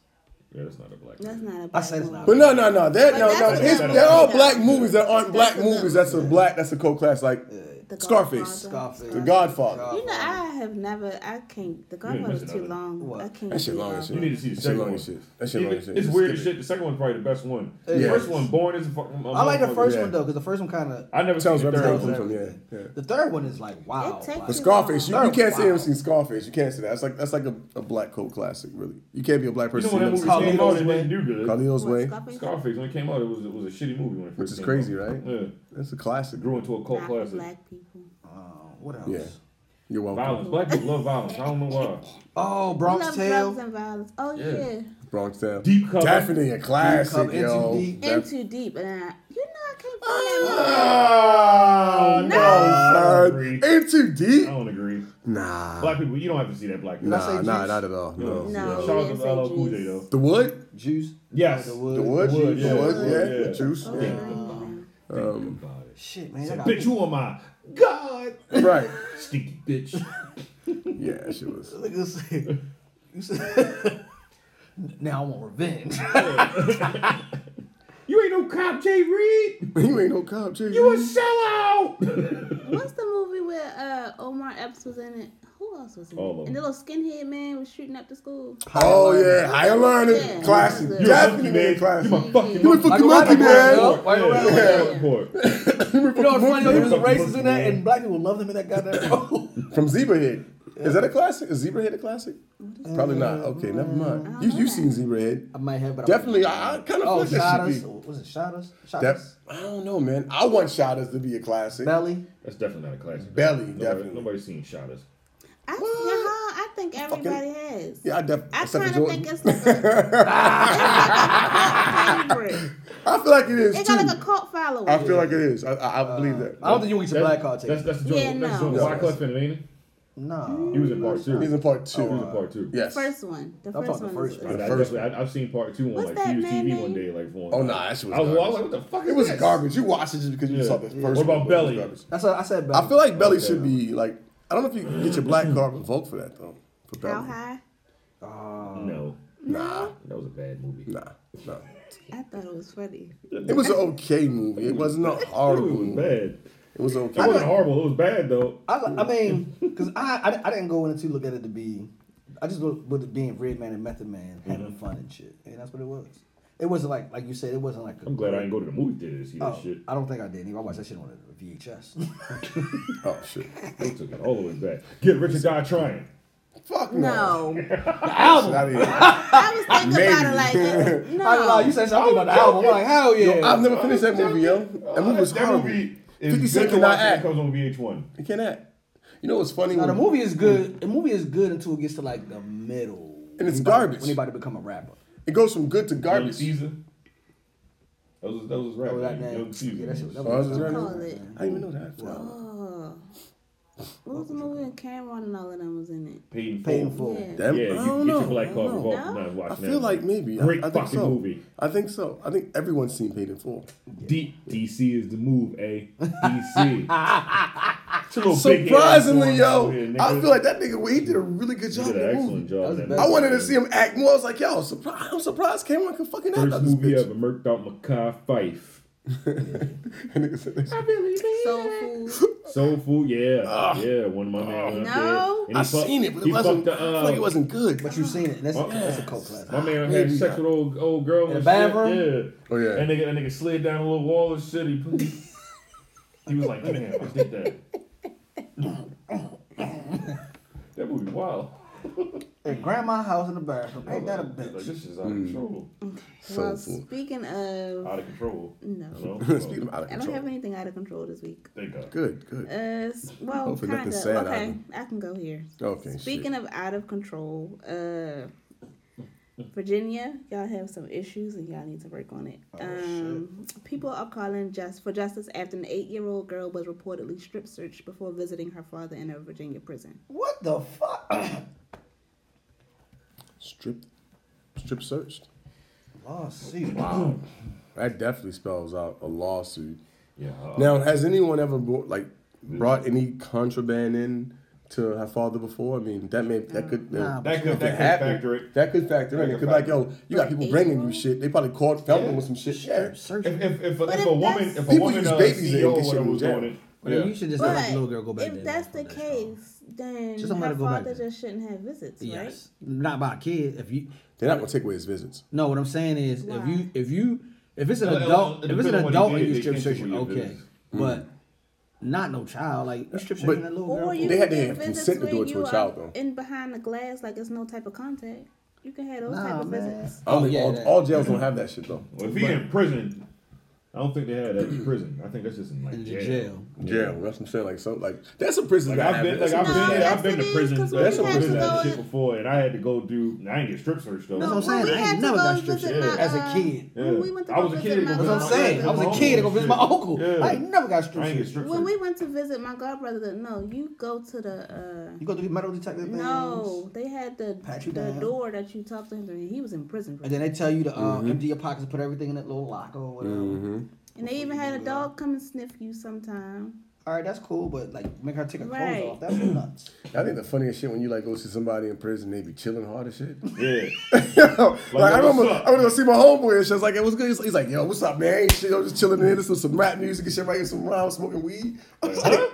S3: Yeah, that's not a black.
S6: That's not a
S5: I said it's
S6: black
S5: not.
S4: But no, no, no. That no,
S6: But
S4: no.
S6: that's
S4: It's,
S3: what-
S4: they're all
S6: Yeah.
S4: black movies that aren't black
S6: That's
S4: movies. That's a black. That's a cult class. Like
S6: The
S4: Scarface.
S6: Godfather.
S5: Scarface.
S4: The Godfather.
S6: You know, I have never. I can't. The
S3: ain't
S6: Godfather was
S3: missing
S6: too
S3: nothing.
S6: long.
S5: What?
S6: I can't.
S4: That shit
S6: do
S4: long
S6: that.
S4: as shit.
S3: You need to see the
S4: That shit
S3: second
S4: long
S3: one.
S4: as shit. That shit long as shit.
S3: It's
S4: Just
S3: weird
S4: skip
S3: as
S4: it.
S3: shit. The second one's probably the best one.
S4: Yeah.
S3: The first one, boring as a fuck.
S5: I like the first
S4: Yeah.
S5: one though, because the first one kind of
S3: I never
S4: Tells
S3: seen the
S4: where
S3: third
S4: everything
S3: one.
S4: comes from. Yeah, yeah.
S5: The third one is like wow.
S6: It takes
S5: like-
S4: But
S6: you-
S4: Scarface, you, you
S5: Third,
S4: can't say you
S5: wow.
S4: haven't seen Scarface. You can't say that. That's like that's like a, a black cult classic, really. You can't be a black
S3: You know
S4: person.
S3: when that movie
S5: Carlito's
S3: came out, it
S5: Way.
S3: didn't do good.
S4: Carlito's
S6: What,
S4: Way.
S6: Scarface?
S3: Scarface when it came out, it was it was a shitty movie when it first
S4: Which is
S3: came
S4: crazy,
S3: out.
S4: right?
S3: Yeah,
S4: That's a classic.
S3: grew into a cult
S6: Not for
S3: classic.
S6: black people.
S5: Oh, what else?
S4: Yeah. You're welcome.
S3: Violence. Black people love violence. I don't know why.
S5: Oh,
S6: We
S5: Bronx
S6: love
S5: Tale.
S6: drugs and violence. Oh
S3: Yeah.
S6: yeah.
S4: Bronx Tale.
S3: Deep cover.
S4: Definitely a classic,
S5: Deep cover,
S4: yo.
S5: Into Deep.
S6: And
S4: Def-
S6: too deep, and I, you know, I can't find that movie.
S3: No.
S4: Ah, no, son. Into
S3: I
S4: deep.
S3: don't agree.
S4: Nah.
S3: Black people, you don't have to see that black. people.
S4: Nah,
S5: say
S4: nah,
S5: juice?
S4: not at all. No.
S6: No.
S3: Yeah.
S6: we
S3: Shout out
S6: didn't
S3: to
S6: say
S3: LL Cool J
S6: juice.
S3: though.
S4: The wood?
S5: Juice.
S3: Yes.
S5: The wood.
S4: The wood?
S3: The wood,
S4: The
S3: yeah.
S4: wood,
S3: The
S4: yeah.
S3: wood, yeah.
S4: The juice.
S6: Oh,
S3: Yeah.
S6: no.
S3: Think about it.
S5: Shit, man. that
S3: Bitch,
S5: got-
S3: who am I? God.
S4: Right.
S3: Stinky bitch.
S4: Yeah, that shit was.
S5: Look at this. You said- Now I want revenge.
S3: You ain't no cop, Jay Reed.
S4: You ain't no cop, Jay.
S3: You a sellout.
S6: What's the movie where uh, Omar Epps was in it? Who else was in
S3: All of
S6: it?
S3: them.
S6: And the little skinhead man was shooting up the school.
S4: Oh yeah, higher learning,
S6: Yeah.
S4: classic,
S6: You a
S4: definitely a classic.
S3: You a fucking
S4: You a
S3: monkey.
S4: fucking monkey,
S5: Michael
S4: man.
S5: Rapaport, yo. Michael
S3: Yeah.
S5: Rapaport.
S3: Rappaport.
S5: You know what's funny? though? He was a
S3: Yeah.
S5: racist in that, and black people loved him in that goddamn role.
S4: From Zebrahead. Is that a classic? Is Zebrahead a classic? Probably not. Okay, never mind. You you seen Zebrahead?
S5: I might have, but
S4: Definitely. I, I kind of
S5: Oh,
S4: feel like that
S5: Shadas.
S4: should be.
S5: Was it Shadas? Shadas?
S4: That, I don't know, man. I want Shadas to be a classic.
S5: Belly.
S3: That's definitely not a classic.
S4: Belly,
S3: nobody,
S4: definitely.
S3: Nobody's seen Shotters.
S6: I, uh-huh, I think everybody has.
S4: Yeah, I definitely.
S6: I
S4: except
S6: kind
S4: for
S6: of
S4: Jordan.
S6: think it's like a, it's like a cult favorite.
S4: I feel like it is
S6: It
S4: too.
S6: got like a cult following.
S4: I feel like it is. I, I, I believe that.
S5: I don't think you can get your black card
S3: That's
S5: taken.
S3: that's the joint.
S6: Yeah,
S3: that's the
S6: no.
S3: joint.
S4: No.
S3: Wyclef and Lena.
S5: No.
S3: He was in part two.
S4: He's in part two.
S3: He was in part two.
S4: Yes.
S6: first one. The
S5: I'm
S6: first
S5: talking
S6: one.
S5: the
S6: was-
S5: first
S3: But
S5: one.
S3: I
S4: First
S3: definitely- I, have seen part two on
S6: What's
S3: like
S6: that
S3: Hughes
S6: man
S3: TV
S6: name?
S3: one day, like for.
S4: Oh, nah, that shit was
S3: I was, I was
S4: garbage.
S3: like, what the fuck?
S4: It
S3: is
S4: was
S3: this?
S4: garbage. You watched it just because you
S3: Yeah.
S4: saw the
S3: Yeah.
S4: first.
S3: What about
S4: one, but it was
S3: Belly?
S4: garbage.
S5: That's what I said. Belly.
S4: I feel like Belly should be like. I don't know if you can get your black card and vote for that though. For Belly.
S6: How high?
S3: No,
S4: Nah,
S3: that was a bad movie.
S4: nah, nah.
S6: I thought it was funny.
S4: It was an okay movie. It wasn't a
S3: It
S4: horrible
S3: was
S4: movie.
S3: bad.
S4: It was
S3: It
S4: okay.
S3: wasn't horrible. It was bad though.
S5: I, li- I mean, because I, I I didn't go into look at it to be, I just looked with it being Red Man and Method Man having fun and shit, and that's what it was. It wasn't like like you said, it wasn't like. a
S3: I'm glad I
S5: great-
S3: didn't go to the movie theater to see that
S5: Oh,
S3: shit.
S5: I don't think I did. either. I watched that shit on a VHS.
S4: Oh shit!
S3: They took it all the way back. Get rich or die trying.
S4: Fuck no.
S6: No.
S4: Not even.
S6: I was thinking about it like,
S4: Maybe.
S6: it- no.
S5: I lied. You said something about the album. I'm like, hell yeah.
S4: I've never finished that movie, yo. That movie was horrible.
S3: is
S4: 50
S3: good
S4: Cent
S3: to watch
S4: cannot
S3: when it
S4: act.
S3: comes on VH1.
S4: You can't act. You know what's funny?
S5: now,
S4: when-
S5: the movie is good. The movie is good until it gets to like the middle.
S4: And it's
S5: When anybody-
S4: garbage. Oh.
S5: When anybody become a rapper.
S4: It goes from good to
S3: Young
S4: garbage.
S3: Caesar. That was that was right.
S5: Oh, that name.
S3: Young Caesar.
S5: Yeah, that shit- that
S4: Oh,
S5: was-
S4: that's his
S6: What
S4: record?
S6: you call it?
S4: I didn't even know that.
S6: Oh. What was the movie with Cameron and all of them was in it?
S3: Paid in
S5: Paying
S3: full.
S5: full.
S6: Yeah.
S4: That-
S3: Yeah,
S4: I
S3: you
S4: don't
S3: can get
S4: know.
S3: your black
S4: I
S3: card
S4: don't
S3: from
S4: know.
S3: Harvey Knight and watch
S4: I
S3: that
S4: feel
S3: one.
S4: like maybe. I-
S3: Great
S4: I, think
S3: fucking
S4: so.
S3: movie.
S4: I think so. I think everyone's seen Paid in Full.
S3: D- DC is the move, eh? DC. It's a little big
S4: Surprisingly,
S3: ass
S4: yo,
S3: going on here,
S4: I
S3: nigga.
S4: feel like that nigga, he did a really good
S3: He
S4: job
S3: did
S4: in
S3: an
S4: the
S3: excellent
S4: movie.
S3: job.
S5: That was
S3: in
S5: best.
S4: I
S3: movie.
S4: wanted to see him act more. I was like, yo, surprise, I'm surprised Cameron could fucking act
S3: First
S4: out this
S3: movie
S4: bitch.
S3: ever, murked out Makai Fife.
S4: And nigga said that shit.
S6: Soul Food.
S3: Soul Food, yeah. yeah, one of my man went up there.
S6: No.
S3: And he
S4: Oh. I
S3: fuck-
S4: seen it, but
S3: he
S4: it wasn't.
S3: fucked the,
S4: I feel like
S3: uh,
S4: it wasn't good.
S5: But you've seen it. and That's,
S3: Oh,
S5: that's a cult classic.
S3: My man
S4: Maybe
S3: had sex
S4: not.
S3: with old old girl
S5: In
S3: and
S5: the bathroom?
S3: shit. Yeah.
S4: Oh, yeah.
S3: That nigga, that nigga slid down a little wall and shit. He, put- he, he was like, damn, I did that. that movie wild.
S5: At grandma's house in the bathroom. Ain't that a
S3: Like,
S5: bitch?
S3: this is out of
S4: Mm.
S3: control.
S6: Well,
S4: Soul Food.
S6: Uh, speaking of
S3: Out of control.
S6: no,
S3: You know?
S4: Speaking of out of
S6: I don't have
S4: control.
S6: anything out of control this week.
S3: Thank God.
S4: Good, good.
S6: Uh, s- well,
S4: Hopefully
S6: kind
S4: nothing
S6: of.
S4: sad
S6: Okay,
S4: happened.
S6: I can go here.
S4: Okay.
S6: Speaking of out of control, uh, Virginia, y'all have some issues and y'all need to work on it. um, people are calling just for justice after an eight-year-old girl was reportedly strip searched before visiting her father in a Virginia prison.
S5: What the fuck?
S4: strip, strip searched.
S5: oh, see. Wow.
S4: That definitely spells out a lawsuit.
S3: Yeah. uh,
S4: Now, has anyone ever brought, like brought any contraband in to her father before? I mean, that may that could
S5: Nah,
S3: that
S4: that,
S3: could, that could
S4: happen.
S3: factor it.
S4: That could factor
S3: That
S4: in. It
S3: could
S4: could like,
S3: factor.
S4: yo, you got people bringing you shit. They probably caught felt them with some shit. Yeah.
S5: Search
S3: If, if, if, if,
S6: if
S3: a woman,
S6: that's-
S3: if a
S4: People
S3: woman,
S4: use
S3: uh,
S4: babies
S3: CEO
S4: to get
S3: or
S4: shit
S3: whatever was
S4: in
S3: doing it.
S5: Yeah. You should just let that little girl go back
S6: if
S5: there.
S6: that's the
S5: Let that child.
S6: case, then
S5: Just
S6: her
S5: don't let her go back
S6: father
S5: there.
S6: just shouldn't have visits, right?
S5: Yes. Not by a kid. If you
S4: They're not gonna take away his visits.
S5: no, what I'm saying is if
S6: Why?
S5: you if you if it's an
S3: Well,
S5: adult
S3: it
S5: if it's
S3: depends on
S5: an
S3: what he
S5: adult
S3: did,
S5: and you
S3: they
S5: strip
S3: can't
S5: search,
S3: take away your
S5: okay.
S3: business.
S5: But not no child. Like you strip searching
S4: But-
S5: that little girl.
S6: Or you
S4: They had to
S6: can have
S4: have
S6: visits
S4: consent to
S6: where
S4: do it to
S6: you
S4: a child,
S6: are
S4: though.
S6: In behind the glass, like it's no type of contact. You can have those type
S5: Nah,
S6: of
S5: man.
S6: visits.
S4: I don't
S5: Oh
S4: think
S5: yeah.
S4: all,
S5: that-
S4: all jails don't have that shit though.
S3: Well, if he in prison, I don't think they had that in prison. I think that's just in like
S5: in the
S3: jail.
S5: jail.
S4: Jail. That's what I'm saying. Like so, like that's a prison.
S3: Like I've been, like I've
S6: No,
S3: been, there,
S6: that's
S3: I've been
S6: the
S3: to
S6: thing,
S3: prison.
S6: 'cause we
S3: That's
S4: had to
S3: prison
S6: go
S3: that shit
S6: in-
S3: before, and I had to go do. I ain't get strip searched though.
S5: That's what I'm saying.
S6: we
S5: I ain't
S6: had to
S5: never
S6: go
S5: got strip
S6: visit
S5: searched
S6: my,
S5: as a
S6: uh,
S5: kid.
S3: Yeah.
S6: When we went to
S3: I
S6: go
S3: was a
S6: visit
S3: kid.
S6: my
S3: to go visit
S5: That's what
S3: my
S5: I'm saying. I was a
S3: uncle.
S5: kid to go visit my
S3: Shit.
S5: uncle.
S3: Yeah.
S5: I ain't never got
S3: I ain't
S5: strip
S3: get
S5: searched.
S3: strip
S6: When we
S3: searched.
S6: went to visit my godbrother, no, you go to the. uh
S5: You go through the metal detector things.
S6: No, they had the
S5: Pat you
S6: the
S5: down.
S6: door that you talked to him through. He was in prison for
S5: And
S6: that.
S5: then they tell you to um, empty your pockets and put everything in that little locker or whatever.
S6: And they even had a dog come and sniff you sometime.
S5: All right, that's cool, but like make her take her
S6: Right.
S5: clothes off. That's nuts.
S4: I think the funniest shit when you like go see somebody in prison, they be chilling hard as shit.
S3: Yeah.
S4: like, I
S3: what's
S4: remember,
S3: up?
S4: I remember see my homeboy and shit. I was like, yo, what's good? He's, he's like, yo, what's up, man? Shit, yo, just chilling in here. This was some rap music and shit, right? Some rhymes, smoking weed. I was like,
S3: Huh?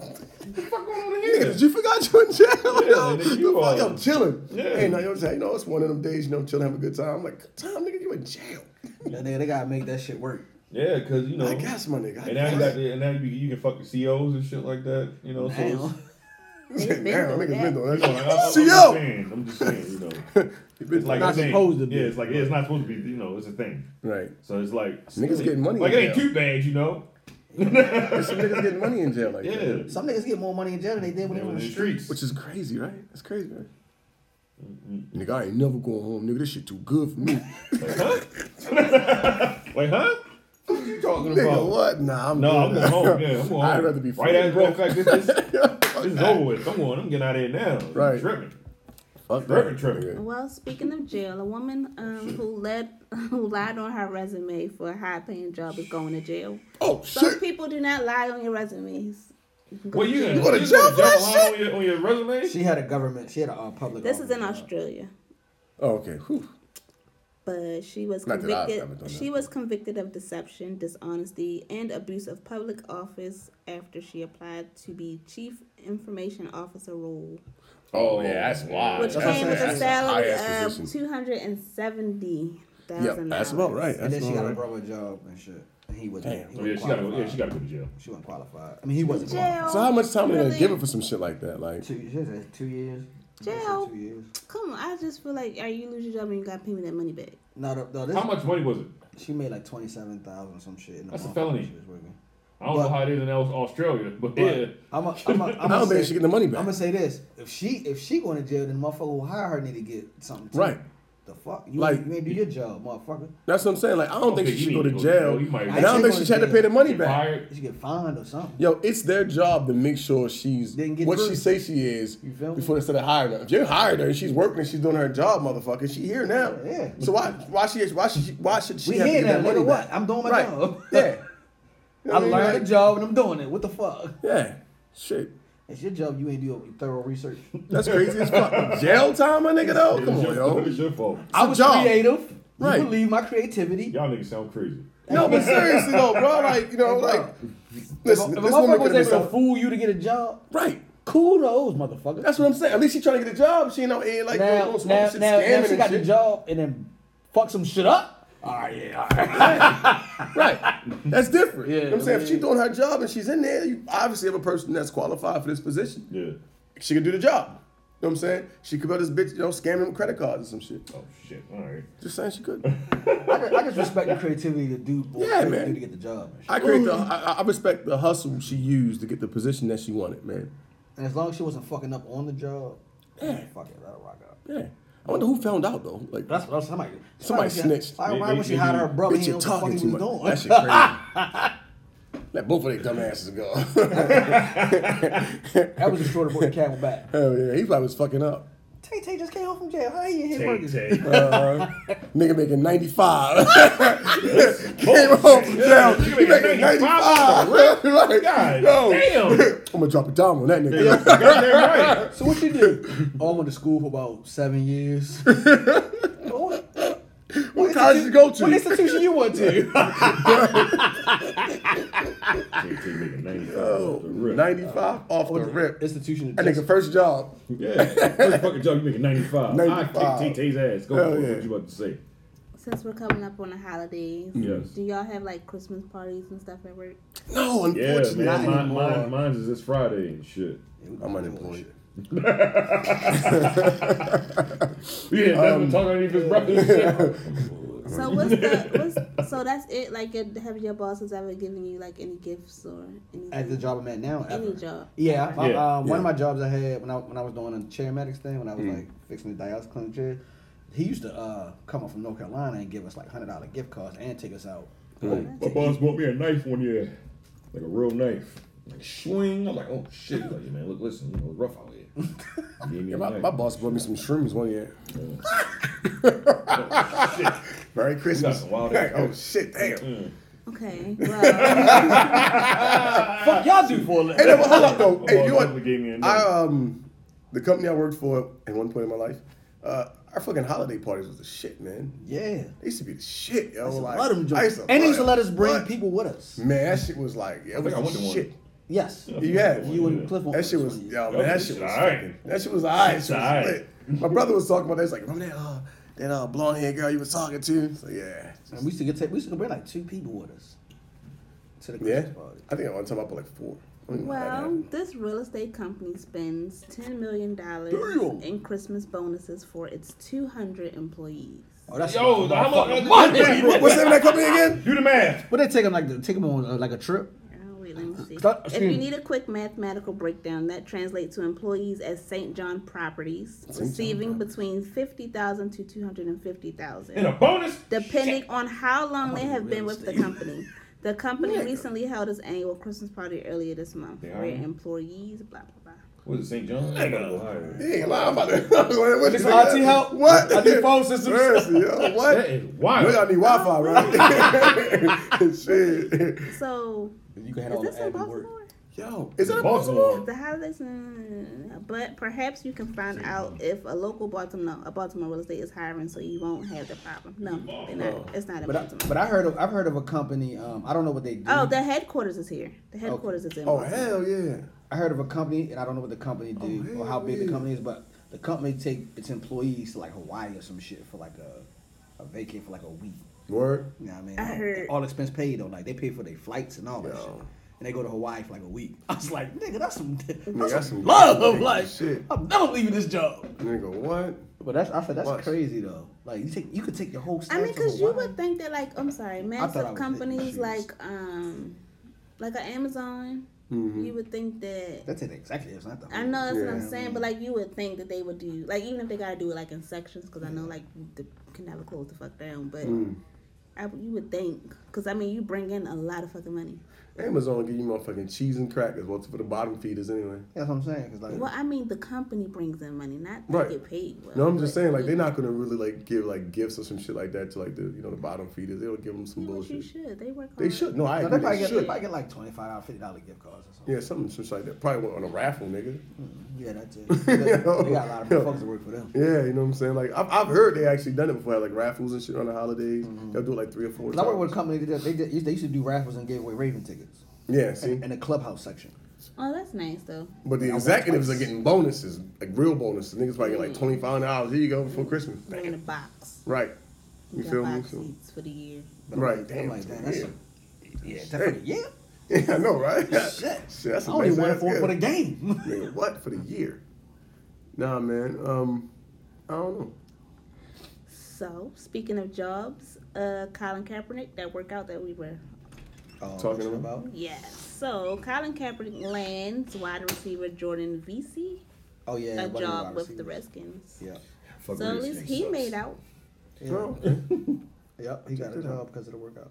S3: Fuck going on
S4: nigga,
S3: here?
S4: did you forgot you in jail? yo,
S3: nigga,
S4: The
S3: you
S4: fuck,
S3: are-
S4: I'm chilling.
S3: Yeah.
S4: Hey, no, yo, it's like, you know, it's one of them days, you know, chilling, having a good time. I'm like, good time, nigga, you in jail.
S5: That nigga, they gotta make that shit work.
S3: Yeah, because you know.
S4: I guess, my nigga. I
S3: And now you got,
S4: guess.
S3: the, and now you, you can fuck the COs and shit like that. You know. So it's-
S5: Damn.
S6: They've
S4: Damn,
S6: been doing
S4: niggas been
S6: that.
S4: doing
S3: you know, I- I- I'm
S4: that.
S3: just
S4: See, yo!
S3: saying, I'm just saying. You know.
S4: He been
S3: It's like
S4: doing
S3: a
S4: that.
S3: thing.
S5: supposed to be.
S3: Yeah, it's like yeah, it's not supposed to be. You know, it's a thing.
S4: Right.
S3: So it's like
S4: Niggas getting money
S3: Like
S4: in
S3: it ain't
S4: jail.
S3: cute bags, you know.
S4: There's some niggas getting money in jail like
S3: Yeah.
S4: that.
S5: Some niggas get more money in jail than they did when
S3: They
S5: they were
S3: on
S5: in
S3: the
S5: the street.
S3: streets.
S4: Which is crazy, right? It's crazy, right? Nigga, I ain't never going home, nigga. This shit too good for me.
S3: Wait, huh? What you talking
S4: Nigga,
S3: about?
S4: what? Nah, I'm
S3: No, I'm
S4: good.
S3: going home. Yeah, I'm going home.
S4: I'd rather be
S3: right
S4: free,
S3: as
S4: bro.
S3: broke back. This is this is over with. I'm going. I'm getting out of here now.
S4: Right.
S3: Tripping.
S4: Fuck
S3: Tripping, tripping.
S6: Well, speaking of jail, a woman um, who led who lied on her resume for a high paying job is going to jail.
S4: Oh
S6: Some
S4: shit!
S6: people do not lie on your resumes. can go
S3: Well,
S6: to
S3: you,
S6: jail.
S3: you
S4: go to
S3: you
S4: jail for that
S3: lying on your, on your resume?
S5: She had a government. She had a uh, public.
S6: This is in
S5: office.
S6: Australia.
S4: Oh, okay. Whew.
S6: But she was
S4: Not that I've ever
S6: convicted.
S4: done that.
S6: She was convicted of deception, dishonesty, and abuse of public office after she applied to be chief information officer role,
S4: Oh yeah, that's wild.
S6: which
S5: That's
S6: came
S5: what
S6: with
S5: I'm
S6: a
S5: saying.
S6: salary
S4: That's a high-ass
S6: of
S4: position.
S6: two hundred and seventy
S4: Yeah,
S6: thousand.
S4: that's about right. That's
S5: And then she
S4: about
S5: got a
S4: right.
S5: brother job and shit. And he wasn't.
S4: Damn.
S5: He
S3: Oh, yeah,
S5: wasn't
S3: she gotta go.
S5: qualified.
S3: Yeah, she gotta go to jail.
S5: She wasn't qualified. I mean, he wasn't
S6: Jail.
S5: qualified.
S4: So how much time are they gonna
S6: Really?
S4: give her for some shit like that? Like,
S5: Two, she said two years. She said
S6: Jail.
S5: Two years.
S6: Come on, I just feel like, are you lose your job and you got to pay me that money back?
S5: No, no, no, this,
S3: How much money was it?
S5: She made like twenty seven thousand some shit. In the
S3: That's a
S5: month
S3: felony.
S5: She was working.
S3: I don't know how it is in Aus- Australia, but, yeah.
S5: But I'm a, I'm a, I'm
S4: I
S5: a
S4: don't
S5: say,
S4: think she getting the money
S5: I'm
S4: back.
S5: gonna say this: if she if she going to jail, then the motherfucker will hire her need to get something. Too.
S4: Right.
S5: The fuck? You,
S4: Like-
S5: like, you ain't do your job, motherfucker.
S4: That's what I'm saying. Like I don't think
S3: Okay,
S4: she should
S3: you
S4: go to
S3: need to go to
S4: jail,
S3: jail. You might
S4: and
S5: be-
S4: I don't think she should have to pay the money back.
S3: Fired.
S5: You should get fined or something.
S4: Yo, it's their job to make sure she's
S5: Didn't get
S4: what
S5: through.
S4: she say she is
S5: You feel me?
S4: before instead of hiring her. If you hired her and she's working and she's doing her job, motherfucker, she here now.
S5: Yeah.
S4: So why why she why she why should she
S5: We
S4: have to
S5: here
S4: get
S5: now,
S4: that money
S5: nigga.
S4: back?
S5: What? I'm doing my
S4: Right.
S5: job.
S4: Yeah. You know
S5: I
S4: what mean?
S5: learned
S4: Like,
S5: the job and I'm doing it. What the fuck?
S4: Yeah. Shit.
S5: It's your job. You ain't do your thorough research.
S4: That's crazy as fuck. Jail time, my nigga though? Come
S3: It's
S4: on,
S3: your-
S4: yo.
S3: It's your fault.
S5: I
S4: a
S5: was
S4: job.
S5: creative.
S4: Right.
S5: You believe my creativity.
S3: Y'all niggas sound crazy.
S4: No, but seriously though, bro, like, you know,
S5: Hey, bro.
S4: like
S5: If a-
S4: listen,
S5: if a
S4: this woman could
S5: motherfucker was
S4: have been
S5: able to
S4: so
S5: fool you to get a job,
S4: right.
S5: kudos, motherfucker.
S4: That's what I'm saying. At least she trying to get a job. She ain't out here like
S5: now,
S4: doing some
S5: now,
S4: shit,
S5: now,
S4: scamming
S5: now she
S4: and
S5: got the
S4: shit. Ah,
S5: job and then fuck some shit up. All right, yeah, all right.
S4: Right. That's different. you know
S5: Yeah,
S4: what I'm saying? If
S5: yeah.
S4: she's doing her job and she's in there, you obviously have a person that's qualified for this position.
S3: Yeah.
S4: She can do the job. You know what I'm saying? She could be this bitch, you know, scamming with credit cards or some shit.
S3: Oh shit. All right.
S4: Just saying she could.
S5: I, just- I just respect the creativity to do what
S4: Yeah,
S5: you
S4: man.
S5: do to get the job. And, shit.
S4: I create the
S5: Mm.
S4: I, I respect the hustle she used to get the position that she wanted, man.
S5: and as long as she wasn't fucking up on the job, yeah, fuck it, that'll rock out.
S4: Yeah. I wonder who found out though. Like
S5: Mm. That's what I'm somebody.
S4: Somebody snitched.
S5: Why, why
S3: They-
S5: would she
S3: they-
S5: hide her
S3: they-
S5: brother?
S4: bitch,
S5: he
S4: you're
S5: know what the fuck
S4: talking
S5: he
S4: too
S5: was
S4: much.
S5: doing.
S4: That shit crazy. Let both of their dumb asses go.
S5: That was a shorter boy camel back.
S4: Hell yeah, he probably was fucking up.
S5: Tay Tay just came home from jail. How you hit
S3: Take,
S5: burgers?
S3: take.
S4: Uh, nigga making 95. Came home from jail.
S3: nigga
S4: He
S3: making
S4: making 95.
S3: 95.
S4: Like,
S3: God
S4: yo,
S3: damn.
S4: I'm gonna drop a dime on that
S3: Yeah,
S4: nigga.
S3: goddamn right.
S5: So what you do? oh, I went to school for about seven years. what
S4: What college you go to?
S5: what institution you went to?
S3: Take, take, nigga, 95
S4: Yo,
S3: off the rip.
S4: 95 off the rip.
S5: institution.
S4: That nigga first job.
S3: Yeah. First fucking job you making 95.
S4: 95.
S3: I kick Tay Tay's ass. Go
S4: Hell
S3: for it.
S4: yeah.
S3: What you about to say?
S6: Since we're coming up on the holidays,
S3: Yes.
S6: do y'all have like Christmas parties and stuff at work?
S4: No,
S3: Yeah,
S4: unfortunately.
S3: man.
S5: not
S3: Mine,
S5: anymore.
S3: mine, mine is this Friday and shit.
S4: I'm unemployed.
S3: Yeah,
S4: Um,
S3: that's what talking about his brother.
S6: So what's the what's so that's it? Like your, have your bosses ever given you like any gifts or anything?
S5: At the job I'm at now.
S6: Any
S5: ever.
S6: job.
S5: Yeah, Mm. my,
S3: Yeah,
S5: Um, one of
S4: yeah.
S5: my jobs I had when I when I was doing a chairmatics thing when I was like fixing the dialysis clinic chair, he used to uh, come up from North Carolina and give us like hundred dollar gift cards and take us out.
S3: My boss bought me a knife one year, like a real knife, like swing. I'm like, oh shit, He's like "Yeah, man, look, listen, you know, it's rough out here. Gave me a
S4: My,
S3: knife.
S4: my boss bought me some shrooms one year. Merry Christmas.
S3: some wild ass
S4: oh
S3: gifts.
S4: shit, damn.
S6: Okay. Well,
S5: Fuck y'all do for a
S4: Hey,
S5: living.
S4: no, but hold up though.
S3: My boss
S4: Hey, you know
S3: definitely gave me a
S4: what? I
S3: knife.
S4: um, the company I worked for at one point in my life, uh, our fucking holiday parties was the shit, man.
S5: Yeah,
S4: They used to be the shit, yo. Like,
S5: let them
S4: I
S5: join.
S4: used
S5: And they used to
S4: love
S5: let
S4: it.
S5: us bring
S4: But,
S5: people with us.
S4: Man, that shit was like, yeah, it was
S3: I went to
S4: the
S3: one.
S4: shit.
S5: Yes,
S4: Yeah,
S5: you and Cliff.
S4: That shit was, yo,
S3: That
S4: man, that
S3: was
S4: shit
S3: shit
S4: was,
S3: alright.
S4: fucking, that shit was alright. Shit was
S3: alright.
S4: lit. My brother was talking about that. He's like, remember that, uh, that uh, blonde haired girl you was talking to? So yeah,
S5: And we used to get take, we used to bring like two people with us to the
S4: yeah.
S5: Christmas party.
S4: I think at one time I bought like four. I don't even know how that
S6: well,
S4: happened.
S6: this real estate company spends ten million dollars
S4: Damn.
S6: in Christmas bonuses for its two hundred employees.
S5: Oh, that's
S3: Yo,
S5: my
S3: how
S5: fucking
S3: much-
S5: money.
S4: What- what's the name of that company again?
S3: Do the math.
S5: But they take them like they take them on uh, like a trip.
S6: Oh, wait, let me see.
S5: Stop-
S6: If you
S5: excuse me.
S6: need a quick mathematical breakdown, that translates to employees at St. John Properties receiving between fifty thousand to two hundred and fifty thousand.
S3: And a bonus.
S6: depending on how long they have been with the company. The company recently held its annual Christmas party earlier this month,
S3: They
S6: where
S3: are?
S6: employees blah blah
S3: What is it, St. John? I gotta go higher.
S4: Hey, lie about it. What you
S5: This
S4: think
S5: IT
S4: that-
S5: help?
S4: What?
S5: I need phone systems.
S4: Seriously, yo,
S3: That
S4: what?
S3: is
S4: We
S3: wild.
S4: gotta need Wi-Fi, right? Shit.
S6: blah. So
S5: You can have
S6: is
S5: all
S6: this
S5: the admin work.
S6: in Baltimore?
S4: Yo, is that a
S3: Baltimore.
S6: The holidays, uh, but perhaps you can find out if a local Baltimore, a Baltimore real estate is hiring, so you won't have the problem. No, they're not. It's not in
S5: But I,
S6: Baltimore.
S5: but I heard of, I've heard of a company. Um, I don't know what they do.
S6: Oh, the headquarters is here. The headquarters is in.
S4: Oh
S6: Baltimore.
S4: hell yeah.
S5: I heard of a company, and I don't know what the company do
S4: Oh,
S5: or how big
S4: yeah.
S5: the company is, but the company take its employees to like Hawaii or some shit for like a, a vacay for like a week.
S4: Word.
S5: You know what I mean?
S6: I heard-
S5: all expense paid though. Like they pay for their flights and all that
S4: Yo.
S5: shit. And they go to Hawaii for like a week. I was like, nigga, that's some, that's
S4: that's
S5: some
S4: some
S5: love.
S4: nigga
S5: Like,
S4: shit.
S5: I'm never leaving this job.
S4: Nigga, what?
S5: But that's I said that's
S4: Plus.
S5: crazy though. Like you take you could take your whole.
S6: I mean,
S5: staff to
S6: because you
S5: Hawaii.
S6: would think that, like, I'm sorry,
S5: I was
S6: massive
S5: hitting
S6: companies
S5: shoes.
S6: like, um, like a Amazon,
S5: Mm-hmm.
S6: You would think that.
S5: That's an executive. It's not the.
S6: I know that's what
S4: Yeah.
S6: I'm saying, but like you would think that they would do, like even if they gotta do it like in sections, because I know like the can never close the fuck down, but
S4: Mm.
S6: I, you would think, because I mean you bring in a lot of fucking money.
S4: Amazon give you motherfucking cheese and crack as well for the bottom feeders anyway.
S5: That's what I'm saying. 'cause, like,
S6: Well, I mean the company brings in money, not
S4: Right.
S6: they get paid. Well,
S4: No, I'm just
S6: but-
S4: saying like
S5: mm-hmm.
S4: they're not gonna really like give like gifts or some shit like that to like the you know the bottom feeders. They'll give them some
S6: Yeah, but you
S4: bullshit.
S6: should. They work.
S4: They
S6: hard.
S4: should. No, I
S5: no,
S4: agree.
S5: they probably
S4: They
S5: get, they
S4: should.
S5: probably get like $25, $50 gift cards or something.
S4: Yeah, something just like that. Probably went on a raffle, nigga.
S5: Yeah, that's it. They, they got a lot of folks that work for them.
S4: Yeah, you know what I'm saying. Like I've, I've heard they actually done it before, like raffles and shit on the holidays. They'll do it like three or four.
S5: Cause I work with a
S4: times.
S5: company Mm-hmm. that they, did, they used to do raffles and gave away Raven tickets
S4: Yeah, see,
S5: in, in the clubhouse section.
S6: Oh, that's nice though.
S4: but the
S5: I went
S4: executives are
S5: twice.
S4: getting bonuses, like real bonuses. Niggas probably get
S5: Mm.
S4: like twenty five dollars. Here you go before Christmas.
S6: They're in a
S4: Bam.
S6: box.
S4: Right. You
S6: You
S4: feel
S6: got
S4: me?
S6: box
S4: So-
S6: seats for the year.
S5: But I'm
S4: Right,
S5: like-
S4: damn,
S5: I'm like,
S4: dude,
S5: damn, that's
S4: yeah.
S5: a, yeah, definitely, yeah.
S4: Yeah, I know, right?
S5: Shit.
S4: Shit, that's
S5: I
S4: a
S5: only
S4: nice
S5: won it
S4: ass
S5: for,
S4: gift.
S5: for the game.
S4: Nigga, what for the year? Nah, man. Um, I don't know.
S6: So speaking of jobs, uh, Colin Kaepernick, that workout that we were
S5: Oh,
S4: Talking
S5: what you
S4: about-
S6: Yes. So Colin Kaepernick lands wide receiver Jordan Vesey
S5: Oh yeah,
S6: a
S5: one of
S6: job
S5: wide
S6: with the
S5: receivers.
S6: Redskins.
S5: Yeah,
S3: Fuck
S6: So at
S3: with
S6: least
S3: this
S6: he
S3: thing.
S6: made out.
S5: yeah,
S4: Well, okay.
S5: yeah. He got
S4: Check
S5: a
S4: it out.
S5: job because of the workout.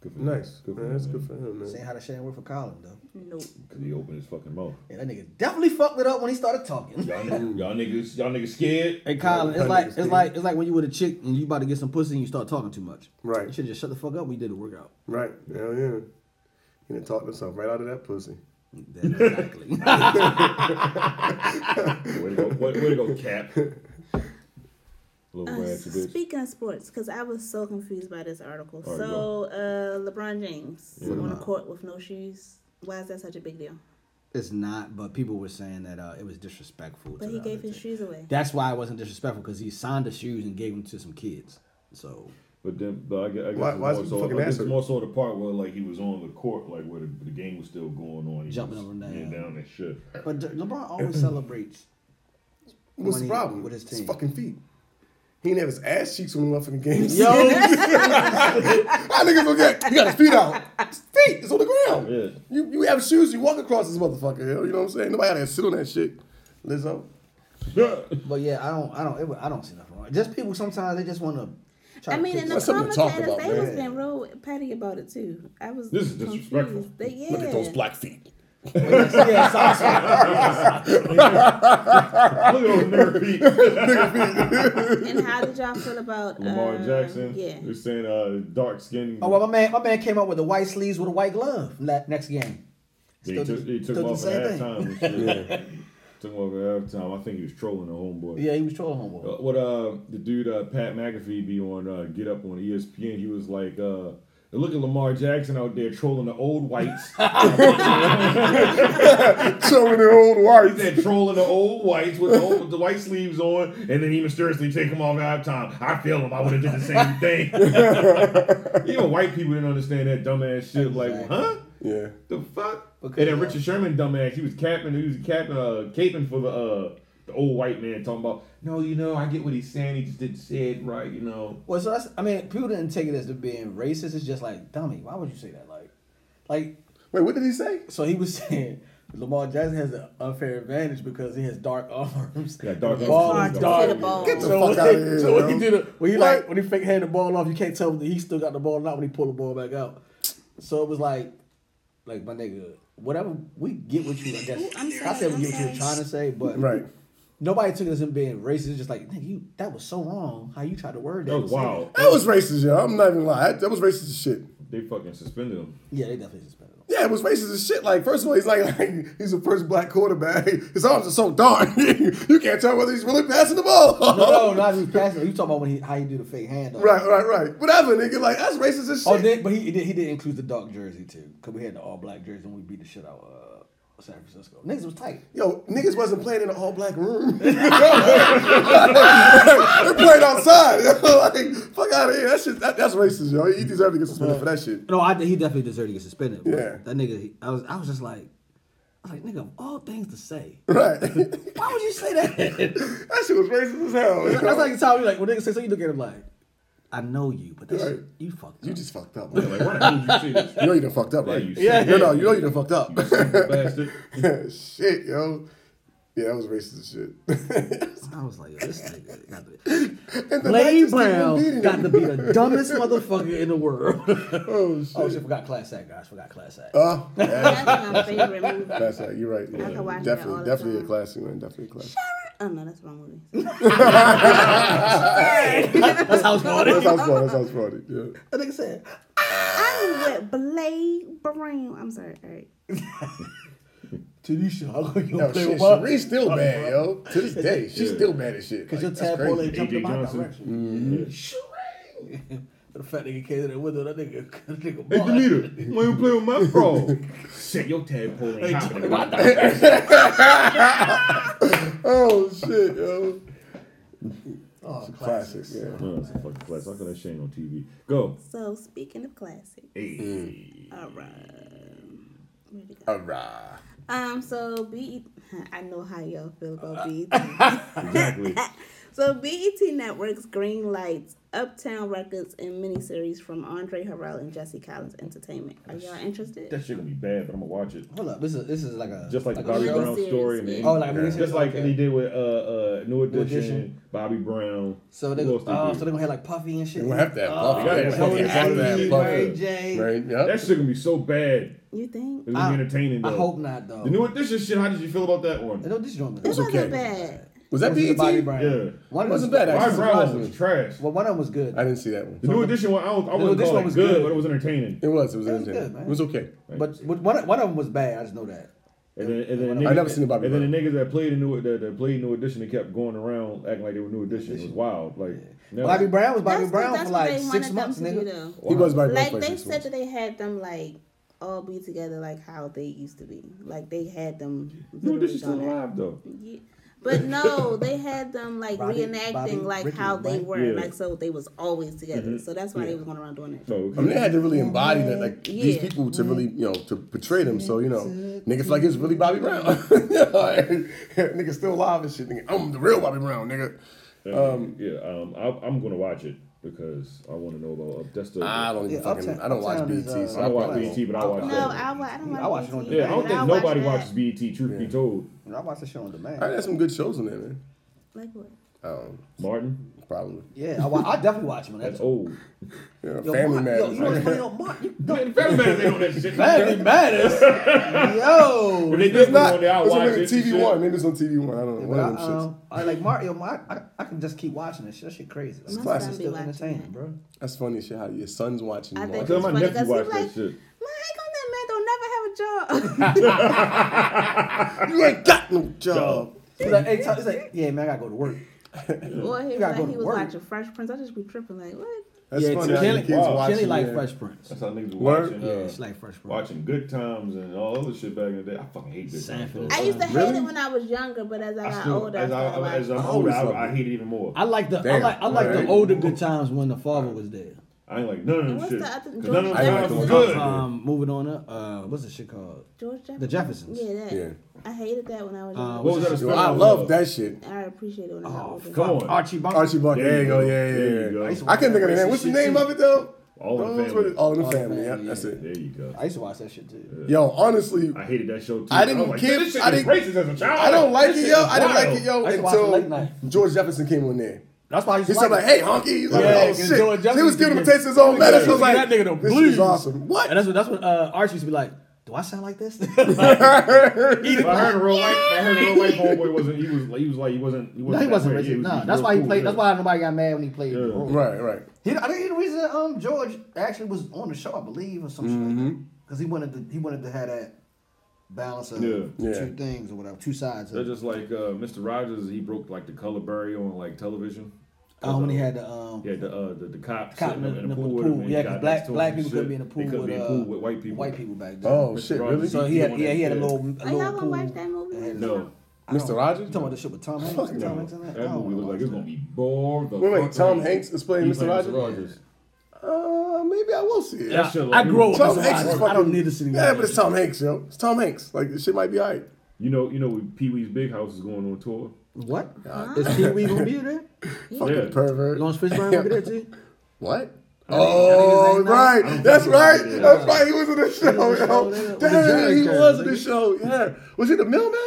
S3: Good for him.
S4: nice.
S3: Good for
S4: man,
S3: him,
S4: that's
S3: man.
S4: good for him, man.
S5: Saying how the shit ain't work for Colin though.
S6: Nope.
S3: Cause he opened his fucking mouth.
S5: Yeah, that nigga definitely fucked it up when he started talking.
S3: Y'all, niggas- y'all niggas, y'all niggas scared.
S5: Hey Colin,
S4: That
S5: it's like
S4: nigga's
S5: it's
S4: scared.
S5: like it's like when you with a chick and you about to get some pussy and you start talking too much.
S4: Right.
S5: You should just shut the fuck up. We did a workout.
S4: Right. Hell yeah. He done talked himself right out of that pussy.
S5: That- exactly.
S3: Way to go, way, way to go, Cap. Little ratchet bitch.
S6: Speaking of sports, because I was so confused by this article.
S3: All right,
S6: so uh, LeBron James on the court with no shoes. Why is that such a big deal?
S5: it's not, but people were saying that uh, it was disrespectful. to
S6: But he
S5: the
S6: gave
S5: other
S6: his
S5: team.
S6: shoes away.
S5: That's why it wasn't disrespectful because he signed the shoes and gave them to some kids. So
S3: But then, but I guess, I guess
S4: Why-
S3: it's
S4: why is
S3: more
S4: he
S3: so,
S4: fucking
S3: I guess it's
S4: asshole?
S3: more so the part where like he was on the court, like where the, the game was still going on, he
S5: Jumping
S3: was
S5: up and down.
S3: getting down and shit.
S5: But De- LeBron always celebrates.
S4: What's
S5: When
S4: the
S5: he-
S4: problem
S5: with his team.
S4: His fucking feet. He didn't have his ass cheeks when the motherfucking games.
S5: Yo.
S4: I niggas forget. You got his feet out. His feet is on the ground.
S3: Yeah.
S4: You you have shoes. You walk across this motherfucker. Yo, you know what I'm saying? Nobody had to sit on that shit. Lizzo.
S5: But yeah, I don't, I don't, it, wa- I don't see nothing wrong. Just people sometimes they just want to. try
S6: I
S5: to
S6: mean,
S5: pick
S6: in the
S4: That's something to talk
S6: commentators,
S4: about,
S6: they was
S4: man.
S6: being real petty about it too. I was
S3: This is disrespectful.
S6: confused. They, yeah.
S4: Look at those black feet.
S5: yeah, socks.
S3: Look at those nigga
S5: Uh,
S3: feet.
S6: And how did y'all feel about
S3: Lamar
S6: uh,
S3: Jackson.
S6: Yeah.
S3: They're saying uh, dark skin.
S5: Oh well, my man, my man came out with the white sleeves with a white glove la- next game.
S3: They
S5: Still
S3: took,
S5: do-
S3: they took
S5: still
S3: him
S5: do
S3: off
S5: the
S3: at
S5: same
S3: halftime. and shit. Took him off at halftime. I think he was trolling the homeboy.
S5: Yeah, he was trolling homeboy.
S3: Uh, What uh the dude uh, Pat McAfee be on uh, Get Up on ESPN? He was like, uh, look at Lamar Jackson out there trolling the old whites.
S4: Showing their old
S3: He's
S4: whites.
S3: there trolling the old whites with the, old, with the white sleeves on, and then he mysteriously take them off at halftime. I feel him. I would have did the same thing. Even white people didn't understand that dumbass shit. Like,
S5: Exactly.
S3: huh?
S4: Yeah.
S3: The fuck?
S5: Because,
S3: and then
S5: uh,
S3: Richard Sherman, dumbass, he was capping, he was capping, uh, caping for the uh, the old white man talking about, no, you know, I get what he's saying, he just didn't say it right, you know.
S5: Well, so that's, I mean, people didn't take it as to being racist. It's just like, dummy, why would you say that? Like, like,
S4: Wait, what did he say?
S5: so he was saying Lamar Jackson has an unfair advantage because he has dark arms.
S3: Yeah, dark arms.
S5: The ball
S3: It's hard
S5: is dark.
S3: to hit the
S6: ball.
S4: Get the
S5: so
S4: fuck
S5: when,
S4: outta here,
S5: so when he
S4: yo.
S5: did it, when he
S4: What?
S5: like when he fake hand the ball off, you can't tell that he still got the ball or not when he pulled the ball back out. So it was like, like my nigga, whatever we get what you. I guess
S6: I'm
S5: I
S6: sorry,
S5: said we
S6: I'm
S5: get what you were
S6: sorry.
S5: trying to say, but
S4: Right.
S5: Nobody took it as him being racist. It's just like, nigga, you that was so wrong. How you tried to word that?
S3: That was wild.
S4: That was racist, yo. I'm not even lying. That, that was racist as shit.
S3: They fucking suspended him.
S5: Yeah, they definitely suspended him.
S4: Yeah, it was racist as shit. Like, first of all, he's like, like, he's the first black quarterback. His arms are so dark. you can't tell whether he's really passing the ball.
S5: No, no, not even passing. You talking about when he how you do the fake handoff?
S4: Right, right, right. Whatever, nigga. Like, that's racist as shit.
S5: Oh, then, but he, he did he did include the dark jersey too, cause we had the all black jersey and we beat the shit out of uh, San Francisco. Niggas was tight.
S4: Yo, niggas wasn't playing in an all black room. they played outside. like, fuck out of here. That shit, that, that's racist, yo. He deserved to get suspended for that shit.
S5: No, I he definitely deserved to get suspended. but
S4: Yeah.
S5: that nigga. he- I was I was just like, I was like, nigga, of all things to say,
S4: Right. that
S5: why would you say that?
S4: shit was racist as hell. you
S5: That's
S4: know?
S5: like the time you like when niggas say something, you look at him like, I know you, but that's
S4: Right.
S5: you fucked
S4: You
S5: up.
S4: just fucked up.
S3: Like, why the hell you say this?
S4: You know you done fucked up,
S3: Yeah,
S4: right?
S3: you
S9: Yeah.
S4: No, no, you know you done fucked up.
S3: You stupid bastard.
S4: shit, yo. Yeah, that was racist as shit.
S5: I was like, yo, this nigga. got to be-
S4: and the Knight
S9: Lane
S4: just keep on
S9: Brown
S4: beating
S9: got
S4: him.
S9: to be the dumbest motherfucker in the world.
S4: Oh, shit.
S5: Oh shit, forgot class act, guys. Forgot class act.
S4: Oh, yeah.
S6: That's my favorite movie.
S4: That's right. You're right. Yeah.
S6: can watch that all
S4: Definitely,
S6: the
S4: definitely a
S6: time.
S4: classic, man. Definitely a classic.
S6: Oh no, that's the wrong movie.
S9: That's how it's going.
S4: That sounds funny. That sounds funny. Yeah.
S5: That nigga said,
S6: I'm with Blade Brown. I'm sorry. All right.
S9: Tanisha, I'm gonna
S4: No,
S9: go play
S4: Oh, shit,
S9: with my.
S4: She's still mad, yo. To this day, she's still mad as shit.
S5: "Cause
S4: Like,
S5: your
S4: that's
S5: tadpole
S4: crazy. Mm-hmm.
S5: ain't jumped in
S3: AJ
S5: my
S3: Johnson.
S5: direction." Shoo-ring. the fat nigga came to the window. That nigga, that nigga.
S3: Hey,
S5: barked.
S3: Danita, why you play with my frog? Shit, your tadpole ain't hopping in my direction.
S4: Oh shit, yo.
S5: Oh, classic.
S4: Classic, yeah.
S3: Oh, that's a fucking class. How can that shit on TV? Go.
S6: So speaking of classic,
S3: Hey.
S6: all right. Where'd it go?
S4: Alright.
S6: Um, so BET, I know how y'all feel
S5: Uh,
S6: about BET.
S3: Exactly.
S6: So BET Networks green lights Uptown Records and miniseries from Andre Harrell and Jesse Collins Entertainment. Are y'all interested?
S3: That shit gonna be bad, but I'm gonna watch it.
S5: Hold up, this is this is like a
S3: Just like, the
S5: a
S3: Bobby
S5: show?
S3: Brown
S6: Miniseries,
S3: story, man.
S6: yeah.
S5: Oh, like miniseries,
S3: just like
S5: okay.
S3: they did with uh uh New Edition,
S5: Edition.
S3: Bobby Brown.
S5: So they
S3: Who
S5: go,
S3: else
S5: oh,
S3: did?
S5: so they gonna have like Puffy and shit.
S4: We'll have that.
S5: Oh,
S4: Puffy.
S3: yeah,
S4: Yeah,
S3: yeah,
S4: Puffy.
S3: yeah.
S4: Have that
S3: Yeah.
S4: Puffy.
S5: Mary J.
S4: Right, yep.
S3: that shit gonna be so bad.
S6: You think?
S3: It's gonna be entertaining though.
S5: I hope not though.
S3: The New Edition shit. How did you feel about that
S5: They
S3: one?
S5: don't this joint.
S6: It
S5: It
S6: wasn't
S4: okay.
S6: bad.
S4: Was that E
S5: was the
S4: BET?
S5: Bobby Brown.
S3: Yeah.
S5: One of
S4: Wasn't
S5: them-
S4: bad, actually.
S3: Bobby Brown
S4: surprising.
S3: was trash.
S5: Well, one of them was good.
S4: I didn't see that one.
S3: The New Edition one, I, don't, I
S5: New
S3: wouldn't
S5: Edition
S3: call
S5: one
S3: it
S5: was
S3: good,
S5: good.
S3: but it was entertaining.
S4: It was. It was,
S5: It was
S4: entertaining.
S5: good, man.
S4: It was okay.
S5: But, but one, one of them was bad. I just know that.
S3: And then, and then the
S4: I've
S3: niggas-
S4: never seen the Bobby
S3: And then the
S4: Brown.
S3: niggas that played the new that, that played New Edition, they kept going around acting like they were New Edition. It was wild. Like never-
S5: Bobby Brown was Bobby
S6: That's what-
S5: Brown
S6: that's
S5: for
S6: what
S5: like
S6: they
S5: six
S6: wanted
S5: months,
S6: them to do,
S5: nigga.
S6: though.
S4: He was Bobby Brown.
S6: Like
S4: for
S6: they
S4: six
S6: said
S4: months.
S6: that they had them like all be together like how they used to be. Like they had them.
S3: New
S6: literally
S3: Edition's still
S6: gone out.
S3: alive though.
S6: Yeah. But no, they had them like
S5: Bobby-
S6: reenacting
S5: Bobby,
S6: like
S5: Ricky,
S6: how they
S5: Mike.
S6: were,
S3: Yeah. Mm-hmm.
S6: like so they was always together. So that's why they was going around doing it.
S3: So
S4: I mean, they had to really embody that, like these
S6: Yeah.
S4: people to really, you know, to portray them. So you know, niggas like it's really Bobby Brown. niggas still alive and shit. Nigga, I'm the real Bobby Brown, nigga.
S3: um, yeah, um, I, I'm gonna watch it because I want to know about uh, that's the.
S4: I don't even
S5: Yeah,
S4: fucking.
S5: Uptown-
S4: I don't watch
S5: Uptown
S4: BT.
S5: is, uh,
S4: So
S3: I
S4: I
S3: don't watch
S4: probably
S3: BET, but I watch
S6: No,
S3: that.
S6: I, wa- I don't
S5: I
S6: watch.
S5: watch it on
S6: BET,
S5: demand.
S3: Yeah, I don't
S6: but
S3: think
S6: I'll
S3: nobody
S6: watch
S3: watches
S6: that.
S3: BET. Truth be told,
S5: I watched that shit on demand.
S4: I had some good shows in there, man.
S6: Like what?
S4: Um,
S3: Martin,
S4: probably.
S5: Yeah, I, wa- I definitely watch him on that.
S3: that's old.
S4: Yeah,
S5: Yo,
S4: family
S5: Mark,
S4: man.
S5: Yo, you know what's funny though? Mark, you
S3: Man, Family Matters ain't on that shit.
S5: Family Matters.
S3: If
S5: Yo.
S3: they
S4: It's
S3: did
S4: not.
S3: not.
S4: It's
S3: On there, I watch
S4: maybe
S3: it. and
S4: TV
S3: shit.
S4: One. Maybe it's on TV One. I don't know. One
S5: But I,
S4: of them shits.
S5: um, I like Mario. Mar- I, I can just keep watching this. Shit. That shit crazy. Like,
S6: My
S5: it's
S6: son be
S5: still
S6: watching
S5: entertaining,
S6: that.
S5: bro.
S4: That's funny as shit. How your son's watching.
S6: I
S4: you
S6: think
S3: Tell
S4: watch
S6: it's
S3: my nephew
S6: funny because
S3: watch
S6: he's
S3: that
S6: like,
S3: shit.
S6: my, how come that man don't never have a
S4: it.
S6: job?
S4: you ain't got no job.
S5: He's like, hey, Tom- he's like, yeah, man, I gotta go to work.
S6: Or he was
S5: gotta
S6: like,
S5: go
S6: he
S5: to
S6: was
S5: work.
S6: watching Fresh Prince. I just be tripping like, what?
S4: That's
S5: yeah,
S4: funny. how your
S5: Kelly,
S4: kids
S3: Wow.
S4: watching
S5: Kelly like
S4: that.
S5: Fresh Prince.
S3: That's how niggas were
S4: Word?
S3: watching.
S5: Yeah,
S3: uh,
S5: she like Fresh Prince.
S3: watching Good Times and all other shit back in the day. I fucking hate Good Times.
S5: Sanford.
S3: though.
S6: I used to hate
S4: Really?
S6: it when I was younger, but as I
S3: Uh, I
S6: got
S3: still-
S6: older, I
S3: as, I,
S6: started
S3: as
S6: watching.
S3: I'm
S4: I
S3: older,
S4: always loved
S3: I, I
S4: it.
S3: hate it even more.
S5: I like the I
S4: Damn,
S5: like I like
S4: right.
S5: the older good times when the father was there.
S3: I ain't like none of them
S6: What's
S3: shit.
S6: the other-
S3: 'Cause none of
S4: I
S3: them
S4: like
S3: times
S4: the
S3: was
S4: one-
S3: good.
S5: Um, moving on up, uh, what's the shit called?
S6: George Jefferson.
S5: The Jeffersons.
S6: Yeah, that.
S4: Yeah.
S6: I hated that when I was
S5: Uh,
S6: younger.
S3: what was that? a
S4: Yo,
S3: spin-off
S4: I
S3: of?
S4: love that shit.
S6: I appreciate it when I got
S5: Oh,
S6: older.
S3: Come on.
S5: Archie Bunker.
S4: Archie Bunker.
S3: There
S4: There you
S3: you
S4: go.
S3: go.
S4: Yeah, yeah,
S3: There you
S4: yeah.
S3: go. I used to
S4: I couldn't think of the name.
S5: watch
S4: What's the
S5: that shit
S4: name
S5: too.
S4: of it though?
S3: All in the
S4: Oh, it's
S3: Family.
S4: what it- All in the
S5: All in the
S4: family. Yeah,
S5: Family,
S4: that's
S5: yeah.
S4: it.
S3: There you go.
S5: I used to watch that shit too.
S4: Yo, honestly,
S3: I hated that show too.
S4: I didn't
S3: I'm like,
S4: care-
S3: This shit
S4: I
S3: is
S4: didn't-
S3: racist as a child.
S4: I don't like
S3: This
S4: it,
S3: shit
S4: yo.
S3: is
S4: I didn't like
S3: wild.
S4: it, yo,
S5: I used to watch it late
S4: until
S5: night.
S4: George Jefferson came on there.
S5: That's why I used
S4: He
S5: to
S4: said
S5: like,
S4: like, "Hey, honky," He's like,
S5: Yeah,
S4: "Oh
S5: 'cause
S4: shit!"
S5: George
S4: He was
S5: Jefferson
S4: giving him a
S5: did-
S4: taste of his own medicine. I was
S5: That
S4: like,
S5: nigga don't
S4: "This
S5: bleed."
S4: is awesome."
S5: and
S4: What?
S5: that's what that's what uh, Archie used to be like. Do I sound like this?
S3: But I heard in real life. I heard in real life. Homeboy wasn't. He was. He was like. He wasn't. He
S5: no,
S3: wasn't.
S5: he
S3: that
S5: wasn't
S3: way.
S5: racist.
S3: was-
S5: no,
S3: was
S5: that's
S3: real
S5: why he
S3: cool,
S5: played.
S3: yeah.
S5: That's why nobody got mad when he played. the
S3: Yeah.
S5: role.
S4: Right, right.
S5: He, I think the reason that, um George actually was on the show, I believe, or some
S4: Mm-hmm.
S5: shit like that, because he wanted to he wanted to have that balance of
S3: Yeah.
S4: Yeah.
S5: two things or whatever, two sides.
S3: They're
S5: Of,
S3: just like uh, Mr. Rogers. He broke like the color barrier on like television.
S5: um, when he had the um
S3: Yeah, the uh, the, the cop
S5: Cop
S3: sitting in, in the pool with him. and he
S5: Yeah,
S3: got
S5: because
S3: next
S5: black
S3: to him
S5: black
S3: and shit.
S5: people couldn't be in the pool,
S3: They couldn't
S5: with,
S3: be in
S5: uh,
S3: the pool with white people.
S5: White people back then.
S4: Oh
S3: Mr.
S4: shit,
S3: Rogers.
S4: really?
S5: so he had
S3: on
S5: yeah
S3: that
S5: he had a
S3: shit.
S5: little a
S6: Are y'all
S5: little
S6: gonna
S5: pool.
S6: watch that movie?
S5: Yeah.
S3: No,
S4: Mr. Rogers.
S5: You talking about the shit with Tom Hanks? Tom
S4: no.
S5: Hanks in that? I
S3: that
S5: don't
S3: movie
S5: wanna
S3: looks like
S5: watch
S3: it's gonna be bored. the
S4: Wait, wait.
S3: fuck
S4: Tom
S3: out.
S4: Hanks is playing
S3: He
S4: Mr.
S3: playing
S4: Rogers.
S3: Rogers.
S4: Uh, maybe I will see it.
S3: That shit
S9: I
S3: like-
S9: grew up.
S4: Tom
S9: That's
S4: Hanks
S9: why
S4: is
S9: I-
S4: fucking.
S9: I don't need to see
S4: Yeah, but it's Tom Hanks, yo. It's Tom Hanks. Like, this shit might be alright.
S3: You know, you know, when Pee Wee's Big House is going on tour.
S5: that. What? Is Pee Wee gonna be there?
S4: Fucking
S3: Yeah.
S4: pervert.
S5: Lawrence Fishburne gonna be there too?
S4: What? Oh,
S5: ain't
S4: right. That's right. That's right. He was in the show.
S5: the show,
S4: yo.
S5: they were-
S4: Dang, he
S5: Jerry
S4: was in
S5: curl,
S4: the show. Yeah. Was he the mailman?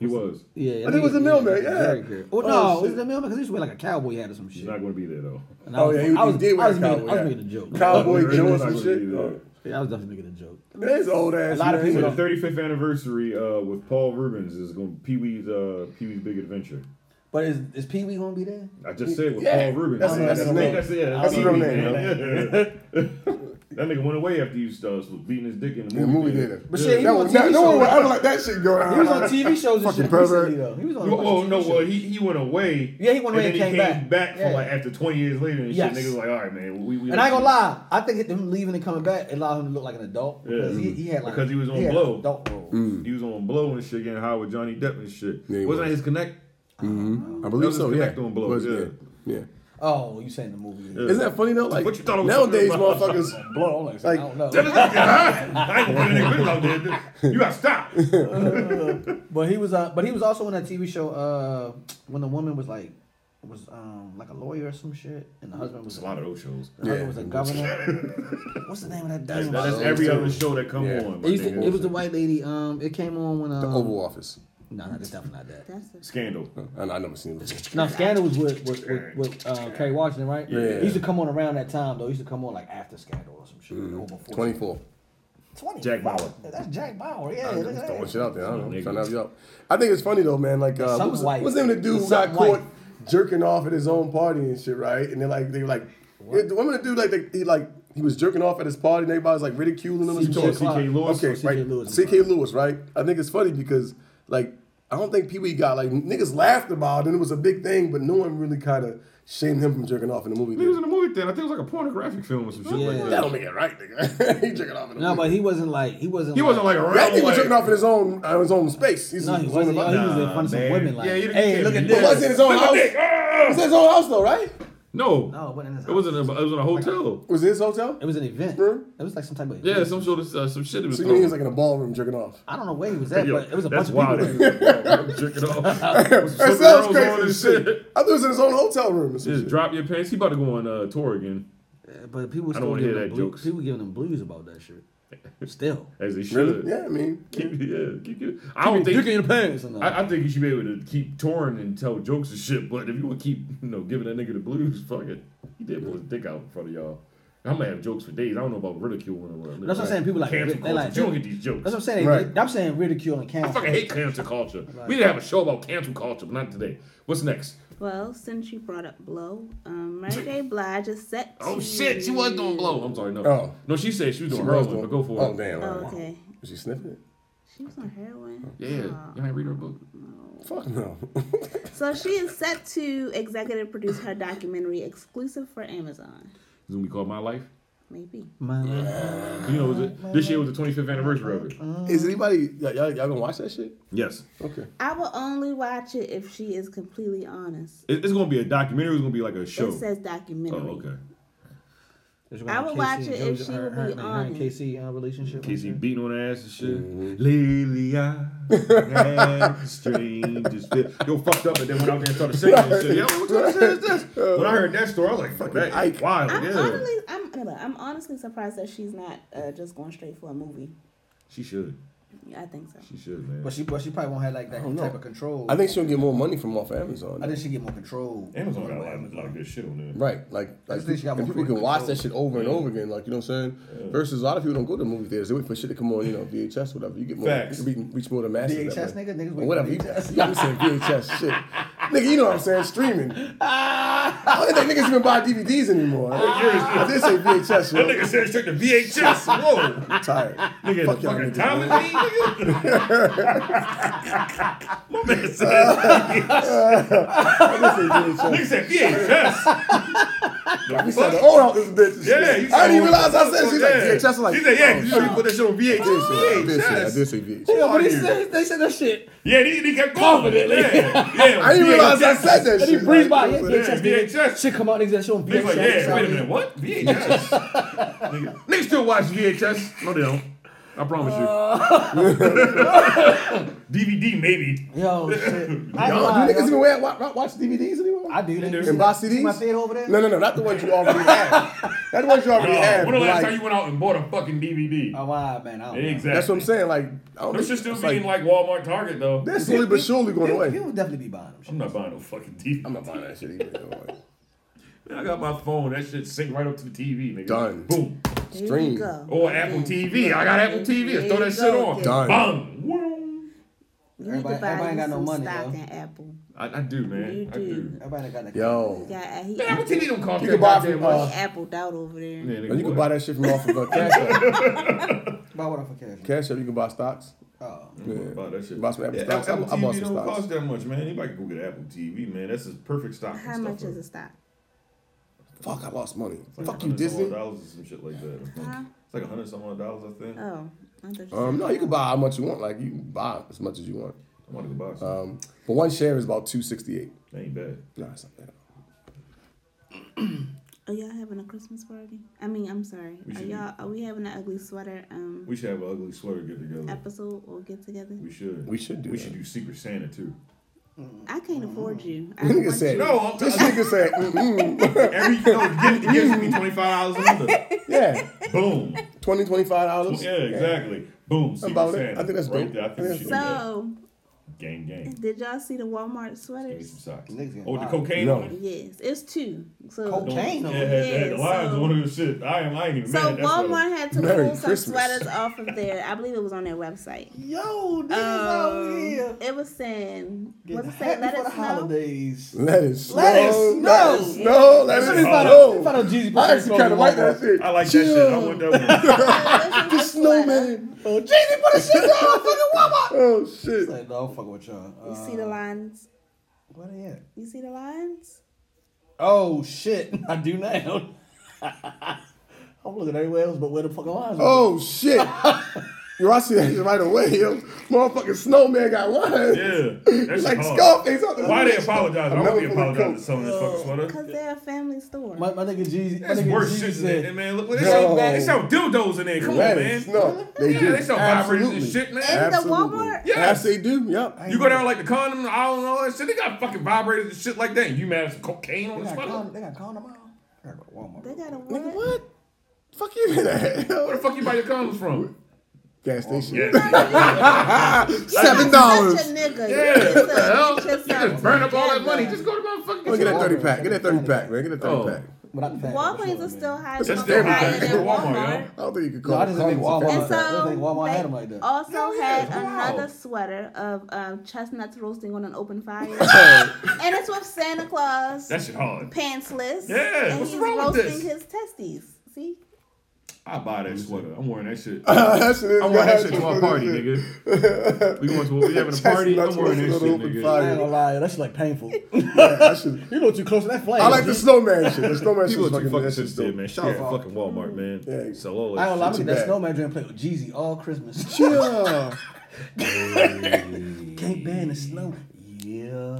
S3: He was.
S5: Yeah,
S4: I think it was the mailman, yeah.
S5: Jerry curl. Oh,
S4: Oh,
S5: no, it was
S4: shit.
S5: the mailman because he used to wear like a cowboy hat or some shit.
S3: He's not going to be there though.
S5: And I
S4: Oh,
S5: was-
S4: yeah. He,
S5: I
S4: he
S5: was,
S4: did
S5: I
S4: wear
S5: was
S4: the
S5: making, I was making a joke.
S4: Cowboy
S3: He's
S4: Joe or
S3: not
S4: some
S3: gonna
S4: shit.
S3: be there.
S4: Oh,
S5: Yeah, I was definitely making a joke.
S4: That's old ass.
S5: A lot of
S4: man.
S5: people
S3: So the 35th anniversary uh, with Paul Rubens is going to Pee Wee's uh, Pee Wee's Big Adventure.
S5: But is, is Pee Wee gonna be there?
S3: I just said with
S4: Yeah,
S3: Paul Rubens.
S4: that's-
S3: I
S4: that's his
S3: think
S4: name.
S3: That's, yeah,
S4: That's his real
S3: Pee Wee,
S4: name.
S3: man. that nigga went away after you started beating his dick in the
S4: The
S3: movie,
S4: movie theater.
S5: But shit, he
S4: That
S5: was
S4: was
S5: on
S4: not-
S5: TV
S4: no one
S5: shows.
S4: would- I don't like that shit going on.
S5: He was on TV shows and
S4: Fucking
S5: shit
S4: pervert.
S5: recently though. He was on.
S3: Well,
S5: fucking
S3: oh no!
S5: TV
S3: Well,
S5: shows.
S3: he, he went away.
S5: Yeah, he went away
S3: and
S5: and
S3: then
S5: came
S3: he came
S5: back.
S3: back, from
S5: Yeah.
S3: like after twenty years later and
S5: Yes.
S3: shit. Niggas like, all right, man. We, we
S5: And I ain't gonna lie, I think him leaving and coming back allowed him to look like an adult because he, he had like
S3: Because he was on
S5: had
S3: blow.
S5: Adult role.
S3: He was on blow and shit, getting high with Johnny Depp and shit.
S4: Mm. Yeah, he
S3: Wasn't that
S4: was.
S3: his connect?
S4: I
S3: That
S4: believe
S3: was
S4: so.
S3: his
S4: Yeah.
S3: connect on blow,
S4: Was-
S3: yeah.
S4: Yeah.
S5: Oh, you saying the movie?
S4: Isn't that funny though? Like
S3: What you thought I was
S4: nowadays,
S3: talking about?
S4: motherfuckers.
S5: Blow. I'm Like,
S4: Like,
S5: I don't know.
S3: I ain't gonna put a nigga video out there. dude. You gotta stop.
S5: But he was uh, but he was also on that TV show uh, when the woman was like was um like a lawyer or some shit, and the husband was
S3: It's a lot of those shows.
S5: the husband
S4: Yeah.
S5: was a governor. What's the name of that
S3: That's,
S5: damn?
S3: that's
S5: show?
S3: every other show that come
S4: Yeah.
S3: on. my
S5: It, used to-
S3: nigga.
S5: it was the white lady. Um, it came on when um,
S4: The Oval Office.
S5: No, no, it's definitely not that.
S6: That's the
S3: Scandal.
S4: I, I never seen it.
S5: No, Scandal was with with, with, with uh, Kerry Washington, right?
S4: Yeah.
S5: He used to come on around that time though. He used to come on like after Scandal or some shit. or before
S4: Twenty four.
S5: 20.
S3: Jack Bauer.
S5: That's Jack Bauer. Yeah.
S4: I'm
S5: look
S4: just
S5: at
S4: throwing
S5: that.
S4: Oh, shit out there. I don't know.
S3: Nigga.
S4: Trying to help you out. I think it's funny though, man. Like, uh,
S5: Something
S4: what was,
S5: white.
S4: what's the name of the dude who got
S5: Something
S4: caught
S5: white.
S4: jerking off at his own party and shit, right? And they're like, they were like, the woman, the dude, like, they, he like, he was jerking off at his party, and everybody was like ridiculing him. or some
S5: C.J.
S4: shit.
S3: C.K. Lewis.
S4: Okay,
S5: C.K.
S4: right.
S5: Lewis.
S4: C.K. Lewis, right? I think it's funny because like I don't think people got like niggas laughed about it and it was a big thing, but no one really kind of shamed him from jerking off in the movie.
S3: He was in
S4: theater.
S3: the movie theater. I think it was like a pornographic film or some shit like
S5: Yeah.
S4: That
S3: that.
S4: don't make it right, nigga. he jerking off in the
S5: No,
S4: movie.
S5: but he wasn't like he wasn't.
S3: He wasn't like around.
S4: that nigga was
S3: like,
S4: jerking off in his own on his own space. He's
S5: No, he
S4: his own
S5: wasn't. oh, He
S4: environment.
S5: was in front of some
S3: man.
S5: women like,
S3: Yeah, you-
S5: hey, look at
S3: you-
S5: this.
S4: But was it his own house?
S3: Dick, ah!
S4: It was his own house though, right?
S3: No.
S5: No, it wasn't in his
S3: It wasn't. a- It was in a hotel.
S4: Was it his hotel?
S5: It was an event.
S4: Room?
S5: It was like some type of.
S3: Yeah,
S5: event.
S3: some sort of uh, some shit. It was
S4: So you mean he
S3: throwing.
S4: was like in a ballroom jerking off?
S5: I don't know where he was at,
S3: Yo,
S5: but it was a bunch
S3: that's
S5: of
S3: wild.
S5: people. there.
S3: I'm jerking off. With some
S4: That sounds
S3: girls on
S4: crazy.
S3: and
S4: as Shit. I thought it was in his own hotel room. Or some
S3: Just
S4: shit.
S3: drop your pants. He about to go on uh, tour again,
S5: But people
S3: don't
S5: still
S3: wanna hear
S5: giving them
S3: that
S5: blues.
S3: jokes.
S5: People giving them blues about that shit. Still.
S3: as he
S4: Really?
S3: should.
S4: Yeah, I mean,
S3: Keep, yeah, keep, keep. I don't think.
S5: your pants. and all.
S3: I, I think you should be able to keep touring and tell jokes and shit. But if you want to keep, you know, giving that nigga the blues, fuck it. He did pull his dick out in front of y'all. I'm gonna have jokes for days. I don't know about ridiculing or whatever.
S5: That's what I'm saying, people like-
S3: cancel
S5: they
S3: culture.
S5: like-
S3: you don't get these jokes.
S5: That's what I'm saying.
S4: Right.
S5: I'm saying ridicule and
S3: I
S5: cancel.
S3: fucking hate cancel culture. we didn't have a show about cancel culture, but not today. What's next?
S6: Well, since you brought up Blow, um, Mary J. Blige is set.
S3: Oh
S6: to-
S3: shit, she was doing blow. I'm sorry, no.
S4: Oh.
S3: No, she said she was doing
S4: She was
S3: heroin,
S4: doing-
S3: but go for
S4: Oh
S3: it.
S4: damn!
S6: Oh,
S4: all right.
S6: okay.
S4: Was she sniffing it?
S6: She was on heroin.
S3: Yeah, you ain't read her book.
S4: Fuck no.
S6: So she is set to executive produce her documentary exclusive for Amazon.
S3: It's gonna be called My Life.
S6: Maybe.
S5: Man,
S3: You know, it was it, this year was the 25th anniversary of it.
S4: Is anybody y'all, y'all y'all gonna watch that shit?
S3: Yes,
S4: Okay.
S6: I will only watch it if she is completely honest.
S3: it, it's gonna be a documentary. It's gonna be like a
S6: It
S3: show.
S6: says
S3: Oh,
S6: documentary.
S3: okay.
S6: I would watch it if she would be honest.
S5: KC uh, relationship.
S3: Casey beating on her ass and shit.
S5: Mm-hmm.
S3: Lately I had the strangest feel. Yo, fucked up, and then went out there and started singing and shit. Yo, what the shit is this? When I heard that story, I was like, fuck that,
S4: Ike.
S3: wild,
S6: I'm
S3: yeah.
S6: honestly, I'm, no, no, I'm honestly surprised that she's not uh, just going straight for a movie.
S3: She should.
S6: I think so.
S3: She should, man.
S5: But she, but she probably won't have like that
S4: don't know.
S5: type of control.
S4: I think she'll get more money from off Amazon.
S5: I think she get more control.
S3: Amazon got a lot, a lot of good shit on there.
S4: Right, like, like
S5: think she got
S4: and
S5: more
S4: people
S5: creative
S4: can watch
S5: control.
S4: that shit over and over again, like you know what I'm saying. Versus a lot of people don't go to movie theaters; they wait for shit to come on, you know, VHS, whatever. You get more,
S3: Facts.
S4: you can reach, reach more to masses. that
S5: VHS,
S4: way.
S5: nigga? Niggas wait
S4: Or
S5: for
S4: whatever.
S5: VHS.
S4: VHS. I'm saying VHS shit, nigga. You know what I'm saying? Streaming. I don't think niggas even buy DVDs anymore. I did say VHS.
S3: That
S4: Yo.
S3: nigga said straight to VHS. Whoa.
S4: I'm tired.
S3: Nigga,
S4: Fuck
S3: Fuck
S4: y'all
S3: fucking
S4: niggas,
S3: time
S4: man.
S3: machine, nigga. My man said,
S4: I did say
S3: nigga said
S4: VHS.
S3: VHS.
S4: We said the old house is bitch. and shit.
S3: Yeah, he said-
S4: I didn't even realize I said. She's like
S3: Yeah.
S4: VHS. I'm like
S3: He said, yeah, you
S4: oh,
S3: should put that shit on VHS.
S4: shit. I did say- I did
S3: VHS.
S4: say VHS.
S5: Yeah, but he
S3: Fuck you.
S5: said, they said that shit.
S3: Yeah, he, he kept calling it. Yeah, yeah.
S4: I didn't realize I
S3: VHS.
S4: said that
S5: And
S4: shit.
S5: he breathed by
S4: like,
S5: it.
S4: you know what I'm saying?
S5: VHS, nigga.
S3: VHS.
S5: Shit come out, niggas that showing VHS.
S3: Niggas like, yeah,
S5: out
S3: wait a
S5: here.
S3: minute, what? VHS? Nigga, Niggas still watch VHS. No, they don't.
S10: I promise you.
S6: Uh.
S10: DVD maybe.
S5: Yo, shit. I, ain't
S4: Y'all,
S5: lying,
S4: you niggas
S5: yo.
S4: even wear, watch, watch DVDs anymore?
S5: I do. nigga.
S4: And buy
S5: See my
S4: CDs?
S5: theater over there?
S4: No, no, no, not the ones you already have. Not the ones you already
S10: Yo,
S4: have.
S10: when the
S4: but,
S10: last
S4: like,
S10: time you went out and bought a fucking DVD?
S5: Oh, wow, man. I don't know.
S10: exactly.
S4: that's what I'm saying. Like, I
S10: Those
S4: don't think-
S10: should still
S4: it's
S10: be in like Walmart, Target though.
S4: They're slowly but surely going
S5: People-
S4: away.
S5: People definitely be buying them.
S10: I'm
S5: shit.
S10: not buying no fucking DVD.
S4: I'm not buying that shit either.
S10: Man, I got my phone. That shit synced right up to the TV, nigga.
S4: Done.
S10: Boom.
S6: There
S4: Stream.
S6: you go.
S5: Oh,
S10: Or Apple TV. I got Apple TV. I throw
S6: There
S10: that
S6: you
S10: shit
S6: go,
S10: on.
S6: kid.
S4: Done.
S10: Bang. Whoom.
S6: You need to
S5: Everybody-
S6: buy
S5: everybody
S6: you
S5: got no
S6: some
S5: money,
S6: stock
S5: though.
S6: in Apple.
S10: I, I do, man.
S6: You
S10: I do.
S6: do.
S5: Everybody got that.
S4: Yo.
S6: Yeah, he,
S10: Man, Apple TV don't cost
S4: You
S10: that
S4: can buy
S10: goddamn
S4: from,
S10: much.
S4: uh,
S6: appled out over there.
S10: Yeah, nigga,
S4: Or you can
S10: what?
S4: buy that shit from off of uh, Cash App.
S5: Buy what off of cash.
S4: Cash App, you can buy stocks.
S5: Oh.
S4: Yeah.
S10: Buy that shit.
S4: Buy some Apple
S10: Yeah,
S4: stocks.
S3: Apple
S4: I, I bought
S3: TV
S4: some
S3: don't
S4: stocks.
S3: cost that much, man. Anybody can go get Apple TV, man. That's his perfect stock.
S6: How much is a stock?
S4: Fuck, I lost money. Fuck you, Disney.
S3: Dollars or some shit like that. It's like a hundred some odd dollars, I think.
S6: Oh, I thought you said-
S4: Um, no, you can buy how much you want. Like you can buy as much as you want.
S3: I'm gonna go buy some.
S4: Um, but one share is about two sixty eight.
S3: That ain't bad.
S4: Nah, it's not that.
S6: Are y'all having a Christmas party? I mean, I'm sorry.
S3: We
S6: Are
S3: should-
S6: y'all? Are we having an ugly sweater um
S3: We should have an ugly sweater get together.
S6: episode or get together?
S3: We should.
S4: We should do
S3: We
S4: that.
S3: should do Secret Santa too.
S6: I can't afford you. I
S4: Nigga
S6: want
S4: said,
S6: you.
S3: No, I'm
S4: this
S3: just
S4: nigga said, mm-mm.
S3: every no, gift gives me twenty five dollars a month.
S4: yeah,
S3: Boom.
S4: 20 dollars.
S3: Yeah, exactly. Boom. Secret
S4: about it.
S3: Santa.
S4: I think that's
S3: right
S4: dope.
S3: there. I
S4: I think
S3: think we should do that.
S6: So,
S3: Gang, gang.
S6: did y'all see the Walmart
S3: Give me
S6: sweaters?
S3: some socks.
S5: Niggas getting
S3: Oh, with the
S5: wild.
S10: cocaine. on
S4: No.
S10: it?
S6: Yes, it's two. So,
S5: Cocaine.
S10: Yeah,
S5: Ain't no-
S10: had that. the
S6: Yeah,
S10: lines
S6: so-
S10: on it and shit. I am. I ain't even
S6: so
S10: mad. That's what-
S6: Walmart had to
S4: Merry
S6: pull some
S4: Christmas.
S6: sweaters off of their. I believe it was on their website.
S5: Yo, niggas out
S6: Um,
S5: here.
S6: it was saying,
S5: Getting
S6: what's it
S5: happy
S6: saying? Let
S5: for the
S6: us know.
S5: holidays.
S4: Let it snow.
S5: Let it
S4: Let it
S5: snow.
S4: snow. Let
S5: Somebody
S4: it
S5: found
S4: snow.
S5: a- found a Jeezy
S4: I
S5: person
S4: actually kind of
S5: on
S4: like that
S5: Walmart.
S4: shit.
S3: I like that shit. I want that one.
S6: The
S4: Snowman.
S5: Oh, Jeezy put a shit down fucking Walmart.
S4: Oh, shit.
S5: Like, no, I'm fucking with y'all.
S6: You
S5: Uh,
S6: see the lines?
S5: Where they at?
S6: You see the lines?
S5: Oh shit! I do now. I'm looking everywhere else, but where the fucking lines? are.
S4: Oh, shit. Yo, I see that shit right away. Yo, motherfucking snowman got lines.
S10: Yeah, that's
S4: Like
S10: hard.
S4: Scarface out there.
S10: Why they apologize? I
S4: never
S10: won't be
S4: fucking
S10: apologizing
S4: coke.
S10: to someone this fucking sweater.
S6: Because they're a family store.
S5: My, my nigga Jeezy. My
S10: That's
S5: nigga
S10: worse
S5: Jeezy
S10: shit than that,
S5: said.
S10: man. Look, what they
S4: No.
S10: sell, they sell dildos in there. Come
S4: Let
S10: on,
S4: it
S10: man.
S4: snow. They
S10: Yeah,
S4: do.
S10: they sell vibrators
S4: Absolutely.
S10: and shit, man.
S6: And the
S4: Absolutely.
S6: Walmart-
S4: Yes, they do. Yep.
S10: You go down like the condom and all and all that shit. They got fucking vibrators and shit like that. And you mad at some cocaine on
S5: They
S10: the
S5: got,
S10: sweater?
S5: con- they got condom out. I gotta go to Walmart.
S6: They got a
S4: Nigga,
S6: what?
S4: what? Fuck you in
S10: Where the
S4: that.
S10: fuck you buy your condoms from?
S4: Gas station.
S10: Oh, Yeah.
S4: Seven
S6: Such a
S4: dollars.
S6: nigga.
S10: Yeah,
S6: You
S10: what the hell?
S6: get
S10: You
S6: yourself
S10: just burn up all that
S6: together.
S10: money. Just go to motherfucking.
S4: Look at that
S5: Walmart.
S4: thirty pack. Get that thirty pack, man. Get that thirty
S10: Oh.
S4: pack.
S5: But not the fact that
S6: Walgreens
S5: I'm
S6: is still
S5: short, man.
S6: high.
S10: That's
S6: still
S10: different.
S6: higher than
S10: That's Walmart,
S6: Walmart.
S4: I don't think you could
S5: No,
S4: call
S5: I
S4: it
S5: just think
S4: condoms a
S5: Walmart-
S4: fat
S6: And
S5: Walmart.
S4: pack.
S5: I think
S6: so
S5: Walmart
S6: they
S5: had 'em like that.
S6: also had
S10: wow.
S6: another sweater of um, chestnuts roasting on an open fire, and it's with Santa Claus
S10: That shit hard.
S6: pantsless.
S10: Yeah,
S6: and
S10: what's
S6: he's
S10: wrong with
S6: roasting
S10: this?
S6: his testes. See,
S10: I buy that sweater. I'm wearing that shit.
S4: That shit is
S10: I'm wearing that shit
S4: nasty.
S10: to our party, nigga. We going to we having a party. I'm
S4: Chestnuts
S10: wearing that
S4: roasted
S10: shit,
S4: on open
S10: nigga.
S4: fire.
S5: I ain't gonna lie, that's like painful. you
S4: Yeah, that shit-
S5: know too close to that flag.
S4: I like the snowman shit. The snowman shit
S3: People are
S4: is
S3: too
S4: fucking
S3: fucking
S4: that shit's
S3: sensitive,
S4: dope.
S3: man. Shout out to fucking Walmart, man.
S4: Yeah.
S3: Sell all
S5: I
S3: that
S5: ain't gonna lie, I'm
S4: Too
S5: gonna get that
S4: bad.
S5: snowman drink play with Jeezy all Christmas.
S4: Yeah.
S5: Can't ban the snow. Yeah.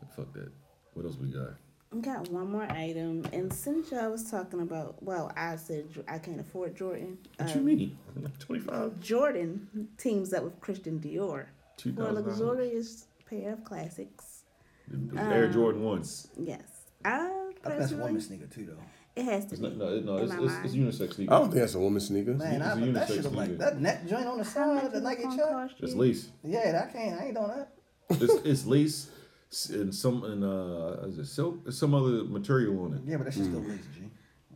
S3: shit. Fuck that. What else we got?
S6: we got one more item, and since y'all was talking about, well, I said Ju- I can't afford Jordan.
S3: What you
S6: um,
S3: mean? Twenty five.
S6: Jordan teams up with Christian Dior for a
S3: $2,000.
S6: luxurious pair of classics.
S3: Air
S6: Um,
S3: Jordan ones.
S6: Yes. I
S5: I think that's a woman
S6: personally,
S5: sneaker too though.
S6: it has to be.
S3: No, no, no
S6: in
S3: it's,
S6: my
S3: it's,
S6: mind.
S3: it's unisex
S4: I
S3: sneaker.
S4: don't think that's a woman's sneaker.
S5: Man, I
S3: a
S5: put that
S3: unisex
S5: shit up
S3: nigga.
S5: like that net joint on the
S6: How
S5: side
S6: much
S5: of the
S6: is it
S5: Nike
S6: gonna
S5: chuck.
S6: cost
S3: It's
S6: you?
S3: lace.
S5: Yeah, that can't. I ain't doing that.
S3: It's, it's lace s- and some and uh is it silk? It's some other material on it.
S5: Yeah, but that shit's still lace, G.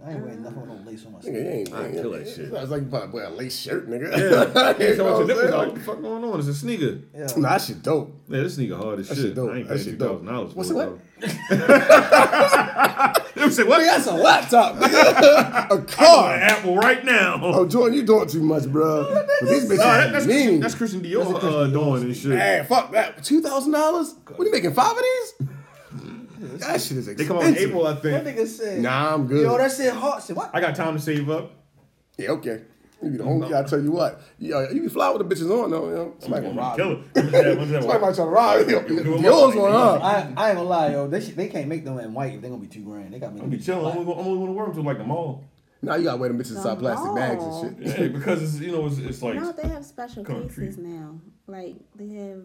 S5: I ain't wearing nothing with no lace on my
S4: Mm. Nigga, you
S5: skin.
S4: ain't-
S3: I
S4: ain't-
S3: kill that shit.
S4: It's like you probably wear a lace shirt, nigga.
S3: Yeah,
S4: You
S3: so
S4: know
S3: what
S4: what
S3: your
S4: I'm
S3: nipples
S4: saying?
S3: out. What the fuck going on? It's a sneaker.
S5: Yeah.
S4: Nah, that shit dope.
S3: Man, this nigga hard as
S4: That
S3: shit.
S4: shit dope.
S3: I ain't
S4: That
S3: paying two
S4: shit dope.
S3: thousand dollars for
S4: What's
S3: it.
S4: it
S3: though. They would say what?
S4: Nigga, that's a laptop, nigga. a
S10: An
S4: car.
S10: apple right now.
S4: Oh, Jordan, you doing too much, bro. These
S10: Nah,
S4: bitches
S10: that- that's,
S4: mean.
S10: Christian, that's Christian Dior uh, doing and shit.
S4: Hey, fuck that. Two thousand dollars? What are you making five of these? That shit is expensive.
S10: They come out in April, I
S5: That
S10: think.
S5: nigga said.
S4: Nah, I'm good.
S5: Yo, that shit hot. Said what?
S10: I got time to save up.
S4: yeah, okay. You be the only I tell you what. Yo, you can fly with the bitches on though. You know? Somebody
S10: I'm gonna
S4: gonna rob
S10: kill
S4: you.
S10: it. What's that? What's that?
S4: Somebody might try to rob you.
S10: do it
S4: Yours
S10: like-
S4: on, huh?
S5: I, I ain't gonna lie, yo. They, sh- they can't make them in white if they gonna be too grand. They gotta make
S10: I'm
S5: them
S10: be chilling. I'm
S5: black.
S10: only, I'm only gonna wear them to like the mall.
S4: Now you gotta wear them bitches inside plastic bags and shit.
S10: Yeah, because it's you know it's, it's like
S6: No, they have special
S10: Country.
S6: cases now. Like they have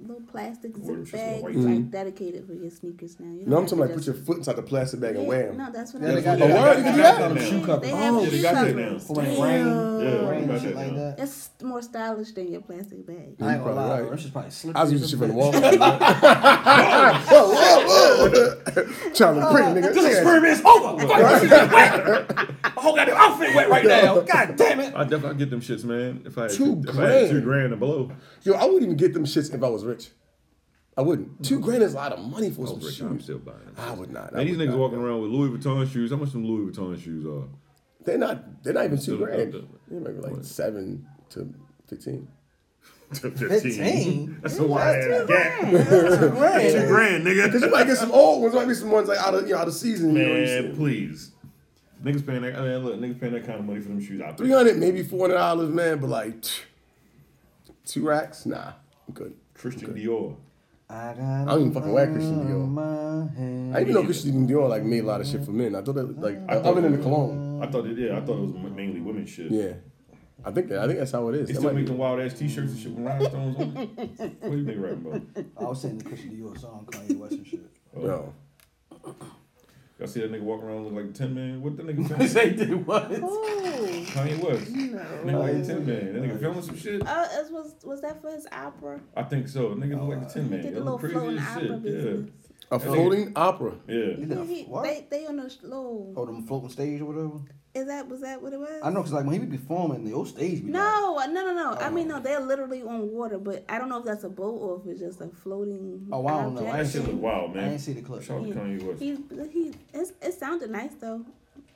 S6: little plastic
S10: Where
S6: zip
S10: it's just a
S6: bags
S10: white-
S6: like dedicated for your sneakers now. You
S4: No, I'm
S6: have to
S4: talking like put
S6: just-
S4: your foot inside the plastic bag and
S6: Yeah,
S4: wham.
S6: No, that's what
S5: Yeah,
S6: I'm
S5: they got-
S6: saying.
S4: Oh, word, you can do that?
S5: Them shoe
S6: They
S5: covers.
S6: have
S5: Oh,
S6: shoe
S10: they got that
S6: covers.
S10: now.
S5: When it rain,
S10: Yeah, we
S5: rain
S10: got
S5: and shit
S10: that
S5: like
S10: now.
S5: that.
S6: It's more stylish than your plastic bag.
S5: I ain't gonna
S4: probably
S5: lie,
S4: right.
S5: bro. That shit's probably slippery.
S4: I was using
S5: as
S4: shit
S5: a
S4: from the
S5: bitch.
S4: wall. whoa, whoa, whoa! Trying to print, nigga.
S10: This experiment's over. Fuck, this shit is wet. My whole goddamn outfit wet right now. God damn it.
S3: I definitely get them shits, man. If I had
S4: Two
S3: two, if I had two
S4: grand.
S3: grand and below,
S4: Yo, I wouldn't even get them shits if I was rich. I wouldn't. Two grand is a lot of money for
S10: Oh,
S4: some
S3: I'm rich,
S4: shoes.
S3: I'm still buying them.
S4: I would not. I
S3: Man, these
S4: would
S3: niggas
S4: not.
S3: walking around with Louis Vuitton shoes. How much them Louis Vuitton shoes are?
S4: They're not. They're not even two
S3: Still-
S4: grand.
S3: still-
S4: They're maybe like seven to fifteen.
S5: Fifteen.
S3: That's a wide ass gap. Two
S5: Right.
S3: grand, nigga.
S4: Cause you might get some old ones. Might be some ones like out of you know out of season. you know, you
S3: Man,
S4: see.
S3: please. Niggas paying that. I mean, look, niggas paying that kind of money for them shoes out
S4: Three
S3: there.
S4: hundred, maybe four hundred dollars, man. But like tch, two racks, nah, I'm good.
S3: Christian Dior.
S5: I got
S4: I don't even fucking wear Christian
S5: a
S4: Dior.
S5: my hand.
S4: I didn't even know Christian Dior like made a lot of shit for men. I thought that like
S3: I
S4: other than
S3: thought-
S4: the cologne.
S3: I thought it. Yeah, I thought it was mainly women's shit.
S4: Yeah, I think that, I think that's how it is.
S3: They
S4: That
S3: still
S4: might
S3: make
S4: be-
S3: them wild ass t-shirts and shit with rhinestones on it. What you think, rapping about?
S5: I was saying the Christian Dior song, Kanye West and shit.
S4: no.
S3: Y'all see that nigga walking around look like Tin Man? What the nigga
S9: They
S3: filming?
S9: say did what?
S6: Ooh.
S3: Kanye West. Nigga like Tin Man. That nigga filming some shit.
S6: Oh, it was was that for his opera?
S3: I think so. Nigga look like the Tin Man.
S6: Did
S3: That
S6: a little
S3: look crazy
S6: floating
S3: as
S6: opera
S3: shit. Yeah,
S6: business.
S4: A floating opera.
S3: yeah.
S5: Yeah,
S6: He- he-
S5: what?
S6: they they on the low.
S5: Oh, them floating stage or whatever.
S6: Is that was that what it was?
S5: I know, cause like when he be performing, the old stage be like,
S6: No, uh, no, no, no. I mean,
S5: Oh.
S6: no, they're literally on water, but I don't know if that's a boat or if it's just a floating.
S5: Oh, I don't know. I
S6: object.
S3: That shit look wild, man.
S5: I ain't see the clip.
S3: Shout out to Kanye West.
S6: He, he, it's, it sounded nice though.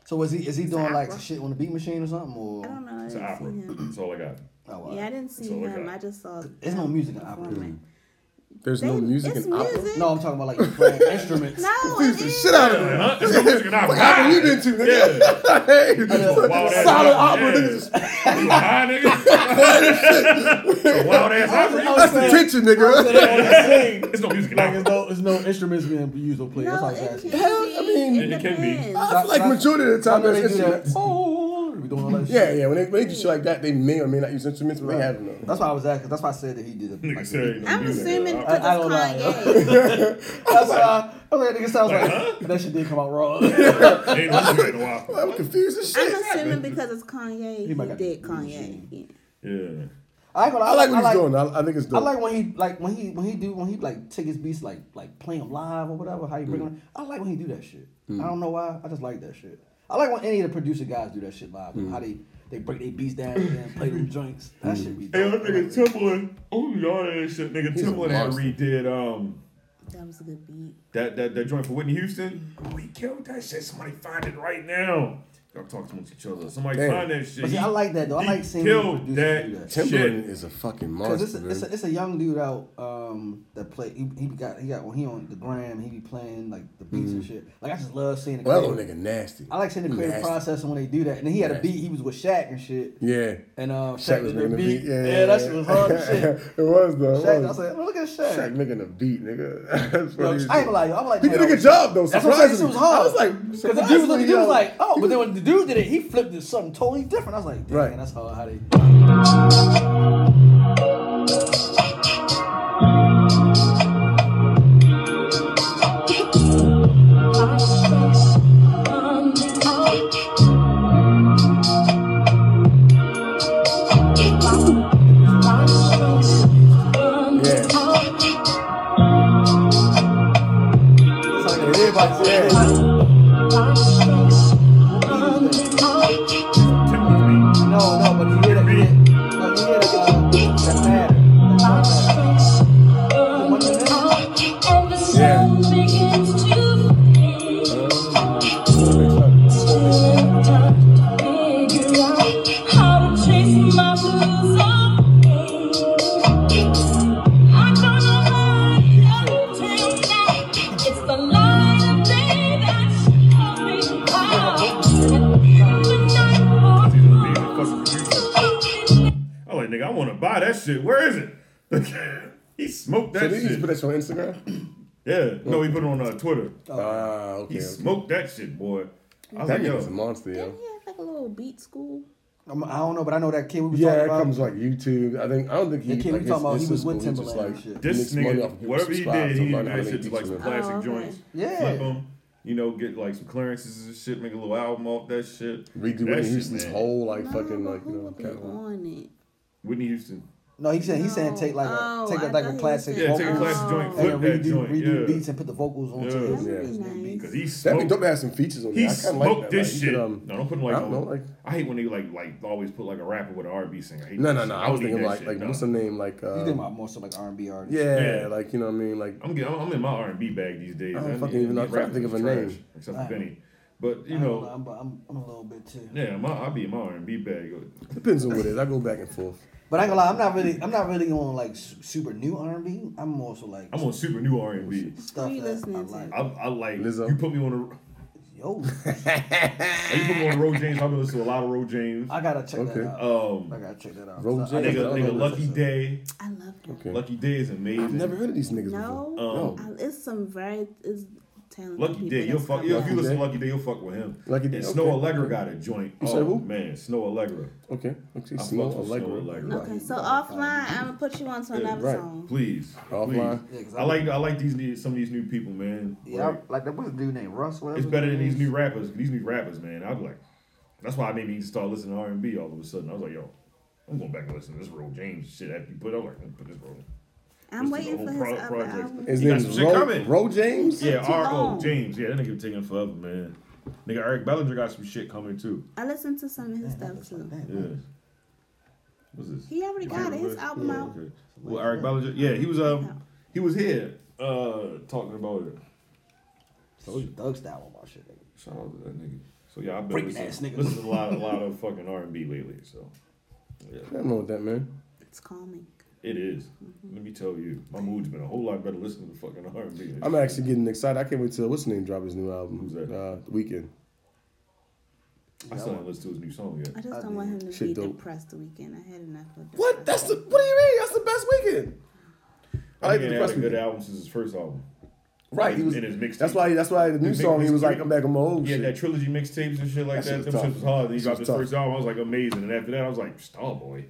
S5: So is he is he doing like
S6: opera.
S5: shit on the beat machine or something
S6: I
S5: or?
S6: don't know. I
S3: It's
S6: didn't
S3: an
S6: see
S3: opera.
S6: him.
S3: That's all I got.
S5: Oh, wow.
S6: Yeah, I didn't see
S3: That's all I
S6: him.
S3: got.
S6: I just saw.
S5: There's no music in opera.
S6: performing.
S4: There's no
S6: They-
S4: music
S6: it's
S4: in opera.
S6: music.
S5: No, I'm talking about like you playing instruments.
S6: No,
S4: Confuse
S6: it
S4: the
S6: is.
S4: shit out of me.
S3: Huh? There's no music in opera.
S4: What opera you been to, nigga?
S3: Wild
S4: Hey,
S3: ass
S4: solid
S3: opera,
S4: opera,
S3: yeah.
S4: niggas.
S3: You high, nigga? Wild ass opera.
S4: That's the tension, nigga.
S3: There's no music in
S9: Like,
S3: opera.
S9: there's no, there's no instruments being used or played. That's
S6: No,
S9: all I'm
S6: it
S9: asking.
S6: can be.
S4: I mean,
S6: it
S3: It can be.
S6: depends.
S4: I feel like majority of the time
S5: Sometimes
S4: that's
S5: they do that.
S4: instruments.
S9: Oh, we doing all that shit.
S4: Yeah, yeah. When they, when they do shit like that, they may or may not use instruments, but they have them.
S5: That's why I was asking. That's why I said that he did a.
S3: Nigga said ain't no
S6: I'm
S3: music.
S6: assuming
S3: Uh,
S6: because it's
S5: I don't know.
S6: Kanye.
S5: That's why I was like, nigga sounds like that shit did come out wrong.
S3: Ain't no music in opera.
S4: I'm confused as shit.
S6: I'm assuming because it's Kanye. He
S5: might got
S6: did
S5: the
S6: Kanye. Yeah.
S3: Yeah.
S5: I ain't gonna. lie,
S4: I like what he's
S5: I
S4: doing. I, I think it's
S5: I
S4: dope.
S5: like when he like when he when he do when he like take his beats like like play them live or whatever how you bring
S4: Mm.
S5: them. I like when he do that shit. I don't know why. I just like that shit. I like when any of the producer guys do that shit live.
S4: Mm.
S5: How they they break their beats down and then play them joints. That shit be.
S3: Hey,
S5: dope.
S3: that nigga Timbaland. Oh, y'all that shit. Nigga
S4: He's a
S3: Timbaland had
S4: monster.
S3: redid um,
S6: That was a good beat.
S3: that, that, that joint for Whitney Houston. We killed that shit. Somebody find it right now. Y'all talk amongst each other. Somebody
S4: Damn.
S3: find that shit.
S5: But see, I like that though. I
S3: He
S5: like seeing
S3: killed
S5: producers
S3: that
S5: do that.
S3: shit.
S4: Timberland is a fucking
S5: Cause
S4: monster.
S5: it's a, it's,
S4: man.
S5: a, it's a young dude out um, that play. He, he got he got when he on the gram. He be playing like the beats and shit. Like I just love seeing the.
S4: Mm. Well, that
S5: creative-
S4: little nigga nasty.
S5: I like seeing the creative
S4: Nasty.
S5: process and when they do that. And then he had a
S4: Nasty.
S5: beat. He was with Shaq and shit.
S4: Yeah.
S5: And uh,
S4: Shaq
S5: Shaq
S4: was
S5: did their
S4: making the
S5: beat.
S4: beat.
S5: Yeah, that shit was hard as shit.
S4: it was though. It
S5: Shaq, I
S4: was.
S5: was like, oh, look at Shaq.
S4: Shaq making the beat, nigga. That's what
S5: Yo, I ain't
S4: he was
S5: gonna
S4: doing.
S5: lie, yo. I'm like,
S4: He did a
S5: yo,
S4: good job though.
S5: That's what I'm saying,
S4: Surprisingly,
S5: it was hard.
S4: I was like,
S5: Because the dude was, the
S4: surprisingly,
S5: dude was
S4: yo.
S5: like, oh, but then when the dude did it, he flipped it something totally different. I was like, damn,
S4: Right.
S5: that's hard how they.
S4: yeah.
S5: It's like everybody's
S4: Yeah.
S3: Timbaland's beat.
S5: No, no, but you hear that, you hear, no, you hear that, uh, that pattern. That drum pattern. The one minute-
S4: Yeah.
S3: He's an amazing fucking producer. I'm like, nigga, I want to buy that shit. Where is it? he
S5: "Oh,
S3: smoked
S4: So
S3: that
S4: did you
S3: shit.
S4: put that shit on Instagram?
S5: Oh.
S3: yeah. No, he put it on uh, Twitter.
S4: Ah, okay.
S3: He smoked that shit, boy. I was
S4: That
S3: like, yo,
S4: nigga's a monster,
S6: Didn't
S4: yo.
S6: he have like a little beat school?
S5: I'm, I don't know, but I know that kid we was
S4: Yeah,
S5: talking
S4: that
S5: about.
S4: comes like YouTube. I think I don't think he.
S5: The kid we
S4: like,
S5: talking about, he was
S4: school,
S5: with
S4: just,
S5: Timberland and shit.
S4: makes
S3: this
S4: money off of
S3: nigga,
S4: people
S3: whatever he
S4: subscribing
S3: did,
S4: to
S3: he
S4: him,
S3: did
S4: like,
S3: that
S4: how
S3: shit
S4: many
S3: to like
S4: beats
S3: some
S4: he made.
S3: plastic
S6: Oh, okay.
S3: joints,
S5: Yeah.
S3: flip them, you know, get like some clearances and shit, make a little album off that shit.
S4: Redo
S3: that
S4: Whitney
S3: shit,
S4: Houston's
S3: man.
S4: whole like
S6: No,
S4: fucking
S6: but
S4: like um, you
S6: who
S4: know
S6: would be
S4: catalog.
S6: on it?
S3: Whitney Houston.
S5: No, he's saying he's saying
S6: No.
S5: take like a
S6: Oh,
S5: take a,
S6: I
S5: like
S6: thought
S5: a
S6: he
S5: classic.
S6: was
S3: Yeah, take a
S6: Oh.
S5: vocal
S3: classic joint,
S6: And
S5: and
S3: flip
S5: then
S3: that
S5: redo
S3: joint,
S5: redo
S3: yeah.
S5: beats and put the vocals on.
S3: Yeah.
S5: Yeah.
S6: That would be
S4: Yeah.
S6: nice.
S3: Cause he
S4: That'd be
S3: smoked,
S4: dope to have some features on
S3: he
S4: there. I kinda
S3: smoked
S4: like that.
S3: this
S4: like, you
S3: shit.
S4: could, um,
S3: no, don't put like,
S4: I don't know, like-
S3: I hate when they like like always put like a rapper with an R and B singer. I hate
S4: No,
S3: that
S4: no,
S3: shit.
S4: no. I
S3: don't
S4: was
S3: need
S4: thinking
S3: that
S4: like
S3: shit,
S4: like
S3: no.
S4: what's her name like.
S5: You think
S4: uh,
S5: about more so like R and B artists?
S4: Yeah,
S3: Yeah.
S4: like you know what I mean like.
S3: I'm getting, I'm in my R and B bag these days.
S4: I don't
S3: man.
S4: fucking even know. I can't
S3: Rappers
S4: think of
S3: is
S4: a
S3: trash,
S4: name.
S3: except
S5: I
S3: for
S5: don't
S3: Benny. But you
S5: I don't know,
S3: know,
S5: I'm, I'm, I'm a little bit too.
S3: yeah, my I be in my R and B bag.
S4: Depends on what it is. I go back and forth.
S5: But I ain't gonna lie, I'm not really I'm not really on like su- super new R and B. I'm more so like
S3: I'm on super new R and B.
S5: stuff
S6: Who you
S5: that
S6: listening
S5: I
S6: to?
S5: like.
S3: I, I like
S4: Lizzo.
S3: you put me on a
S5: Yo,
S3: Like, you put me on Road James. I've been listening to a lot of Road James.
S5: I gotta check
S4: Okay.
S5: that out. I
S3: Um,
S5: gotta check that out.
S4: Road
S5: So I- I
S4: James,
S5: gotta
S3: nigga,
S5: listen
S3: nigga,
S5: to
S3: Lucky
S5: some-
S3: Day.
S6: I love him.
S4: Okay.
S3: Lucky Day is amazing.
S4: I've never heard of these niggas
S6: No,
S3: Um,
S4: before. No.
S6: I- it's some very it's talented
S3: Lucky
S6: people
S3: Day, you'll
S6: that's
S3: fuck.
S6: coming
S3: If you
S6: up.
S3: listen to Lucky Day, you'll fuck with him.
S4: Lucky Day,
S3: And Snow
S4: okay.
S3: Allegra got a joint.
S4: You
S3: oh
S4: said who?
S3: man, Snow Allegra.
S4: Okay. Okay.
S3: I
S4: Snow
S3: fucks with
S4: Allegra.
S3: Snow Allegra.
S6: Okay, so offline, I'm gonna put you on to another
S4: right.
S6: song.
S3: Please,
S4: Offline.
S5: Yeah,
S3: please.
S5: 'cause
S3: I like I like these new- some of these new people, man.
S5: Yeah,
S3: Like,
S5: I- like that was a dude named Russ. Whatever.
S3: it's
S5: his
S3: better than
S5: name
S3: these
S5: is.
S3: new rappers. These new rappers, man. I'd be like, that's why I made me start listening to R and B all of a sudden. I was like, yo, I'm going back and listening to this Roll James shit. After you put, it, I was like, I'm gonna put this Roll.
S6: I'm
S3: This is
S6: waiting
S3: the
S6: for his
S3: whole pro-
S6: other
S3: project.
S6: album.
S4: His
S3: He got
S4: name
S3: some
S4: is
S3: shit
S4: Ro,
S3: coming.
S4: Ro James.
S3: Yeah,
S6: too
S3: R O
S6: long.
S3: James. Yeah, that nigga been taking forever, man. Nigga Eric Bellinger got some shit coming too.
S6: I listened to some of his stuff too.
S3: Yeah. What's this?
S6: He already
S3: You
S6: got it.
S3: can't
S6: His
S3: remember?
S6: album
S3: Yeah,
S6: out.
S3: okay. Well, Eric Bellinger. Yeah, he was um he was here uh talking about it.
S5: Thug style on my shit. nigga.
S3: Shout out to that nigga. So yeah, I've been
S5: Breaking ass
S3: listening,
S5: nigga.
S3: listening to a lot, a lot of fucking R and B lately. So
S4: I don't know what that man.
S6: It's calming.
S3: it is. Let me tell you, my mood's been a whole lot better listening to fucking R and B.
S4: I'm actually getting excited. I can't wait till what's his name drop his new album.
S3: Who's that?
S4: Uh, the weekend.
S3: I still haven't listened to his new song
S6: I
S3: yet.
S6: just don't want him to
S4: Shit
S6: be
S4: dope.
S6: depressed the weekend. I had enough of that.
S4: What? That's the. What do you mean? That's the best weekend. I
S3: I
S4: like
S3: think
S4: the
S3: he had a
S4: best
S3: good
S4: weekend.
S3: album since his first album.
S4: Right. He was.
S3: in his mixtape.
S4: That's why. That's why the new
S3: His big
S4: song. He was
S3: mixtape.
S4: like, I'm back on my old
S3: Yeah, that
S4: shit.
S3: trilogy mixtapes and shit like
S4: That shit
S3: that.
S4: was
S3: Them shit
S4: tough.
S3: was hard. Then he
S4: Shit
S3: dropped
S4: was
S3: his
S4: tough.
S3: first album. I was like amazing, and after that, I was like Starboy.
S5: I ain't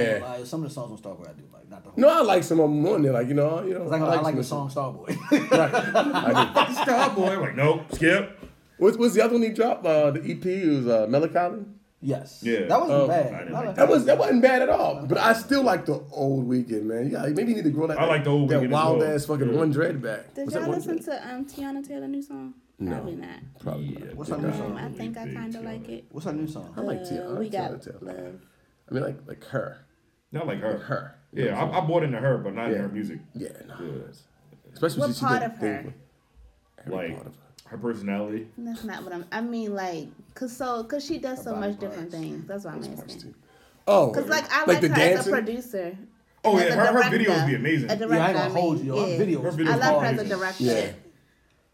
S4: Yeah.
S5: gonna lie, some of the songs on Starboy I do like, not the whole.
S4: No, I like some of them on there. Like you know, you know.
S5: 'Cause I, ain't gonna lie, I like the
S4: some-
S5: song Starboy.
S4: Right. I do.
S3: Starboy. I'm like, nope, skip.
S4: What's, what's the other one he dropped? Uh, the EP it was uh, Melancholy.
S5: yes.
S3: Yeah.
S5: That wasn't
S4: Oh,
S5: bad.
S3: I didn't
S5: Not
S3: like
S5: a-
S4: That was that wasn't bad at all. But I still like the old weekend, man. Yeah, maybe you need to grow that.
S3: I like the Old
S4: that
S3: Weeknd as
S4: wild
S3: well.
S4: ass fucking
S3: Yeah.
S4: one dread back.
S6: Did
S4: Was that
S6: y'all
S4: One
S6: listen
S4: Dread?
S6: to um Tiana Taylor new song?
S4: No.
S6: Probably not.
S4: Probably not.
S3: Yeah,
S5: What's
S3: dude,
S5: her new
S3: I
S5: song?
S6: Um, I
S3: really
S6: think I
S3: dig
S6: kind of
S3: Oh, Tiana.
S6: like it.
S5: What's her new song?
S4: I like Tiana.
S6: Uh, we got
S4: Tiana Taylor.
S6: love.
S4: I mean, like like her,
S3: Not like her.
S4: her.
S3: Yeah, I, I bought into her, but not in her music.
S4: Yeah, no. Especially
S6: What
S4: since she
S6: part
S4: did
S6: of her?
S4: Dave- every
S3: Like
S4: part of her.
S3: her personality.
S6: That's not what I'm. I mean, like, cause so, cause she does so much different things. That's why I'm
S4: Parts
S6: asking.
S4: too. Oh,
S6: Cause like I like, her as a producer.
S3: Oh
S6: as
S3: yeah,
S6: a
S3: her, her
S6: director,
S3: videos be amazing.
S6: A director,
S5: Yeah, I ain't gonna hold
S6: mean,
S5: you. Her
S6: yeah.
S5: videos.
S3: Her
S6: I
S3: videos
S6: love her as a
S3: amazing.
S6: director.
S4: Yeah.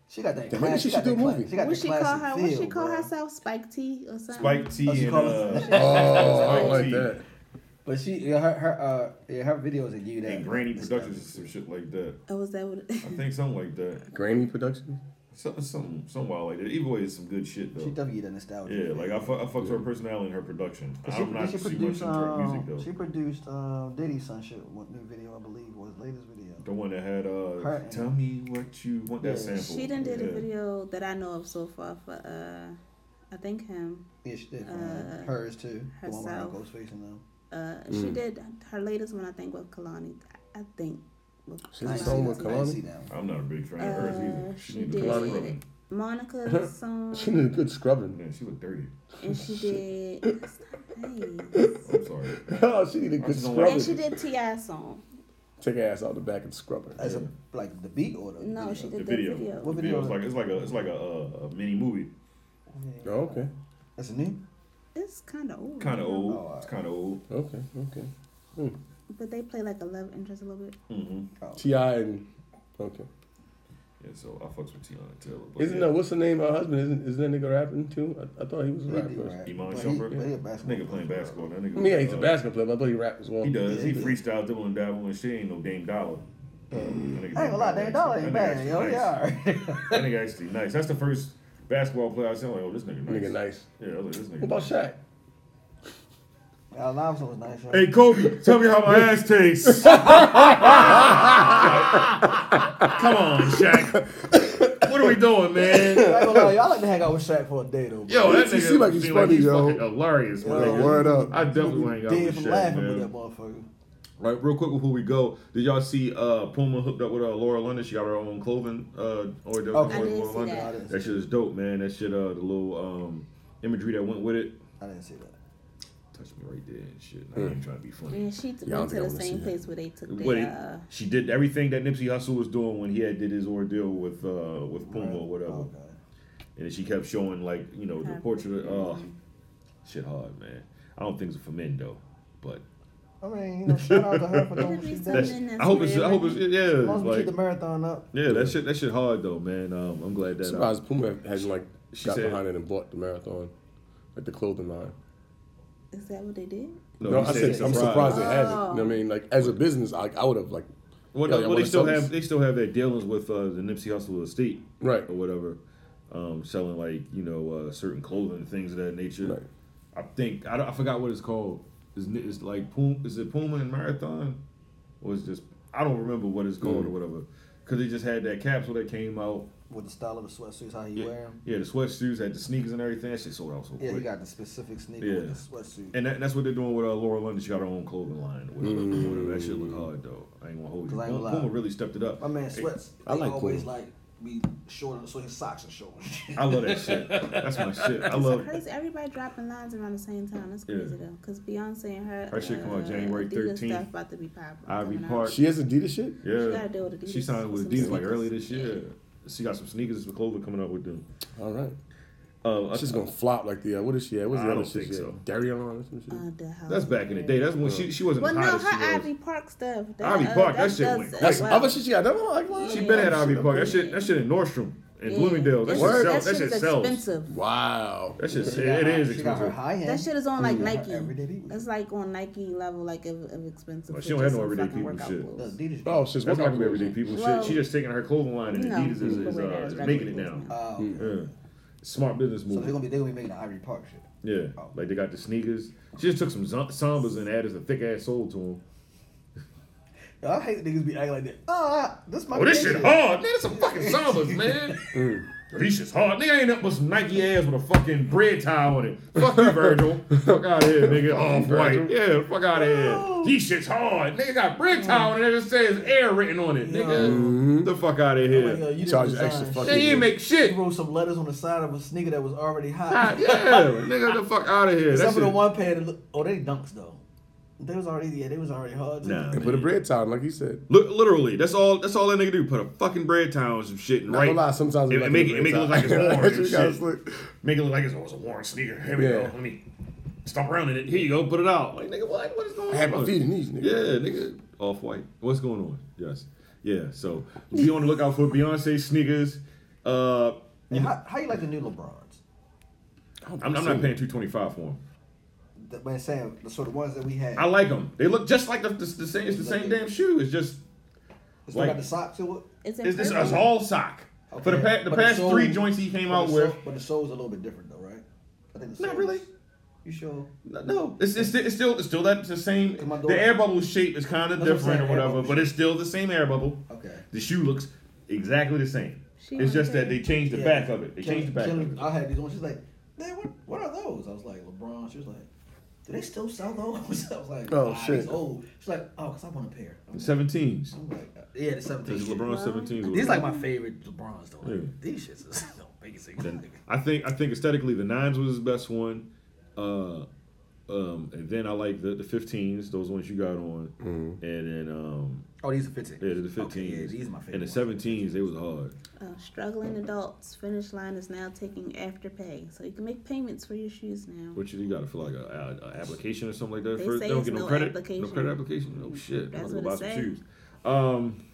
S5: She got that.
S4: Damn,
S5: class-
S4: maybe she
S5: got
S4: should do
S5: that
S4: a
S5: class-
S4: movie.
S5: She got
S6: What
S5: that
S6: she call
S5: classic
S6: her? What she
S5: feel,
S6: call
S5: bruh.
S6: herself? Spike T or something?
S3: Spike T
S5: she
S3: and
S5: called
S3: uh,
S5: it?
S4: Oh, I don't
S3: Spike
S4: like
S3: Lee.
S4: that.
S5: But she, yeah, her, her, uh, yeah, her videos are you that.
S3: and Granny Productions and some shit like that.
S6: Oh, was that what? It,
S3: I think something like that.
S4: Grainy production.
S3: Something, something, something wild like that. Either way, it's some good shit
S5: She
S3: though.
S5: W the nostalgia.
S3: Yeah, like I, fu- I fucked her personality and her production.
S5: She,
S3: I'm not
S5: she
S3: too much into
S5: produced,
S3: her music
S5: um,
S3: though.
S5: she produced uh, Diddy's son shit, one new video I believe was latest video.
S3: The one that had uh,
S5: Her and-
S3: tell me what you want that
S5: Yeah.
S3: sample.
S6: she done did
S3: Yeah.
S6: a video that I know of so far for uh, I think him.
S5: Yeah, she did uh,
S6: Uh,
S5: hers too. The one with her
S6: herself.
S5: Ghostface and them.
S6: Uh,
S4: Mm.
S6: she did her latest one I think with Kalani. I think. With
S4: She did a
S5: I
S4: song
S5: ain't
S4: with
S5: seen that- I ain't
S4: Kalani?
S5: seen that one.
S3: I'm not a big fan of hers
S6: Uh,
S3: either. She,
S6: she
S3: need to come
S6: did
S3: from.
S6: Monica's
S4: She
S6: song,
S4: did a good scrubbing.
S3: Man, she looked dirty.
S6: and she did. That's not nice.
S3: I'm sorry.
S4: oh, she did a
S3: I
S4: good
S3: just don't like
S4: scrubbing.
S6: And she did Ti song.
S4: Take her ass out the back and scrub her.
S5: As a like the beat or the
S6: No, she
S3: The
S6: did the
S3: video.
S6: video.
S3: The
S5: What
S3: video
S5: video?
S3: is like it's like a it's like a, uh, a mini movie.
S4: Oh, okay,
S5: That's a new.
S6: It's kind of old.
S3: Kind of
S6: you know?
S3: old.
S5: Oh,
S3: It's kind of old.
S4: okay, okay.
S6: But they play like a love interest a little bit.
S3: Mm-hmm.
S4: Ti and okay.
S3: Yeah, so I fucks with Tiana Taylor. But
S4: Isn't
S3: yeah.
S4: that what's the name of her husband? Isn't isn't that nigga rapping too? I, I thought he was a
S5: He
S4: rapper.
S5: do rap.
S3: Iman
S5: But he-
S3: Shumpert?
S5: but he a
S3: This
S5: basketball
S3: nigga playing
S5: player.
S3: basketball. That nigga.
S4: I mean, yeah, he's a
S3: uh,
S4: basketball player, but I thought he Mm. rapped as well.
S3: He does.
S5: Yeah,
S3: he
S5: he does.
S3: freestyle, dibble and dabble, and shit. Ain't no Dame Dollar.
S5: I ain't gonna lie, Dame Dollar ain't bad. Yo, yeah.
S3: That nigga actually nice. That's the first basketball player. I said, like, oh, this nigga nice.
S4: Nigga nice.
S3: Yeah, I was like, this nigga
S4: What about
S3: nice.
S4: Shaq?
S5: Al Lamson was nice.
S3: Hey, Kobe, tell me how my ass tastes. Come on, Shaq. What are we doing, man?
S5: I ain't gonna lie, y'all like to hang out with Shaq for a day though.
S3: Yo, that nigga
S4: He seem like he's
S3: seem
S4: funny, yo.
S3: fucking hilarious, my
S6: Oh,
S4: Yo,
S3: nigga.
S4: word up.
S3: I definitely hang out
S5: Dead
S3: with
S5: from
S3: Shaq,
S5: laughing with
S3: man.
S5: that motherfucker.
S3: Right, real quick before we go, did y'all see uh, Puma hooked up with uh, Laura London? She got her own clothing. Uh, or the
S5: Okay.
S6: I did see that.
S3: That. shit is dope, man. That shit, uh, the little um, imagery that went with it,
S5: I didn't see that.
S3: touched me right there and shit. I ain't trying to be funny.
S6: And she t-
S4: Yeah, I don't think
S6: went
S4: I
S6: to the
S4: wanna see
S6: same
S4: that.
S6: place where they took
S3: What
S6: the
S3: it,
S6: uh,
S3: she did everything that Nipsey Hussle was doing when he had did his ordeal with uh, with Puma or whatever,
S5: Oh, God.
S3: and then she kept showing like you know the
S6: Her-
S3: portrait. Of, oh, shit, hard man. I don't think it's for men though, but
S5: I mean, you know, shout out to her for doing
S6: It'd
S5: what
S6: be
S5: she
S6: something
S3: that's,
S5: did.
S6: in
S3: I hope it's I hope it's yeah.
S5: As long as we keep
S3: Like,
S5: the marathon up.
S3: yeah, that shit that shit hard though, man. Um, I'm glad that. uh,
S4: Surprised Puma hasn't like
S3: She
S4: got
S3: said-
S4: behind it and bought the marathon, like the clothing line.
S6: Is that what they did?
S4: No,
S3: he
S4: I said I'm surprised it hasn't. You know what I mean? Like as a business, I, I would have like.
S3: Well,
S4: yo,
S3: no, well,
S4: y'all
S3: they
S4: wanna
S3: still
S4: sell
S3: have
S4: this?
S3: they still have their dealings with uh, the Nipsey Hussle estate,
S4: Right.
S3: or whatever, um, selling like you know uh, certain clothing and things of that nature.
S4: Right.
S3: I think I, don't- I forgot what it's called. Is it's like Puma? Is it Puma and Marathon? Or is just I don't remember what it's
S4: Mm.
S3: called or whatever. Because they just had that capsule that came out.
S5: With the style of the sweatsuits, how you wear them.
S3: Yeah, the sweatsuits had the sneakers and everything. That shit sold out so
S5: Yeah, he
S3: quick.
S5: got the specific sneaker
S3: Yeah.
S5: with the sweatsuit.
S3: and that, that's what they're doing with uh, Laura London. She got her own clothing line. Or whatever. whatever. That shit look hard though. I ain't gonna hold you.
S5: Mm. Cause I ain't
S3: Puma,
S5: gonna
S3: Puma
S5: lie.
S3: really stepped it up.
S5: My man
S3: Hey,
S5: sweats.
S4: I
S5: they
S4: like
S5: always
S4: Puma.
S5: like be short, so his socks are short.
S3: I love that shit. That's my shit. I
S6: It's so
S3: love
S6: crazy. Everybody dropping lines around the same time. That's
S3: Yeah.
S6: crazy though, because Beyonce and her
S3: Her shit come out
S6: uh,
S3: January
S6: Adidas
S3: 13th.
S6: Stuff about to be popping.
S3: Ivy
S6: coming out.
S3: Park.
S4: She has Adidas shit.
S3: yeah.
S6: She gotta deal with Adidas.
S3: She signed with
S6: Some
S3: Adidas like
S6: sneakers.
S3: earlier this year. She got some sneakers and clothing coming out with them.
S4: All right.
S3: Um, I-
S4: She's gonna flop like the uh, what is she at? What's the
S3: I
S4: other
S3: don't
S4: shit?
S3: think
S4: she
S3: so.
S4: at? Darion or some shit.
S6: Uh, the hell.
S3: that's back in the day. That's when she she wasn't
S6: Well,
S3: hot
S6: no,
S3: as she
S6: her
S3: was.
S6: Ivy Park stuff. That,
S3: Ivy
S6: uh,
S3: Park, that shit
S6: does-
S3: went
S4: That's
S6: wow.
S4: some other shit she got. That one like wow.
S3: she been at Ivy Park. That shit that shit in Nordstrom and Bloomingdale. That
S6: That
S3: shit sells.
S6: shit-
S3: That
S6: that
S3: shit
S6: shit's
S3: sells.
S6: expensive.
S4: Wow.
S3: That shit
S5: She got
S3: it
S5: her-
S3: is
S5: She got her
S3: expensive.
S5: high end.
S6: That shit is on like Nike.
S5: everyday people.
S6: That's like on Nike level, like of, of expensive.
S3: Well,
S6: It's
S3: she don't have
S6: just
S3: no
S6: some
S3: everyday
S6: fucking
S3: people
S6: workout
S3: shit.
S6: clothes.
S5: The Adidas.
S4: Oh, she's
S3: That's not gonna
S4: working
S3: be everyday people
S6: Well,
S3: shit. She just taking her clothing line and
S6: No,
S3: Adidas is,
S6: people
S3: is,
S6: wear
S3: uh,
S6: that as
S3: is
S6: regular
S3: making it
S6: clothes
S3: now.
S6: now.
S5: Oh, okay.
S3: Yeah. Smart business
S5: So they're
S3: move.
S5: gonna be they're gonna be making the Ivory Park shit.
S3: Yeah, like they got the sneakers. She just took some zom- sambas and added a thick ass sole to them.
S5: Yo, I hate niggas be acting like that. Ah, this my.
S3: Oh, this
S5: nigga.
S3: shit hard. Man, it's some fucking sambas, man. This shit's hard. Nigga ain't up with some Nike ass with a fucking bread tie on it. Fuck you, Virgil. fuck out of here, nigga. Off white. Yeah, fuck out of here. These shitits hard. Nigga got bread tie on it. It just says air written on it, nigga. The fuck out of
S5: Like,
S3: here.
S5: yo, you didn't
S4: Charge
S5: design
S4: extra
S5: shit.
S4: fucking-
S3: They ain't make shit.
S5: You wrote some letters on the side of a sneaker that was already
S3: Ah,
S5: hot.
S3: yeah, nigga, the fuck out of here.
S5: Except
S3: That's
S5: for the one pair that look. Oh, they dunks though. They was already yeah. They was already hard. too.
S3: Nah,
S4: And put a bread tie on, like he said.
S3: Look, literally, that's all. That's all that nigga do. Put a fucking bread tie on some shit and
S4: Not
S3: right.
S4: gonna lie, sometimes
S3: it,
S4: we
S3: it
S4: like
S3: make,
S4: the
S3: it
S4: bread
S3: make it look
S4: tie.
S3: like it's orange.
S4: You
S3: and
S4: gotta
S3: shit.
S4: slick.
S3: Make it look like it's, oh, it's a Warren sneaker. Here we go.
S4: Yeah.
S3: Let me stop rounding it. Here you go. Put it out. Like nigga, what? What is going
S4: I had
S3: on?
S4: my feet in these, nigga.
S3: Yeah, nigga. Off white. What's going on? Yes. Yeah. So be on the lookout for Beyonce sneakers. Uh,
S5: And how, how you like the new Lebrons?
S3: I'm, I'm not paying two twenty five for them.
S5: The, man, Sam. So the ones that we had.
S3: I like them. They look just like the, the, the same. It's the same damn shoe. It's just
S5: It's like,
S3: like-
S5: got the sock to it.
S6: It's,
S3: it's, it's,
S6: purple.
S3: it's all sock. For the,
S5: Okay.
S3: pa- the
S5: But
S3: past
S5: sole-
S3: three joints he came
S5: but
S3: out
S5: the
S3: with,
S5: sole- but the sole's a little bit different though, right? I think the
S3: Not
S5: sole's-
S3: really.
S5: You sure?
S3: No, it's, it's, it's still it's still that it's the same.
S5: my
S3: The
S5: door.
S3: air bubble shape is kind of
S5: That's what I'm
S3: different or
S5: saying, air
S3: whatever,
S5: bubble
S3: but it's still the same air bubble.
S5: Okay.
S3: The shoe looks exactly the same.
S6: She
S3: it's just
S6: wanna
S3: that they changed the
S5: Yeah.
S3: back of it. They
S5: Kelly-
S3: changed the back
S5: Kelly-
S3: of it.
S5: I had these ones. She's like, man, what, what are those? I was like, LeBron. She was like, do they still sell those? I was like,
S4: Oh,
S5: oh shit,
S4: shit.
S5: these old. She's like, oh, cause I want a pair. I'm
S3: Seventeens.
S5: like, uh, yeah, the
S3: It's
S5: 17.
S3: LeBron seventeens.
S5: These like my favorite LeBrons though. Like,
S3: Yeah.
S5: These shits is the biggest thing.
S3: Then I think I think aesthetically the nines was his best one. Uh, um, and then I like the the fifteens, those ones you got on, and then um,
S5: Oh, these are 15.
S3: yeah, the
S5: Okay,
S3: fifteens.
S5: yeah, these are my favorite.
S3: And the
S5: ones.
S3: seventeens, they was hard.
S6: Uh, struggling adults finish line is now taking afterpay, so you can make payments for your shoes now.
S3: What you, you gotta fill like a, a, a application or something like that
S6: They
S3: first. They
S6: say
S3: don't
S6: it's
S3: get no,
S6: no
S3: credit. No
S6: application. Mm-hmm.
S3: credit application. Oh shit.
S6: That's
S3: I'm gonna go
S6: what
S3: buy
S6: it
S3: some
S6: say.
S3: shoes. Um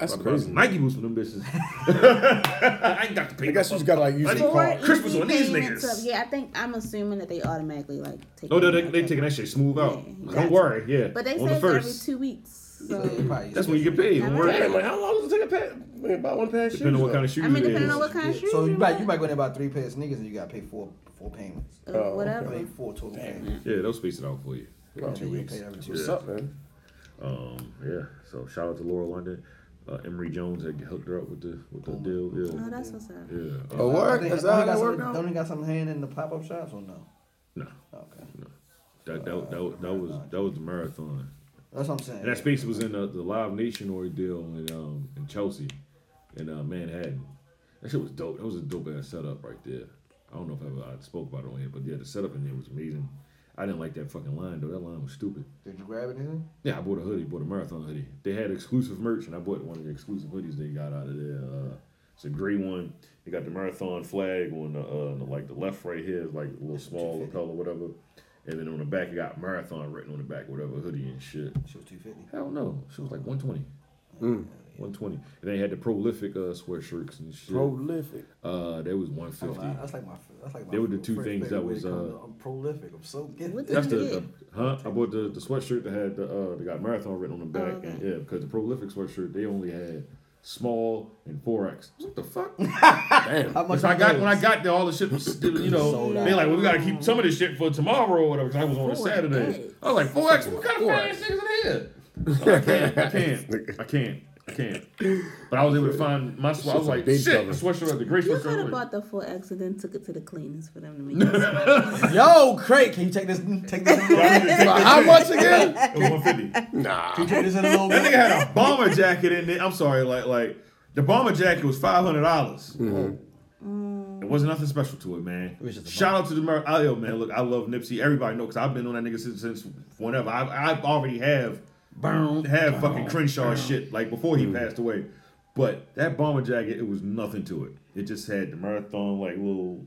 S4: That's
S3: I bought
S4: crazy.
S3: some Nike boots for them bitches. I ain't got to pay.
S4: I guess
S3: no
S4: you just gotta like use
S3: motherfucker.
S4: your
S6: Or
S4: card.
S6: easy
S3: Christmas on these
S6: payments
S3: niggas.
S6: of- yeah, I think I'm assuming that they automatically like take.
S3: Oh no,
S6: it
S3: they
S6: out.
S3: they taking that shit smooth out.
S6: Yeah,
S3: Don't
S6: exactly.
S3: worry, yeah.
S6: But they
S3: on
S6: say
S3: the
S6: it's every
S3: first.
S6: two weeks. So
S3: That's when you get paid. Don't worry.
S4: Damn, like how long does it take a pair? Man, about one pair of shoes.
S3: Depending on what
S4: though.
S3: kind of shoes
S6: I mean,
S3: it
S6: depending
S3: is.
S6: on what kind of shoes.
S5: So you
S6: you
S5: might you
S6: want,
S5: might go in there about three pairs of niggas and you gotta pay four four payments.
S6: uh,
S4: Oh, okay.
S5: I
S6: whatever.
S5: mean four total payments.
S3: Yeah, they'll space it out for you.
S4: Oh,
S5: Two weeks. Pay every two
S4: What's
S5: weeks.
S4: up, man?
S3: Um, yeah. So shout out to Laura London, uh, Emery Jones that hooked her up with the with the deal.
S6: Oh,
S3: Yeah,
S6: that's what's up.
S3: yeah. Uh,
S4: Oh, work?
S5: They-
S4: Is
S5: don't
S4: that
S5: they got
S4: how it work
S5: some-
S4: now?
S5: Don't they got something hand in the pop up shops or no?
S3: no,
S5: Okay.
S3: that that, that, that, was that was the marathon.
S5: That's what I'm saying.
S3: And that space was in the, the Live Nation ordeal in um in Chelsea, in uh, Manhattan. That shit was dope. That was a dope ass setup right there. I don't know if I, I spoke about it on here, but yeah, the setup in there was amazing. I didn't like that fucking line though. That line was stupid.
S5: Did you grab anything?
S3: Yeah, I bought a hoodie, bought a marathon hoodie. They had exclusive merch, and I bought one of the exclusive hoodies they got out of there. Uh, it's a gray one. They got the marathon flag on the, uh, on the like the left right here is like a little small lapel or whatever, and then on the back it got marathon written on the back, whatever hoodie and shit.
S5: She was two fifty.
S3: Hell no, she was like one twenty. One twenty, and they had the prolific uh, sweatshirts and shit.
S4: Prolific.
S3: uh, that was one fifty.
S5: That's like my. That's like my.
S3: They were the two
S5: first
S3: things
S5: favorite
S3: that
S5: way
S3: was,
S5: to come
S3: uh,
S5: to- I'm prolific. I'm so good.
S6: What
S3: That's
S6: did
S3: the,
S6: you get?
S3: the huh? I bought the, the sweatshirt that had the uh they got marathon written on the back.
S6: okay.
S3: and, yeah, because the prolific sweatshirt they only had small and four X. What the fuck? Damn.
S5: How much
S3: Because I got
S5: was
S3: when I got there, all the shit was still, you know
S5: Sold out.
S3: they like well we gotta keep some of this shit for tomorrow or whatever. Because I was on a
S6: 4X.
S3: Saturday. I was like four X. What kind of fat ass niggas in here? I can't. I can't. I can't. I can't. But I was able to find my. Sw- I was
S4: a
S3: like,
S4: big
S3: shit,
S4: cover.
S3: the sweatshirt, the gray
S6: You
S3: sweatshirt.
S6: could
S3: I'm
S6: have
S3: like,
S6: bought the full X and then took it to the cleaners for them to make it.
S5: Yo, Craig, can you take this? Take this.
S4: But how much again?
S3: It was one fifty.
S4: nah.
S5: take this in a little
S3: That
S5: bit.
S3: nigga had a bomber jacket in there. I'm sorry, like like the bomber jacket was five hundred dollars. It wasn't nothing special to it, man.
S5: was just a
S3: Shout out to the Mer- I, yo, man. Look, I love Nipsey. Everybody know because I've been on that nigga since, since whenever. I I already have have fucking Crenshaw shit like before he passed away. But that bomber jacket, it was nothing to it. It just had the marathon like little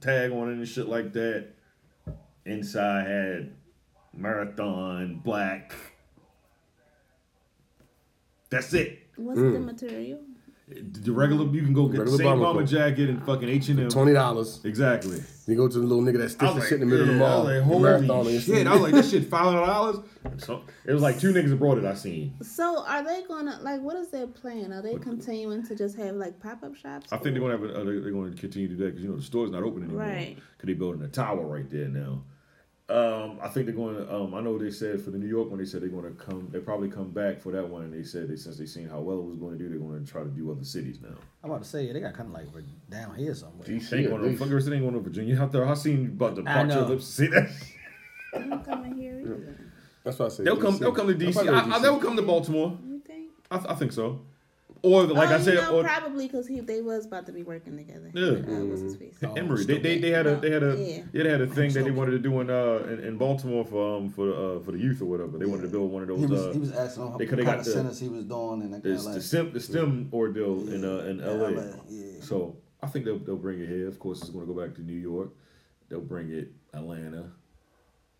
S3: tag on it and shit like that. Inside had marathon black. That's it.
S6: What's the
S3: Mm.
S6: material?
S3: The regular, you can go get the
S4: Regular
S3: same
S4: bomber
S3: bomber,
S4: coat.
S3: jacket and fucking H and M.
S4: Twenty dollars.
S3: Exactly.
S4: You go to the little nigga that
S3: I
S4: sticks
S3: was
S4: the
S3: like,
S4: shit in the middle of the
S3: yeah, I
S4: mall.
S3: was
S4: the
S3: like,
S4: marathon
S3: holy
S4: and
S3: shit! I was like, this shit five hundred dollars. So it was like two niggas abroad that I seen.
S6: So are they gonna like what is their plan? Are they continuing to just have like pop up shops?
S3: I think they're gonna have a, uh, they- they're going to continue to do that because you know the store's not open anymore.
S6: Right.
S3: Because they're building a tower right there now. Um, I think they're going to. Um, I know they said for the New York one, they said they're going to come. They probably come back for that one, and they said they since they seen how well it was going to do, they're going to try to do other cities now.
S5: I'm about to say they got kind of like we're down here somewhere.
S3: They ain't going to fuckers. They ain't going to Virginia out there. I seen about the
S5: I
S3: part your
S5: know.
S3: lips. See that?
S6: They don't come in here either.
S4: That's what I said.
S3: They'll come.
S4: DC.
S3: They'll come to
S4: They'll
S3: DC.
S4: probably
S3: I, I,
S4: DC.
S3: they'll come to Baltimore.
S6: You think?
S3: I, th- I think so. Or like
S6: oh,
S3: I said,
S6: you know,
S3: or,
S6: probably because he they was about to be working together.
S3: Yeah.
S6: Uh, what's his face?
S5: Oh,
S3: Emory. They, they, they had a they had a
S6: Yeah.
S3: yeah. they had a thing that they wanted to do in uh in, in Baltimore for um for the uh, for the youth or whatever. They wanted to build one of those.
S5: He was
S3: uh,
S5: he was asking him what
S3: they coulda
S5: kind
S3: got
S5: of
S3: the-
S5: sentence he was doing and that kind
S3: it's
S5: of
S3: the
S5: like.
S3: STEM the STEM ordeal in uh in LA.
S5: LA, yeah.
S3: So I think they'll they'll bring it here. Of course, it's going to go back to New York. They'll bring it Atlanta,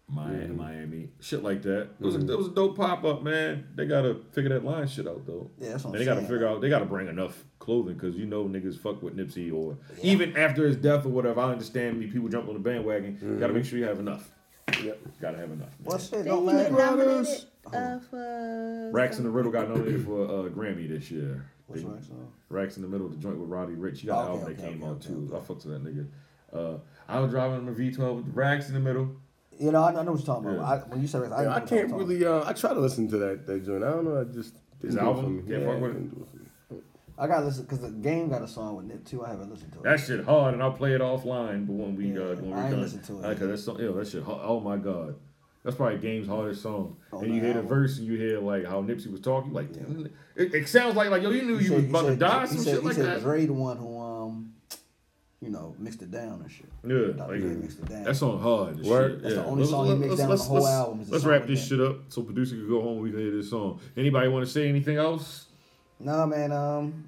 S3: Miami,
S5: Mm-hmm.
S3: Miami, shit like that. It was, a, it was a dope pop up, man. They got to figure that line shit out though.
S5: Yeah, that's what
S3: And
S5: I'm
S3: they got to
S5: saying.
S3: figure out. They got to bring enough clothing because you know niggas fuck with Nipsey or even after his death or whatever. I understand me people jump on the bandwagon. Got
S5: Mm-hmm.
S3: to make sure you have enough.
S4: Yep.
S3: Got to have enough.
S5: Well, shit,
S6: They
S5: don't
S6: didn't get
S5: matter.
S6: nominated uh, for
S3: Rax and the
S6: some-
S3: Riddle got nominated for a Grammy this year.
S5: What's
S3: They-
S5: wrong, son?
S3: Racks in the middle of the joint with Roddy Rich. He got
S5: Okay,
S3: an album that
S5: okay,
S3: came
S5: okay,
S3: out
S5: okay,
S3: too.
S5: okay.
S3: I fucked with that nigga. Uh, I was driving on the V12 with Racks in the middle.
S5: You know, I I know what you're talking about. I, when you said that, I,
S4: Yeah, I
S5: know what
S4: can't
S5: you're talking
S4: really. Uh, I try to listen to that that joint. I don't know. I just
S3: His
S4: didn't do it
S3: album?
S4: for me.
S3: Can't
S4: Yeah,
S3: fuck with it?
S4: didn't do it for me.
S5: about. I gotta listen because the game got a song with it too. I haven't listened to it.
S3: That shit hard, and I'll play it offline. But when we
S5: Yeah,
S3: uh, when we
S5: I ain't
S3: done,
S5: listen to it.
S3: Uh, 'cause that song, yo, that shit. hard. Oh my god, that's probably Game's hardest song.
S5: On
S3: and you
S5: the
S3: hear the
S5: album.
S3: verse, and you hear like how Nipsey was talking. Like, damn, it, it sounds like like yo, you knew
S5: He
S3: you
S5: said-
S3: was
S5: he
S3: about to
S5: said-
S3: die,
S5: he
S3: some
S5: said-
S3: shit like
S5: He said
S3: that.
S5: Dre the one who um, you know, mixed it down and shit.
S3: Yeah,
S5: Dr.
S3: like,
S5: Dre mixed it down.
S3: that song hard. as
S4: Word.
S3: shit,
S5: That's
S3: yeah.
S5: the only song he mixed down on the whole album is a
S3: Let's
S5: song
S3: wrap
S5: like
S3: this
S5: that.
S3: shit up so producer can go home. We can hear this song. Anybody want to say anything else?
S5: No man, um,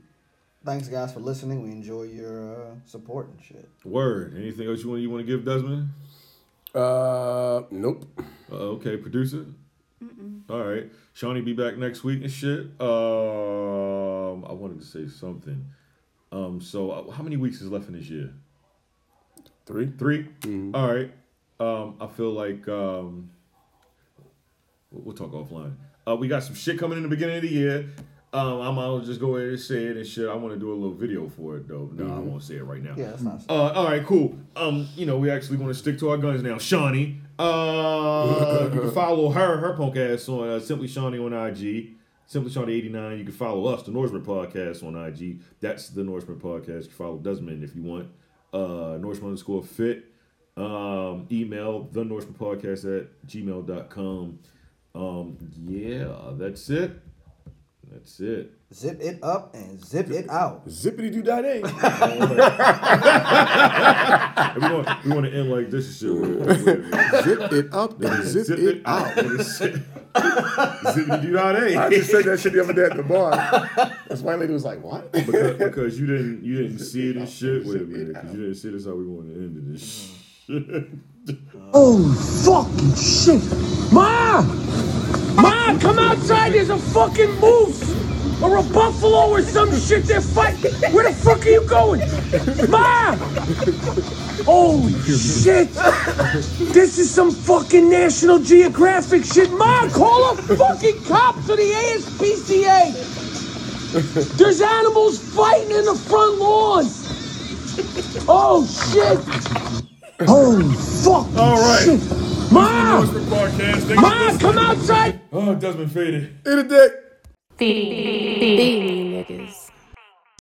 S5: thanks guys for listening. We enjoy your uh, support and shit.
S3: Word. Anything else you want you want to give Desmond?
S4: Uh, nope.
S3: Uh, okay, producer. All right, Shawnee be back next week and shit. Um, I wanted to say something. Um, so uh, how many weeks is left in this year?
S4: Three.
S3: 3 All right. Um, I feel like um, we'll we'll talk offline. Uh, we got some shit coming in the beginning of the year. Um, I'm gonna just go ahead and say it and shit. I want to do a little video for it though. No, I won't say it right now.
S5: Yeah, that's not.
S3: Uh, all right, cool. Um, you know, we actually going to stick to our guns now. Shawnee, uh, you can follow her, her punk ass on uh, Simply Shawnee on IG, Simply Shawnee eighty nine. You can follow us, the Norseman Podcast on IG. That's the Norseman Podcast. You can follow Desmond if you want. Uh, Norseman underscore fit. Um, email the Norseman Podcast at gmail.com. Um, yeah, that's it. That's it.
S5: Zip it up and zip it out.
S4: Zippity doo dah day.
S3: And we want we want to end like this and shit. Wait, wait, wait, wait.
S4: Zip it up and zip, it out.
S3: Zippity do not
S4: I
S3: a.
S4: just said that shit the other day at the bar. That's why lady was like, "What?"
S3: Because, because you didn't you didn't see it and shit. Wait a minute, because you didn't see this how we want to end this. shit.
S2: Oh, fucking shit. Ma! Ma, come outside. There's a fucking moose or a buffalo or some shit they're fighting. Where the fuck are you going? Ma! Holy shit. This is some fucking National Geographic shit. Ma, call a fucking cops or the ASPCA. There's animals fighting in the front lawn. Oh, shit. Holy fuck.
S3: All right,
S2: Ma!
S3: Norseman podcast. Thank you
S2: Ma,
S3: for
S2: come
S3: listening.
S2: outside!
S3: Oh, Desmond faded.
S4: In a dick.
S1: Feed me niggas.